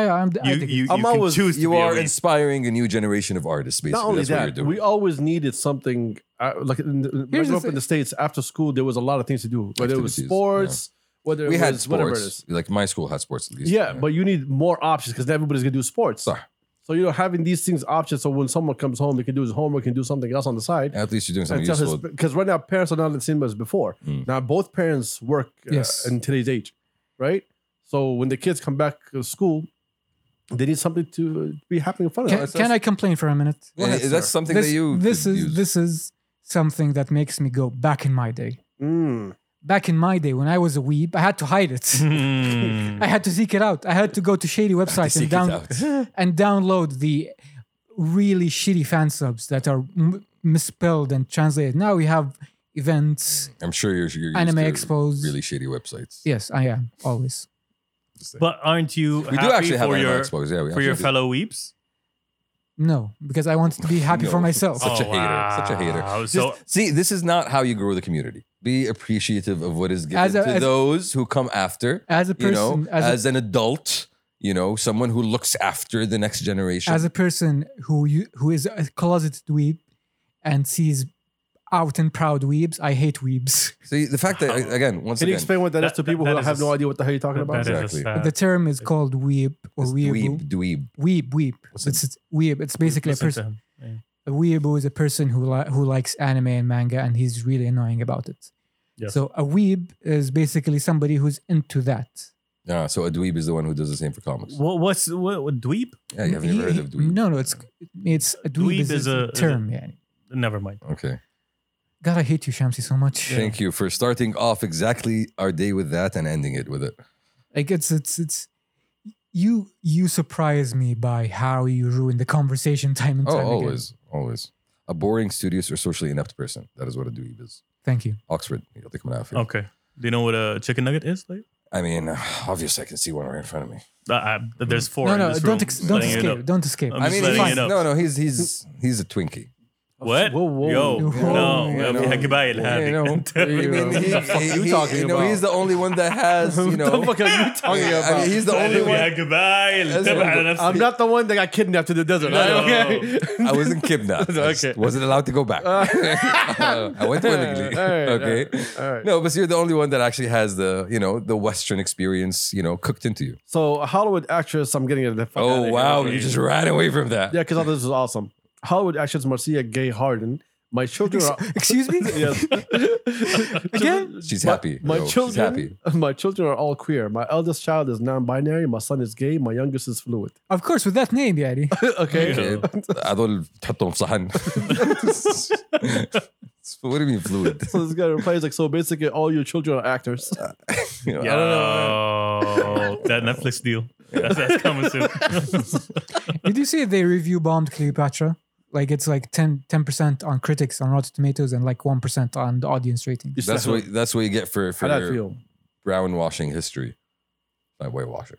[SPEAKER 4] I, I'm, I
[SPEAKER 2] you
[SPEAKER 4] dig it.
[SPEAKER 2] you, you
[SPEAKER 3] I'm
[SPEAKER 2] can
[SPEAKER 3] always-
[SPEAKER 2] choose to
[SPEAKER 1] you
[SPEAKER 2] be a
[SPEAKER 1] are
[SPEAKER 2] weeb.
[SPEAKER 1] inspiring a new generation of artists. Basically,
[SPEAKER 3] Not only
[SPEAKER 1] that's what
[SPEAKER 3] that,
[SPEAKER 1] you're doing.
[SPEAKER 3] we always needed something uh, like in the, when I
[SPEAKER 4] Here's
[SPEAKER 3] grew
[SPEAKER 4] the
[SPEAKER 3] up in
[SPEAKER 4] thing.
[SPEAKER 3] the states. After school, there was a lot of things to do, whether it was
[SPEAKER 1] Activities,
[SPEAKER 3] sports, whether it
[SPEAKER 1] We
[SPEAKER 3] was
[SPEAKER 1] had
[SPEAKER 3] whatever it
[SPEAKER 1] sports.
[SPEAKER 3] is.
[SPEAKER 1] Like my school had sports at least.
[SPEAKER 3] Yeah, but you need more options because everybody's gonna do sports.
[SPEAKER 1] Sorry.
[SPEAKER 3] So you know, having these things options, so when someone comes home, they can do his homework and do something else on the side.
[SPEAKER 1] at least you're doing something useful.
[SPEAKER 3] Because right now, parents are not the same as before.
[SPEAKER 1] Mm.
[SPEAKER 3] Now both parents work uh,
[SPEAKER 4] Yes.
[SPEAKER 3] in today's age, right? So when the kids come back to school, they need something to uh, be happening in front of
[SPEAKER 4] Can,
[SPEAKER 3] them.
[SPEAKER 4] can I complain for a minute?
[SPEAKER 1] Yeah,
[SPEAKER 4] Yes,
[SPEAKER 1] that's
[SPEAKER 4] sir.
[SPEAKER 1] something
[SPEAKER 4] this,
[SPEAKER 1] that you
[SPEAKER 4] This
[SPEAKER 1] could
[SPEAKER 4] is
[SPEAKER 1] use.
[SPEAKER 4] this is something that makes me go back in my day.
[SPEAKER 3] Mm.
[SPEAKER 4] Back in my day, when I was a weeb, I had to hide it.
[SPEAKER 2] Hmm.
[SPEAKER 4] I had to seek it out. I had to go to shady
[SPEAKER 1] To
[SPEAKER 4] websites and
[SPEAKER 1] seek
[SPEAKER 4] down
[SPEAKER 1] it out.
[SPEAKER 4] and download the really shitty fan subs that are m- misspelled and translated. Now we have events.
[SPEAKER 1] I'm sure you're, you're used
[SPEAKER 4] Anime
[SPEAKER 1] to
[SPEAKER 4] expos.
[SPEAKER 1] Really shitty websites.
[SPEAKER 4] Yes, I am always.
[SPEAKER 1] Just saying.
[SPEAKER 2] but aren't you
[SPEAKER 1] we
[SPEAKER 2] happy
[SPEAKER 1] do actually have
[SPEAKER 2] for
[SPEAKER 1] anime
[SPEAKER 2] your
[SPEAKER 1] expos. Yeah, we
[SPEAKER 2] for your
[SPEAKER 1] actually do.
[SPEAKER 2] fellow weeps
[SPEAKER 4] No, because I wanted to be happy
[SPEAKER 1] No.
[SPEAKER 4] for myself.
[SPEAKER 1] Such a hater. Such a hater.
[SPEAKER 2] Oh, wow. So
[SPEAKER 1] Just, see, this is not how you grow the community. Be appreciative of what is given
[SPEAKER 4] As a-
[SPEAKER 1] to
[SPEAKER 4] as-
[SPEAKER 1] those who come after.
[SPEAKER 4] As a
[SPEAKER 1] You
[SPEAKER 4] person,
[SPEAKER 1] know,
[SPEAKER 4] as,
[SPEAKER 1] as, an adult, you know, someone who looks after the next
[SPEAKER 4] a,
[SPEAKER 1] generation.
[SPEAKER 4] as a person who you, who is a closeted weeb and sees out and proud weebs, I hate weebs.
[SPEAKER 1] see, the fact that again, once
[SPEAKER 3] Can you
[SPEAKER 1] again,
[SPEAKER 3] explain what that is
[SPEAKER 2] That-
[SPEAKER 3] to people
[SPEAKER 2] that-
[SPEAKER 3] who
[SPEAKER 2] that is
[SPEAKER 3] have
[SPEAKER 2] a
[SPEAKER 3] no
[SPEAKER 2] s-
[SPEAKER 3] idea what the hell you're talking about?
[SPEAKER 2] that is a
[SPEAKER 1] Exactly.
[SPEAKER 2] sad-
[SPEAKER 4] the term is called weeb or
[SPEAKER 1] it's
[SPEAKER 4] weeaboo.
[SPEAKER 1] dweeb, dweeb.
[SPEAKER 4] Weeb, weeb.
[SPEAKER 1] What's
[SPEAKER 4] It's, it's weeb. It's basically a
[SPEAKER 2] listen to
[SPEAKER 4] person.
[SPEAKER 2] him. Yeah.
[SPEAKER 4] A weeaboo is a person who li- who likes anime and manga, and he's really annoying about it.
[SPEAKER 2] Yes.
[SPEAKER 4] So a weeb is basically somebody who's into that.
[SPEAKER 1] Yeah, Ah, so a dweeb is the one who does the same for comics.
[SPEAKER 2] What, what's what, what dweeb?
[SPEAKER 1] Yeah, you haven't
[SPEAKER 4] He-
[SPEAKER 1] even heard
[SPEAKER 4] he-
[SPEAKER 1] of dweeb.
[SPEAKER 4] No, no, it's it's a dweeb, is, a,
[SPEAKER 2] is a-
[SPEAKER 4] term. yeah.
[SPEAKER 2] Never mind.
[SPEAKER 1] Okay.
[SPEAKER 4] God, I hate you, Shamsi, so much.
[SPEAKER 1] Thank you for starting off exactly our day with that and ending it with it.
[SPEAKER 4] Like it's it's it's you you surprise me by how you ruin the conversation time and
[SPEAKER 1] Oh,
[SPEAKER 4] time again.
[SPEAKER 1] always, always. A boring, studious, or socially inept person. That is what a dweeb is.
[SPEAKER 4] Thank you.
[SPEAKER 1] Oxford. You'll think of it.
[SPEAKER 2] Okay. Do you know what a chicken nugget is? Like,
[SPEAKER 1] I mean, obviously, I can see one right in front of me.
[SPEAKER 2] uh, uh, there's four.
[SPEAKER 4] no,
[SPEAKER 2] in
[SPEAKER 4] no,
[SPEAKER 2] this
[SPEAKER 4] don't
[SPEAKER 2] room.
[SPEAKER 4] ex- don't
[SPEAKER 2] Letting it
[SPEAKER 4] escape.
[SPEAKER 2] up.
[SPEAKER 4] Don't escape.
[SPEAKER 2] I'm just
[SPEAKER 1] I mean,
[SPEAKER 2] letting
[SPEAKER 1] he's-
[SPEAKER 2] it up.
[SPEAKER 1] no, no, he's he's he's a Twinkie.
[SPEAKER 2] What?
[SPEAKER 3] Whoa, whoa.
[SPEAKER 2] Yo,
[SPEAKER 4] Whoa.
[SPEAKER 2] no,
[SPEAKER 4] Yeah,
[SPEAKER 2] يا
[SPEAKER 1] no.
[SPEAKER 2] أخي، يا قبايل
[SPEAKER 1] Yeah,
[SPEAKER 2] هذه.
[SPEAKER 1] no.
[SPEAKER 2] أنت-
[SPEAKER 3] Yeah,
[SPEAKER 1] I mean,
[SPEAKER 3] What
[SPEAKER 1] he-
[SPEAKER 3] the fuck
[SPEAKER 1] he-
[SPEAKER 3] you
[SPEAKER 1] he-
[SPEAKER 3] talking
[SPEAKER 1] you know,
[SPEAKER 3] about?
[SPEAKER 1] he's the only one that has, you know,
[SPEAKER 3] What the fuck are you talking about?
[SPEAKER 1] I mean, he's the only
[SPEAKER 2] يا
[SPEAKER 1] one.
[SPEAKER 2] قبايل
[SPEAKER 1] That's
[SPEAKER 2] انتبه على
[SPEAKER 3] I'm
[SPEAKER 2] نفسك.
[SPEAKER 3] not the one that got kidnapped in the desert. right? Okay.
[SPEAKER 1] I wasn't kidnapped. I just
[SPEAKER 3] Okay.
[SPEAKER 1] wasn't allowed to go back. I went willingly.
[SPEAKER 3] All right,
[SPEAKER 1] okay.
[SPEAKER 3] all right.
[SPEAKER 1] No, but you're the only one that actually has the, you know, the Western experience, you know, cooked into you.
[SPEAKER 3] So, a Hollywood actress, I'm getting it.
[SPEAKER 1] Oh wow, you
[SPEAKER 2] okay.
[SPEAKER 1] just ran away from that.
[SPEAKER 3] Yeah, because all this is awesome. Hollywood actress Marcia Gay Harden. My children are.
[SPEAKER 4] Excuse me?
[SPEAKER 3] yes.
[SPEAKER 4] Again?
[SPEAKER 1] She's
[SPEAKER 3] My-
[SPEAKER 1] happy.
[SPEAKER 3] My,
[SPEAKER 1] yo, She's happy.
[SPEAKER 3] children, my children are all queer. My eldest child is non-binary. My son is gay. My youngest is fluid.
[SPEAKER 4] Of course, with that name, يعني.
[SPEAKER 3] okay.
[SPEAKER 1] Okay. هذول تحطهم في صحن. What do you mean fluid?
[SPEAKER 3] So this guy replies like, so basically, all your children are actors.
[SPEAKER 1] Uh, You know, I don't know.
[SPEAKER 2] Yo, that Netflix deal. That's, that's coming soon.
[SPEAKER 4] Did you see they review bombed Cleopatra? Like it's like 10 percent on critics on Rotten Tomatoes and like one percent on the audience rating.
[SPEAKER 1] That's what that's what you get for
[SPEAKER 3] How
[SPEAKER 1] for
[SPEAKER 3] that feel?
[SPEAKER 1] brown washing history. Not white washer.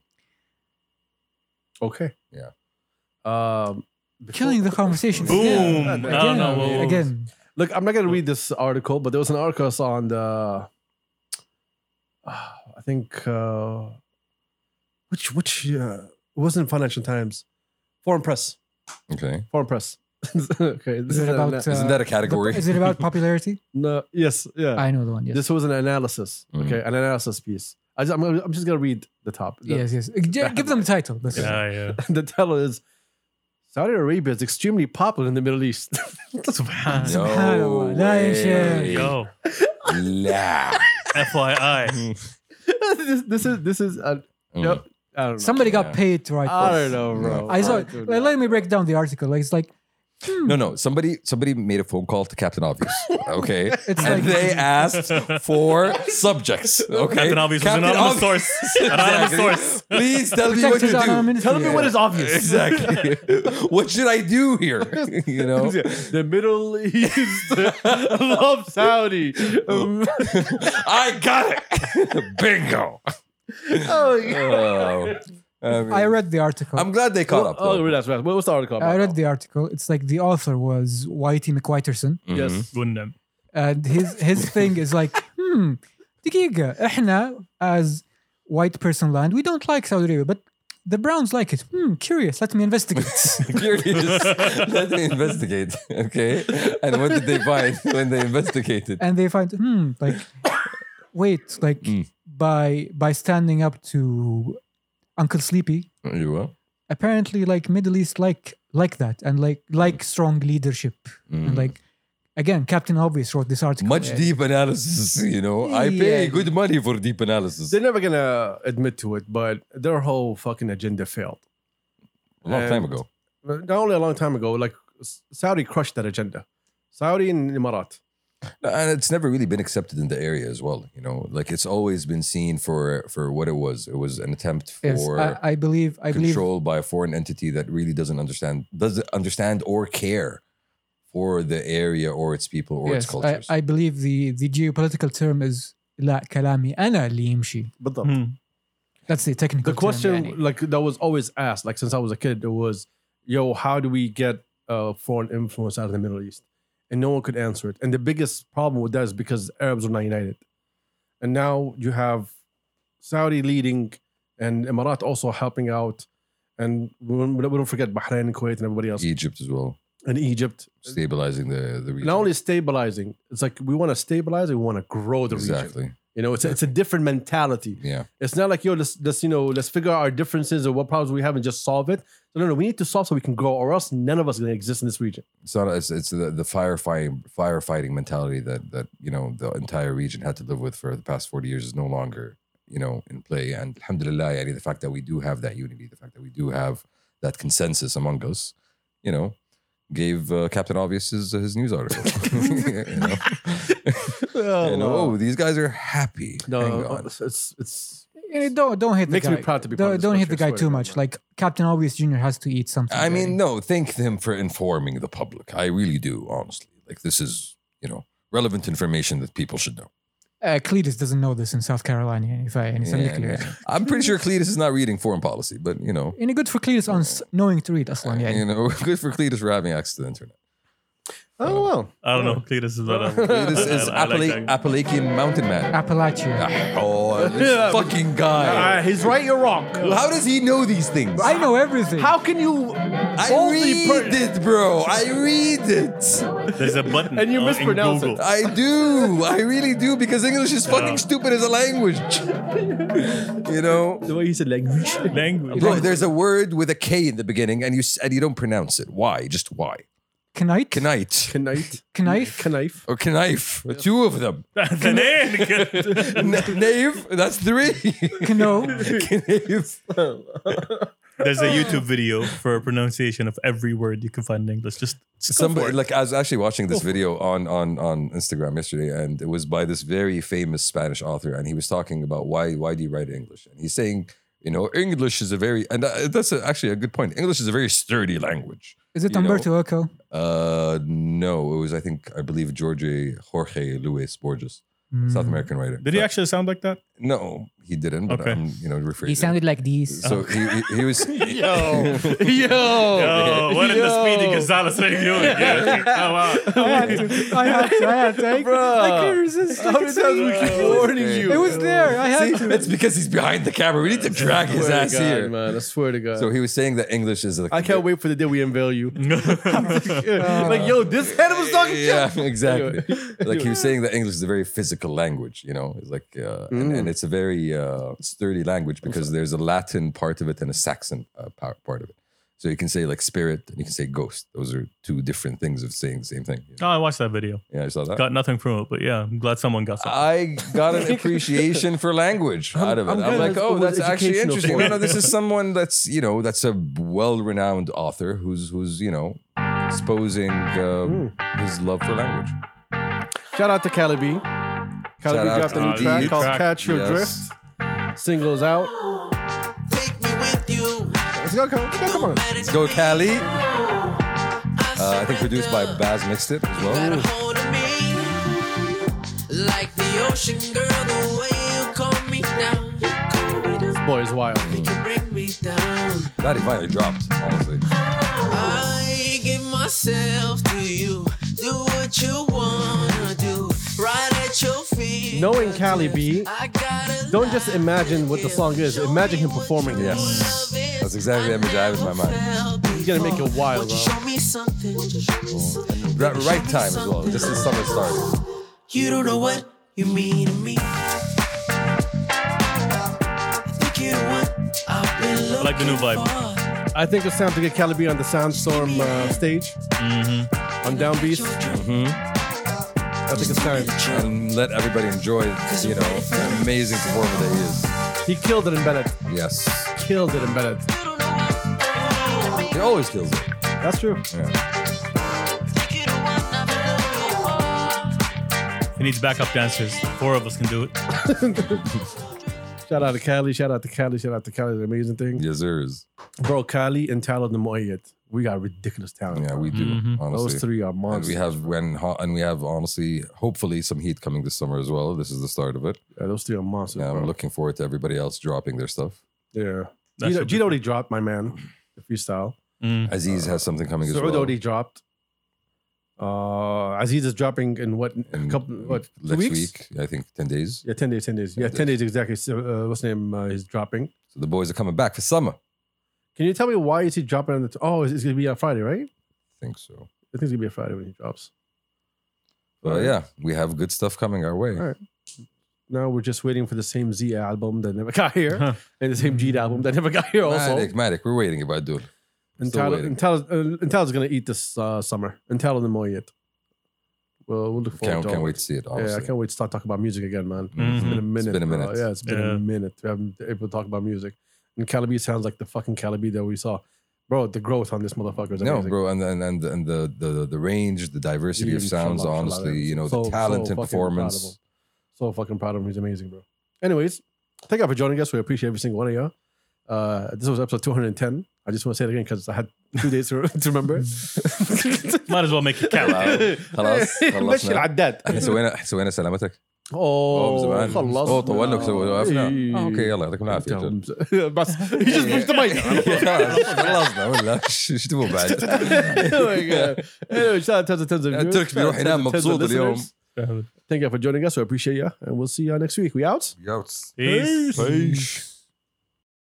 [SPEAKER 3] Okay.
[SPEAKER 1] Yeah.
[SPEAKER 3] Um, before-
[SPEAKER 4] Killing the conversation.
[SPEAKER 2] Boom.
[SPEAKER 4] Again.
[SPEAKER 2] I don't know.
[SPEAKER 4] Again.
[SPEAKER 2] what-
[SPEAKER 4] Again.
[SPEAKER 3] Look, I'm not gonna read this article, but there was an article I saw on the. uh, I think uh, which which uh, it wasn't Financial Times, Foreign Press,
[SPEAKER 1] Okay.
[SPEAKER 3] Foreign Press. okay. This
[SPEAKER 4] Is it
[SPEAKER 3] an
[SPEAKER 4] about,
[SPEAKER 3] ana-
[SPEAKER 4] uh,
[SPEAKER 1] Isn't that a
[SPEAKER 4] The-
[SPEAKER 1] category?
[SPEAKER 4] is it about popularity?
[SPEAKER 3] no, yes, yeah.
[SPEAKER 4] I know the one. Yes.
[SPEAKER 3] This was an analysis.
[SPEAKER 1] Mhm.
[SPEAKER 3] Okay, an analysis piece. I just, I'm, gonna, I'm just gonna read the top. The,
[SPEAKER 4] yes. Yes. Gi- Give them the title. That's it.
[SPEAKER 2] Yeah, yeah.
[SPEAKER 3] the title is Saudi Arabia is extremely popular in the Middle East.
[SPEAKER 2] Subhan.
[SPEAKER 1] No
[SPEAKER 4] Subhanallah. La yasha'u.
[SPEAKER 1] way.
[SPEAKER 2] Yo,
[SPEAKER 1] La.
[SPEAKER 2] FYI.
[SPEAKER 3] this, this is this is uh,
[SPEAKER 1] Mm.
[SPEAKER 3] I don't know.
[SPEAKER 4] Somebody got
[SPEAKER 1] Yeah.
[SPEAKER 4] paid to write
[SPEAKER 3] I
[SPEAKER 4] this.
[SPEAKER 3] don't know, bro.
[SPEAKER 4] I saw.
[SPEAKER 3] do
[SPEAKER 4] Let,
[SPEAKER 3] not.
[SPEAKER 4] let me break down the article. Like it's like
[SPEAKER 1] No, no. Somebody, somebody made a phone call to Captain Obvious. Okay,
[SPEAKER 4] It's
[SPEAKER 1] and
[SPEAKER 4] like-
[SPEAKER 1] they asked for subjects. Okay,
[SPEAKER 2] Captain Obvious was an anonymous source. Anonymous
[SPEAKER 1] Exactly.
[SPEAKER 2] source.
[SPEAKER 1] Please tell me what
[SPEAKER 4] protected
[SPEAKER 1] to
[SPEAKER 4] on our
[SPEAKER 1] do.
[SPEAKER 4] ministry.
[SPEAKER 3] Tell me what is obvious.
[SPEAKER 1] Exactly. what should I do here? you know,
[SPEAKER 3] the Middle East love Saudi. Um,
[SPEAKER 1] I got it. Bingo.
[SPEAKER 3] oh, yeah.
[SPEAKER 1] Oh, I,
[SPEAKER 4] I
[SPEAKER 1] read.
[SPEAKER 4] read the article.
[SPEAKER 1] I'm glad they caught up.
[SPEAKER 3] oh,
[SPEAKER 1] though.
[SPEAKER 3] that's right. What was the article about? Oh,
[SPEAKER 4] I read the article. It's like the author was Whitey McWhiterson,
[SPEAKER 1] Mhm.
[SPEAKER 3] Yes.
[SPEAKER 2] Gundam.
[SPEAKER 4] and his his thing is like, hmm, دقيقة, احنا as white person land, we don't like Saudi Arabia, but the Browns like it. Hmm, curious. Let me investigate.
[SPEAKER 1] Curious. Let me investigate. Okay. And what did they find when they investigated?
[SPEAKER 4] and they find hmm like wait like
[SPEAKER 1] Mm.
[SPEAKER 4] by by standing up to uncle sleepy
[SPEAKER 1] Oh, You will.
[SPEAKER 4] apparently like middle east like like that and like like strong leadership and like again captain obvious wrote this article
[SPEAKER 1] Mm. Hmm. Much
[SPEAKER 4] Yeah.
[SPEAKER 1] deep analysis, you know. I pay
[SPEAKER 4] Yeah.
[SPEAKER 1] good money for deep analysis.
[SPEAKER 3] They're never gonna admit to it, but their whole fucking agenda failed.
[SPEAKER 1] A long time ago.
[SPEAKER 3] But Not only a long time ago, like S- Saudi crushed that agenda. Saudi and Emirat.
[SPEAKER 1] And it's never really been accepted in the area as well, you know. Like it's always been seen for for what it was. It was an attempt
[SPEAKER 4] Yes,
[SPEAKER 1] for
[SPEAKER 4] I, I believe i believe
[SPEAKER 1] control by a foreign entity that really doesn't understand doesn't understand or care for the area or its people or its
[SPEAKER 4] yes, I,
[SPEAKER 1] cultures.
[SPEAKER 4] I believe the the geopolitical term is لا كلامي أنا اللي يمشي
[SPEAKER 3] But the,
[SPEAKER 2] Hmm.
[SPEAKER 4] that's the technical
[SPEAKER 3] the question,
[SPEAKER 4] term, يعني.
[SPEAKER 3] like that was always asked, like since I was a kid, it was, "Yo, how do we get uh, foreign influence out of the Middle East?" And no one could answer it. And the biggest problem with that is because Arabs were not united, and now you have Saudi leading and Emirat also helping out, and we don't, we don't forget Bahrain and Kuwait and everybody else,
[SPEAKER 1] Egypt as well,
[SPEAKER 3] and Egypt.
[SPEAKER 1] stabilizing the the region.
[SPEAKER 3] Not only stabilizing, it's like we want to stabilize, and we want to grow the region.
[SPEAKER 1] exactly.
[SPEAKER 3] You know, it's a, it's a different mentality.
[SPEAKER 1] Yeah.
[SPEAKER 3] It's not like yo, let's let's you know, let's figure out our differences or what problems we have and just solve it. No, no, no. We need to solve so we can grow, or else none of us are gonna exist in this region.
[SPEAKER 1] It's not. It's, it's the, the firefighting firefighting mentality that that you know the entire region had to live with for the past forty years is no longer you know in play. And alhamdulillah, yani, the fact that we do have that unity, the fact that we do have that consensus among us, you know, gave uh, Captain Obvious his, his news article. you know,
[SPEAKER 3] Oh,
[SPEAKER 1] You know, oh, these guys are happy.
[SPEAKER 2] oh,
[SPEAKER 1] Hang
[SPEAKER 3] no, uh,
[SPEAKER 1] on.
[SPEAKER 3] it's it's, it's
[SPEAKER 4] You know, don't don't hit
[SPEAKER 3] Makes
[SPEAKER 4] the
[SPEAKER 3] me
[SPEAKER 4] guy.
[SPEAKER 3] proud to be part
[SPEAKER 4] don't,
[SPEAKER 3] of this
[SPEAKER 4] don't hit
[SPEAKER 3] country, I
[SPEAKER 4] the guy
[SPEAKER 3] swear
[SPEAKER 4] too
[SPEAKER 3] to
[SPEAKER 4] much
[SPEAKER 3] God.
[SPEAKER 4] like Captain Obvious Jr has to eat something
[SPEAKER 1] I
[SPEAKER 4] يعني.
[SPEAKER 1] mean, no, thank them for informing the public. I really do, honestly. Like this is you know relevant information that people should know.
[SPEAKER 4] Uh, Cletus doesn't know this in South Carolina. يعني ف يعني
[SPEAKER 1] Yeah,
[SPEAKER 4] خليك clear.
[SPEAKER 1] yeah. I'm pretty sure Cletus is not reading foreign policy, but you know,
[SPEAKER 4] يعني good for Cletus on s- knowing to read أصلا
[SPEAKER 1] Uh, you
[SPEAKER 4] يعني.
[SPEAKER 1] know, good for Cletus for having access to the internet.
[SPEAKER 3] oh well.
[SPEAKER 2] I don't know. Cletus is better.
[SPEAKER 1] Cletus is
[SPEAKER 2] I- I like
[SPEAKER 1] Appala-
[SPEAKER 2] that.
[SPEAKER 1] Appalachian mountain man.
[SPEAKER 4] Appalachia.
[SPEAKER 1] Oh, this fucking guy.
[SPEAKER 3] Uh, he's right, you're wrong.
[SPEAKER 1] How does he know these things?
[SPEAKER 4] I know everything.
[SPEAKER 3] How can you
[SPEAKER 1] I
[SPEAKER 3] boldly
[SPEAKER 1] read
[SPEAKER 3] per-
[SPEAKER 1] it, bro. I read it.
[SPEAKER 2] There's a button.
[SPEAKER 3] And you
[SPEAKER 2] uh, in
[SPEAKER 3] mispronounced
[SPEAKER 2] Google.
[SPEAKER 1] I do. I really do because English is fucking
[SPEAKER 2] Yeah.
[SPEAKER 1] stupid as a language. you know?
[SPEAKER 3] the way he said language?
[SPEAKER 2] Language.
[SPEAKER 1] Bro, there's a word with a K in the beginning and you s- and you don't pronounce it. Why? Just why?
[SPEAKER 4] Knight?
[SPEAKER 1] Knight.
[SPEAKER 3] Knife,
[SPEAKER 4] Knife?
[SPEAKER 3] knife.
[SPEAKER 1] Or knife. Two of them.
[SPEAKER 2] The name.
[SPEAKER 1] N- Knave, that's three.
[SPEAKER 4] Kno?
[SPEAKER 1] Knave.
[SPEAKER 2] There's a YouTube video for pronunciation of every word you can find in English. Just, just go for
[SPEAKER 1] Somebody
[SPEAKER 2] it.
[SPEAKER 1] like I was actually watching this
[SPEAKER 2] Go for it.
[SPEAKER 1] video on on on Instagram yesterday, and it was by this very famous Spanish author, and he was talking about why why do you write English, and he's saying. You know, English is a very, and uh, that's a, actually a good point. English is a very sturdy language.
[SPEAKER 4] Is it
[SPEAKER 1] You know.
[SPEAKER 4] Umberto Eco?
[SPEAKER 1] Uh, no, it was, I think, I believe, Jorge Jorge Luis Borges, South American writer.
[SPEAKER 2] Did Mm. he actually sound like that?
[SPEAKER 1] No, he didn't. But
[SPEAKER 2] Okay.
[SPEAKER 1] I'm, you know, rephrasing.
[SPEAKER 4] He sounded like these.
[SPEAKER 1] so he, he, he was.
[SPEAKER 3] Yo, yo,
[SPEAKER 2] Yo, Oh, what did the Speedy
[SPEAKER 3] Yo.
[SPEAKER 2] Gonzalez thing doing? Yeah. Oh, wow.
[SPEAKER 4] I had to. I had to. I had to. I,
[SPEAKER 3] Bruh.
[SPEAKER 4] I couldn't resist. I
[SPEAKER 3] How
[SPEAKER 4] could
[SPEAKER 3] many times we
[SPEAKER 4] say
[SPEAKER 3] keep
[SPEAKER 4] it.
[SPEAKER 3] warning
[SPEAKER 1] Hey.
[SPEAKER 3] you? Oh
[SPEAKER 4] It was there. I
[SPEAKER 1] See,
[SPEAKER 4] had to.
[SPEAKER 1] it's because he's behind the camera. We need to drag his
[SPEAKER 3] Swear
[SPEAKER 1] ass
[SPEAKER 3] to Oh God,
[SPEAKER 1] here.
[SPEAKER 3] man. I swear to God.
[SPEAKER 1] So he was saying that English is like.
[SPEAKER 3] I can't wait for the day we unveil you.
[SPEAKER 4] Uh,
[SPEAKER 3] like, yo, this head was talking shit.
[SPEAKER 1] Yeah, exactly.
[SPEAKER 3] Anyway.
[SPEAKER 1] like he was saying that English is a very physical language, you know, it's like, uh, and,
[SPEAKER 3] Mm.
[SPEAKER 1] and it's a very uh, sturdy language because there's a Latin part of it and a Saxon uh, par- part of it. So you can say like spirit and you can say ghost. Those are two different things of saying the same thing. you know?
[SPEAKER 2] Oh, I watched that video.
[SPEAKER 1] Yeah, I saw that.
[SPEAKER 2] Got nothing from it, but yeah, I'm glad someone got
[SPEAKER 1] I
[SPEAKER 2] something.
[SPEAKER 1] got an appreciation for language out of it.
[SPEAKER 3] I'm
[SPEAKER 1] I'm,
[SPEAKER 3] glad
[SPEAKER 1] like,
[SPEAKER 3] it's-
[SPEAKER 1] oh,
[SPEAKER 3] it was
[SPEAKER 1] that's actually
[SPEAKER 3] educational
[SPEAKER 1] interesting.
[SPEAKER 3] for
[SPEAKER 1] No,
[SPEAKER 3] you.
[SPEAKER 1] no, this is someone that's you know that's a well-renowned author who's who's you know exposing um, his love for language.
[SPEAKER 3] Shout out to Cali B. Cali
[SPEAKER 1] Shout
[SPEAKER 3] B
[SPEAKER 1] out
[SPEAKER 3] dropped a
[SPEAKER 1] to
[SPEAKER 3] new
[SPEAKER 2] the
[SPEAKER 3] track
[SPEAKER 2] new
[SPEAKER 3] called
[SPEAKER 2] track.
[SPEAKER 3] Catch Your
[SPEAKER 1] Yes.
[SPEAKER 3] Drift. Singles out.
[SPEAKER 6] Take me with you.
[SPEAKER 3] Let's go, come, let's go, come on.
[SPEAKER 1] Let's go, Cali. Uh, I think produced by Baz mixed it as
[SPEAKER 6] Got a
[SPEAKER 1] well.
[SPEAKER 6] hold of me. Like the ocean girl, the way you call me down. Call me down.
[SPEAKER 3] This boy is wild.
[SPEAKER 6] You bring me down.
[SPEAKER 1] That he finally dropped, honestly.
[SPEAKER 6] I give myself to you. Do what you wanna do. Right at your feet.
[SPEAKER 3] Knowing Cali B,
[SPEAKER 6] I gotta
[SPEAKER 3] don't just imagine what the song is, imagine him performing it.
[SPEAKER 1] Yes, that's exactly the image I have in my mind.
[SPEAKER 6] He's
[SPEAKER 3] gonna make it wild, bro.
[SPEAKER 6] Show me something.
[SPEAKER 1] Right, right time as well. This is summer started.
[SPEAKER 6] You don't know what you mean to me. I think you're what I've been looking
[SPEAKER 2] like the new vibe.
[SPEAKER 6] for.
[SPEAKER 3] I think it's time to get Cali B on the Soundstorm uh, stage
[SPEAKER 1] Mm-hmm.
[SPEAKER 3] on Downbeats. I think it's time.
[SPEAKER 1] And let everybody enjoy, you know, the amazing performer that
[SPEAKER 3] He killed it in Bennett.
[SPEAKER 1] he is. Yes,
[SPEAKER 3] Killed it in Bennett.
[SPEAKER 6] You don't know what you mean to
[SPEAKER 1] he
[SPEAKER 6] me.
[SPEAKER 1] always kills it.
[SPEAKER 3] That's true.
[SPEAKER 1] Yeah.
[SPEAKER 6] Think you're the one I've been looking for.
[SPEAKER 2] He needs backup dancers. Four of us can do it.
[SPEAKER 3] Shout out to Cali. Shout out to Cali. Shout out to Cali. The amazing thing.
[SPEAKER 1] Yes, there is.
[SPEAKER 3] Bro, Cali and Tyler the Moyet. We got ridiculous talent.
[SPEAKER 1] Yeah,
[SPEAKER 3] bro.
[SPEAKER 1] we do.
[SPEAKER 3] Mm-hmm.
[SPEAKER 1] Honestly,
[SPEAKER 3] Those three are
[SPEAKER 1] And
[SPEAKER 3] monsters.
[SPEAKER 1] we have when ho- and we have honestly, hopefully, some heat coming this summer as well. This is the start of it.
[SPEAKER 3] Yeah, those three are monsters.
[SPEAKER 1] Yeah,
[SPEAKER 3] bro.
[SPEAKER 1] I'm looking forward to everybody else dropping their stuff.
[SPEAKER 3] yeah.
[SPEAKER 2] That
[SPEAKER 3] Gino,
[SPEAKER 2] should be
[SPEAKER 3] Gino already dropped, my man. The freestyle.
[SPEAKER 2] Mm.
[SPEAKER 1] Aziz has something coming as
[SPEAKER 3] Saud
[SPEAKER 1] well.
[SPEAKER 3] already dropped. Uh, Aziz is dropping in what a
[SPEAKER 1] in
[SPEAKER 3] couple what two
[SPEAKER 1] next
[SPEAKER 3] weeks?
[SPEAKER 1] week? I think ten days.
[SPEAKER 3] Yeah, ten days. Ten days. Yeah,
[SPEAKER 1] 10
[SPEAKER 3] ten days exactly. So, uh, what's his name uh, is dropping.
[SPEAKER 1] So the boys are coming back for summer. I
[SPEAKER 3] Can you tell me why is he dropping on the? T- oh, it's, it's gonna be on Friday, right? I
[SPEAKER 1] think so.
[SPEAKER 3] think it's gonna be a Friday when he drops.
[SPEAKER 1] But
[SPEAKER 3] Alright.
[SPEAKER 1] yeah, we have good stuff coming our way.
[SPEAKER 3] Alright. Now we're just waiting for the same Z album that never got here,
[SPEAKER 2] Huh.
[SPEAKER 3] and the same
[SPEAKER 2] Mm-hmm.
[SPEAKER 3] G album that never got here also.
[SPEAKER 1] Matic, Matic, we're waiting about doing.
[SPEAKER 3] And
[SPEAKER 1] Still
[SPEAKER 3] Tyler,
[SPEAKER 1] waiting.
[SPEAKER 3] and Tyler's, uh, and Tyler's gonna eat this uh, summer. And Tyler the more yet. Well, we'll look forward
[SPEAKER 1] Can't,
[SPEAKER 3] to
[SPEAKER 1] can't
[SPEAKER 3] all
[SPEAKER 1] wait
[SPEAKER 3] of
[SPEAKER 1] to
[SPEAKER 3] it.
[SPEAKER 1] see it.
[SPEAKER 3] Yeah, I
[SPEAKER 1] Honestly.
[SPEAKER 3] can't wait to start talking about music again,
[SPEAKER 2] Mhm.
[SPEAKER 3] man. It's
[SPEAKER 1] Mm-hmm.
[SPEAKER 3] been a minute.
[SPEAKER 1] It's been a
[SPEAKER 3] bro.
[SPEAKER 1] minute.
[SPEAKER 3] Yeah, it's been
[SPEAKER 2] Yeah.
[SPEAKER 3] a minute. We haven't been able to talk about music. And Calibi sounds like the fucking Calibi that we saw. Bro, the growth on this motherfucker is
[SPEAKER 1] No,
[SPEAKER 3] amazing.
[SPEAKER 1] bro, and and and, and the, the the range, the diversity of
[SPEAKER 3] Even
[SPEAKER 1] sounds.
[SPEAKER 3] Shalala, Shalala,
[SPEAKER 1] honestly, you know,
[SPEAKER 3] so-
[SPEAKER 1] the
[SPEAKER 3] so
[SPEAKER 1] talent
[SPEAKER 3] fucking
[SPEAKER 1] and
[SPEAKER 3] proud of him.
[SPEAKER 1] performance.
[SPEAKER 3] So fucking proud of him. He's amazing, bro. Anyways, thank you for joining us. We appreciate every single one of you. Uh, this was episode 210. I just want to say it again because I had two days to, to remember.
[SPEAKER 2] Might as well make it count.
[SPEAKER 1] خلاص،
[SPEAKER 3] مشي
[SPEAKER 1] خلصنا.
[SPEAKER 3] العداد.
[SPEAKER 1] سوينا سوينا سلامتك.
[SPEAKER 3] اوه
[SPEAKER 1] أوه، زمان.
[SPEAKER 3] خلصنا
[SPEAKER 1] أوه، طولنا كسو- وقفنا.
[SPEAKER 3] إيه.
[SPEAKER 1] آه، أوكي، يلا، يعطيكم العافية.
[SPEAKER 3] تمام. بس he just pushed the mic.
[SPEAKER 1] خلصنا ولا شو شو تبغوا بعد؟
[SPEAKER 3] Oh my God. Anyway, shout out to tons of viewers.
[SPEAKER 1] الترك بيروح ينام
[SPEAKER 3] Tons of
[SPEAKER 1] مبسوط اليوم.
[SPEAKER 3] listeners. Thank you for joining us. We appreciate you. And we'll see you next week. We out.
[SPEAKER 1] يوتس.
[SPEAKER 2] Peace.
[SPEAKER 1] Peace.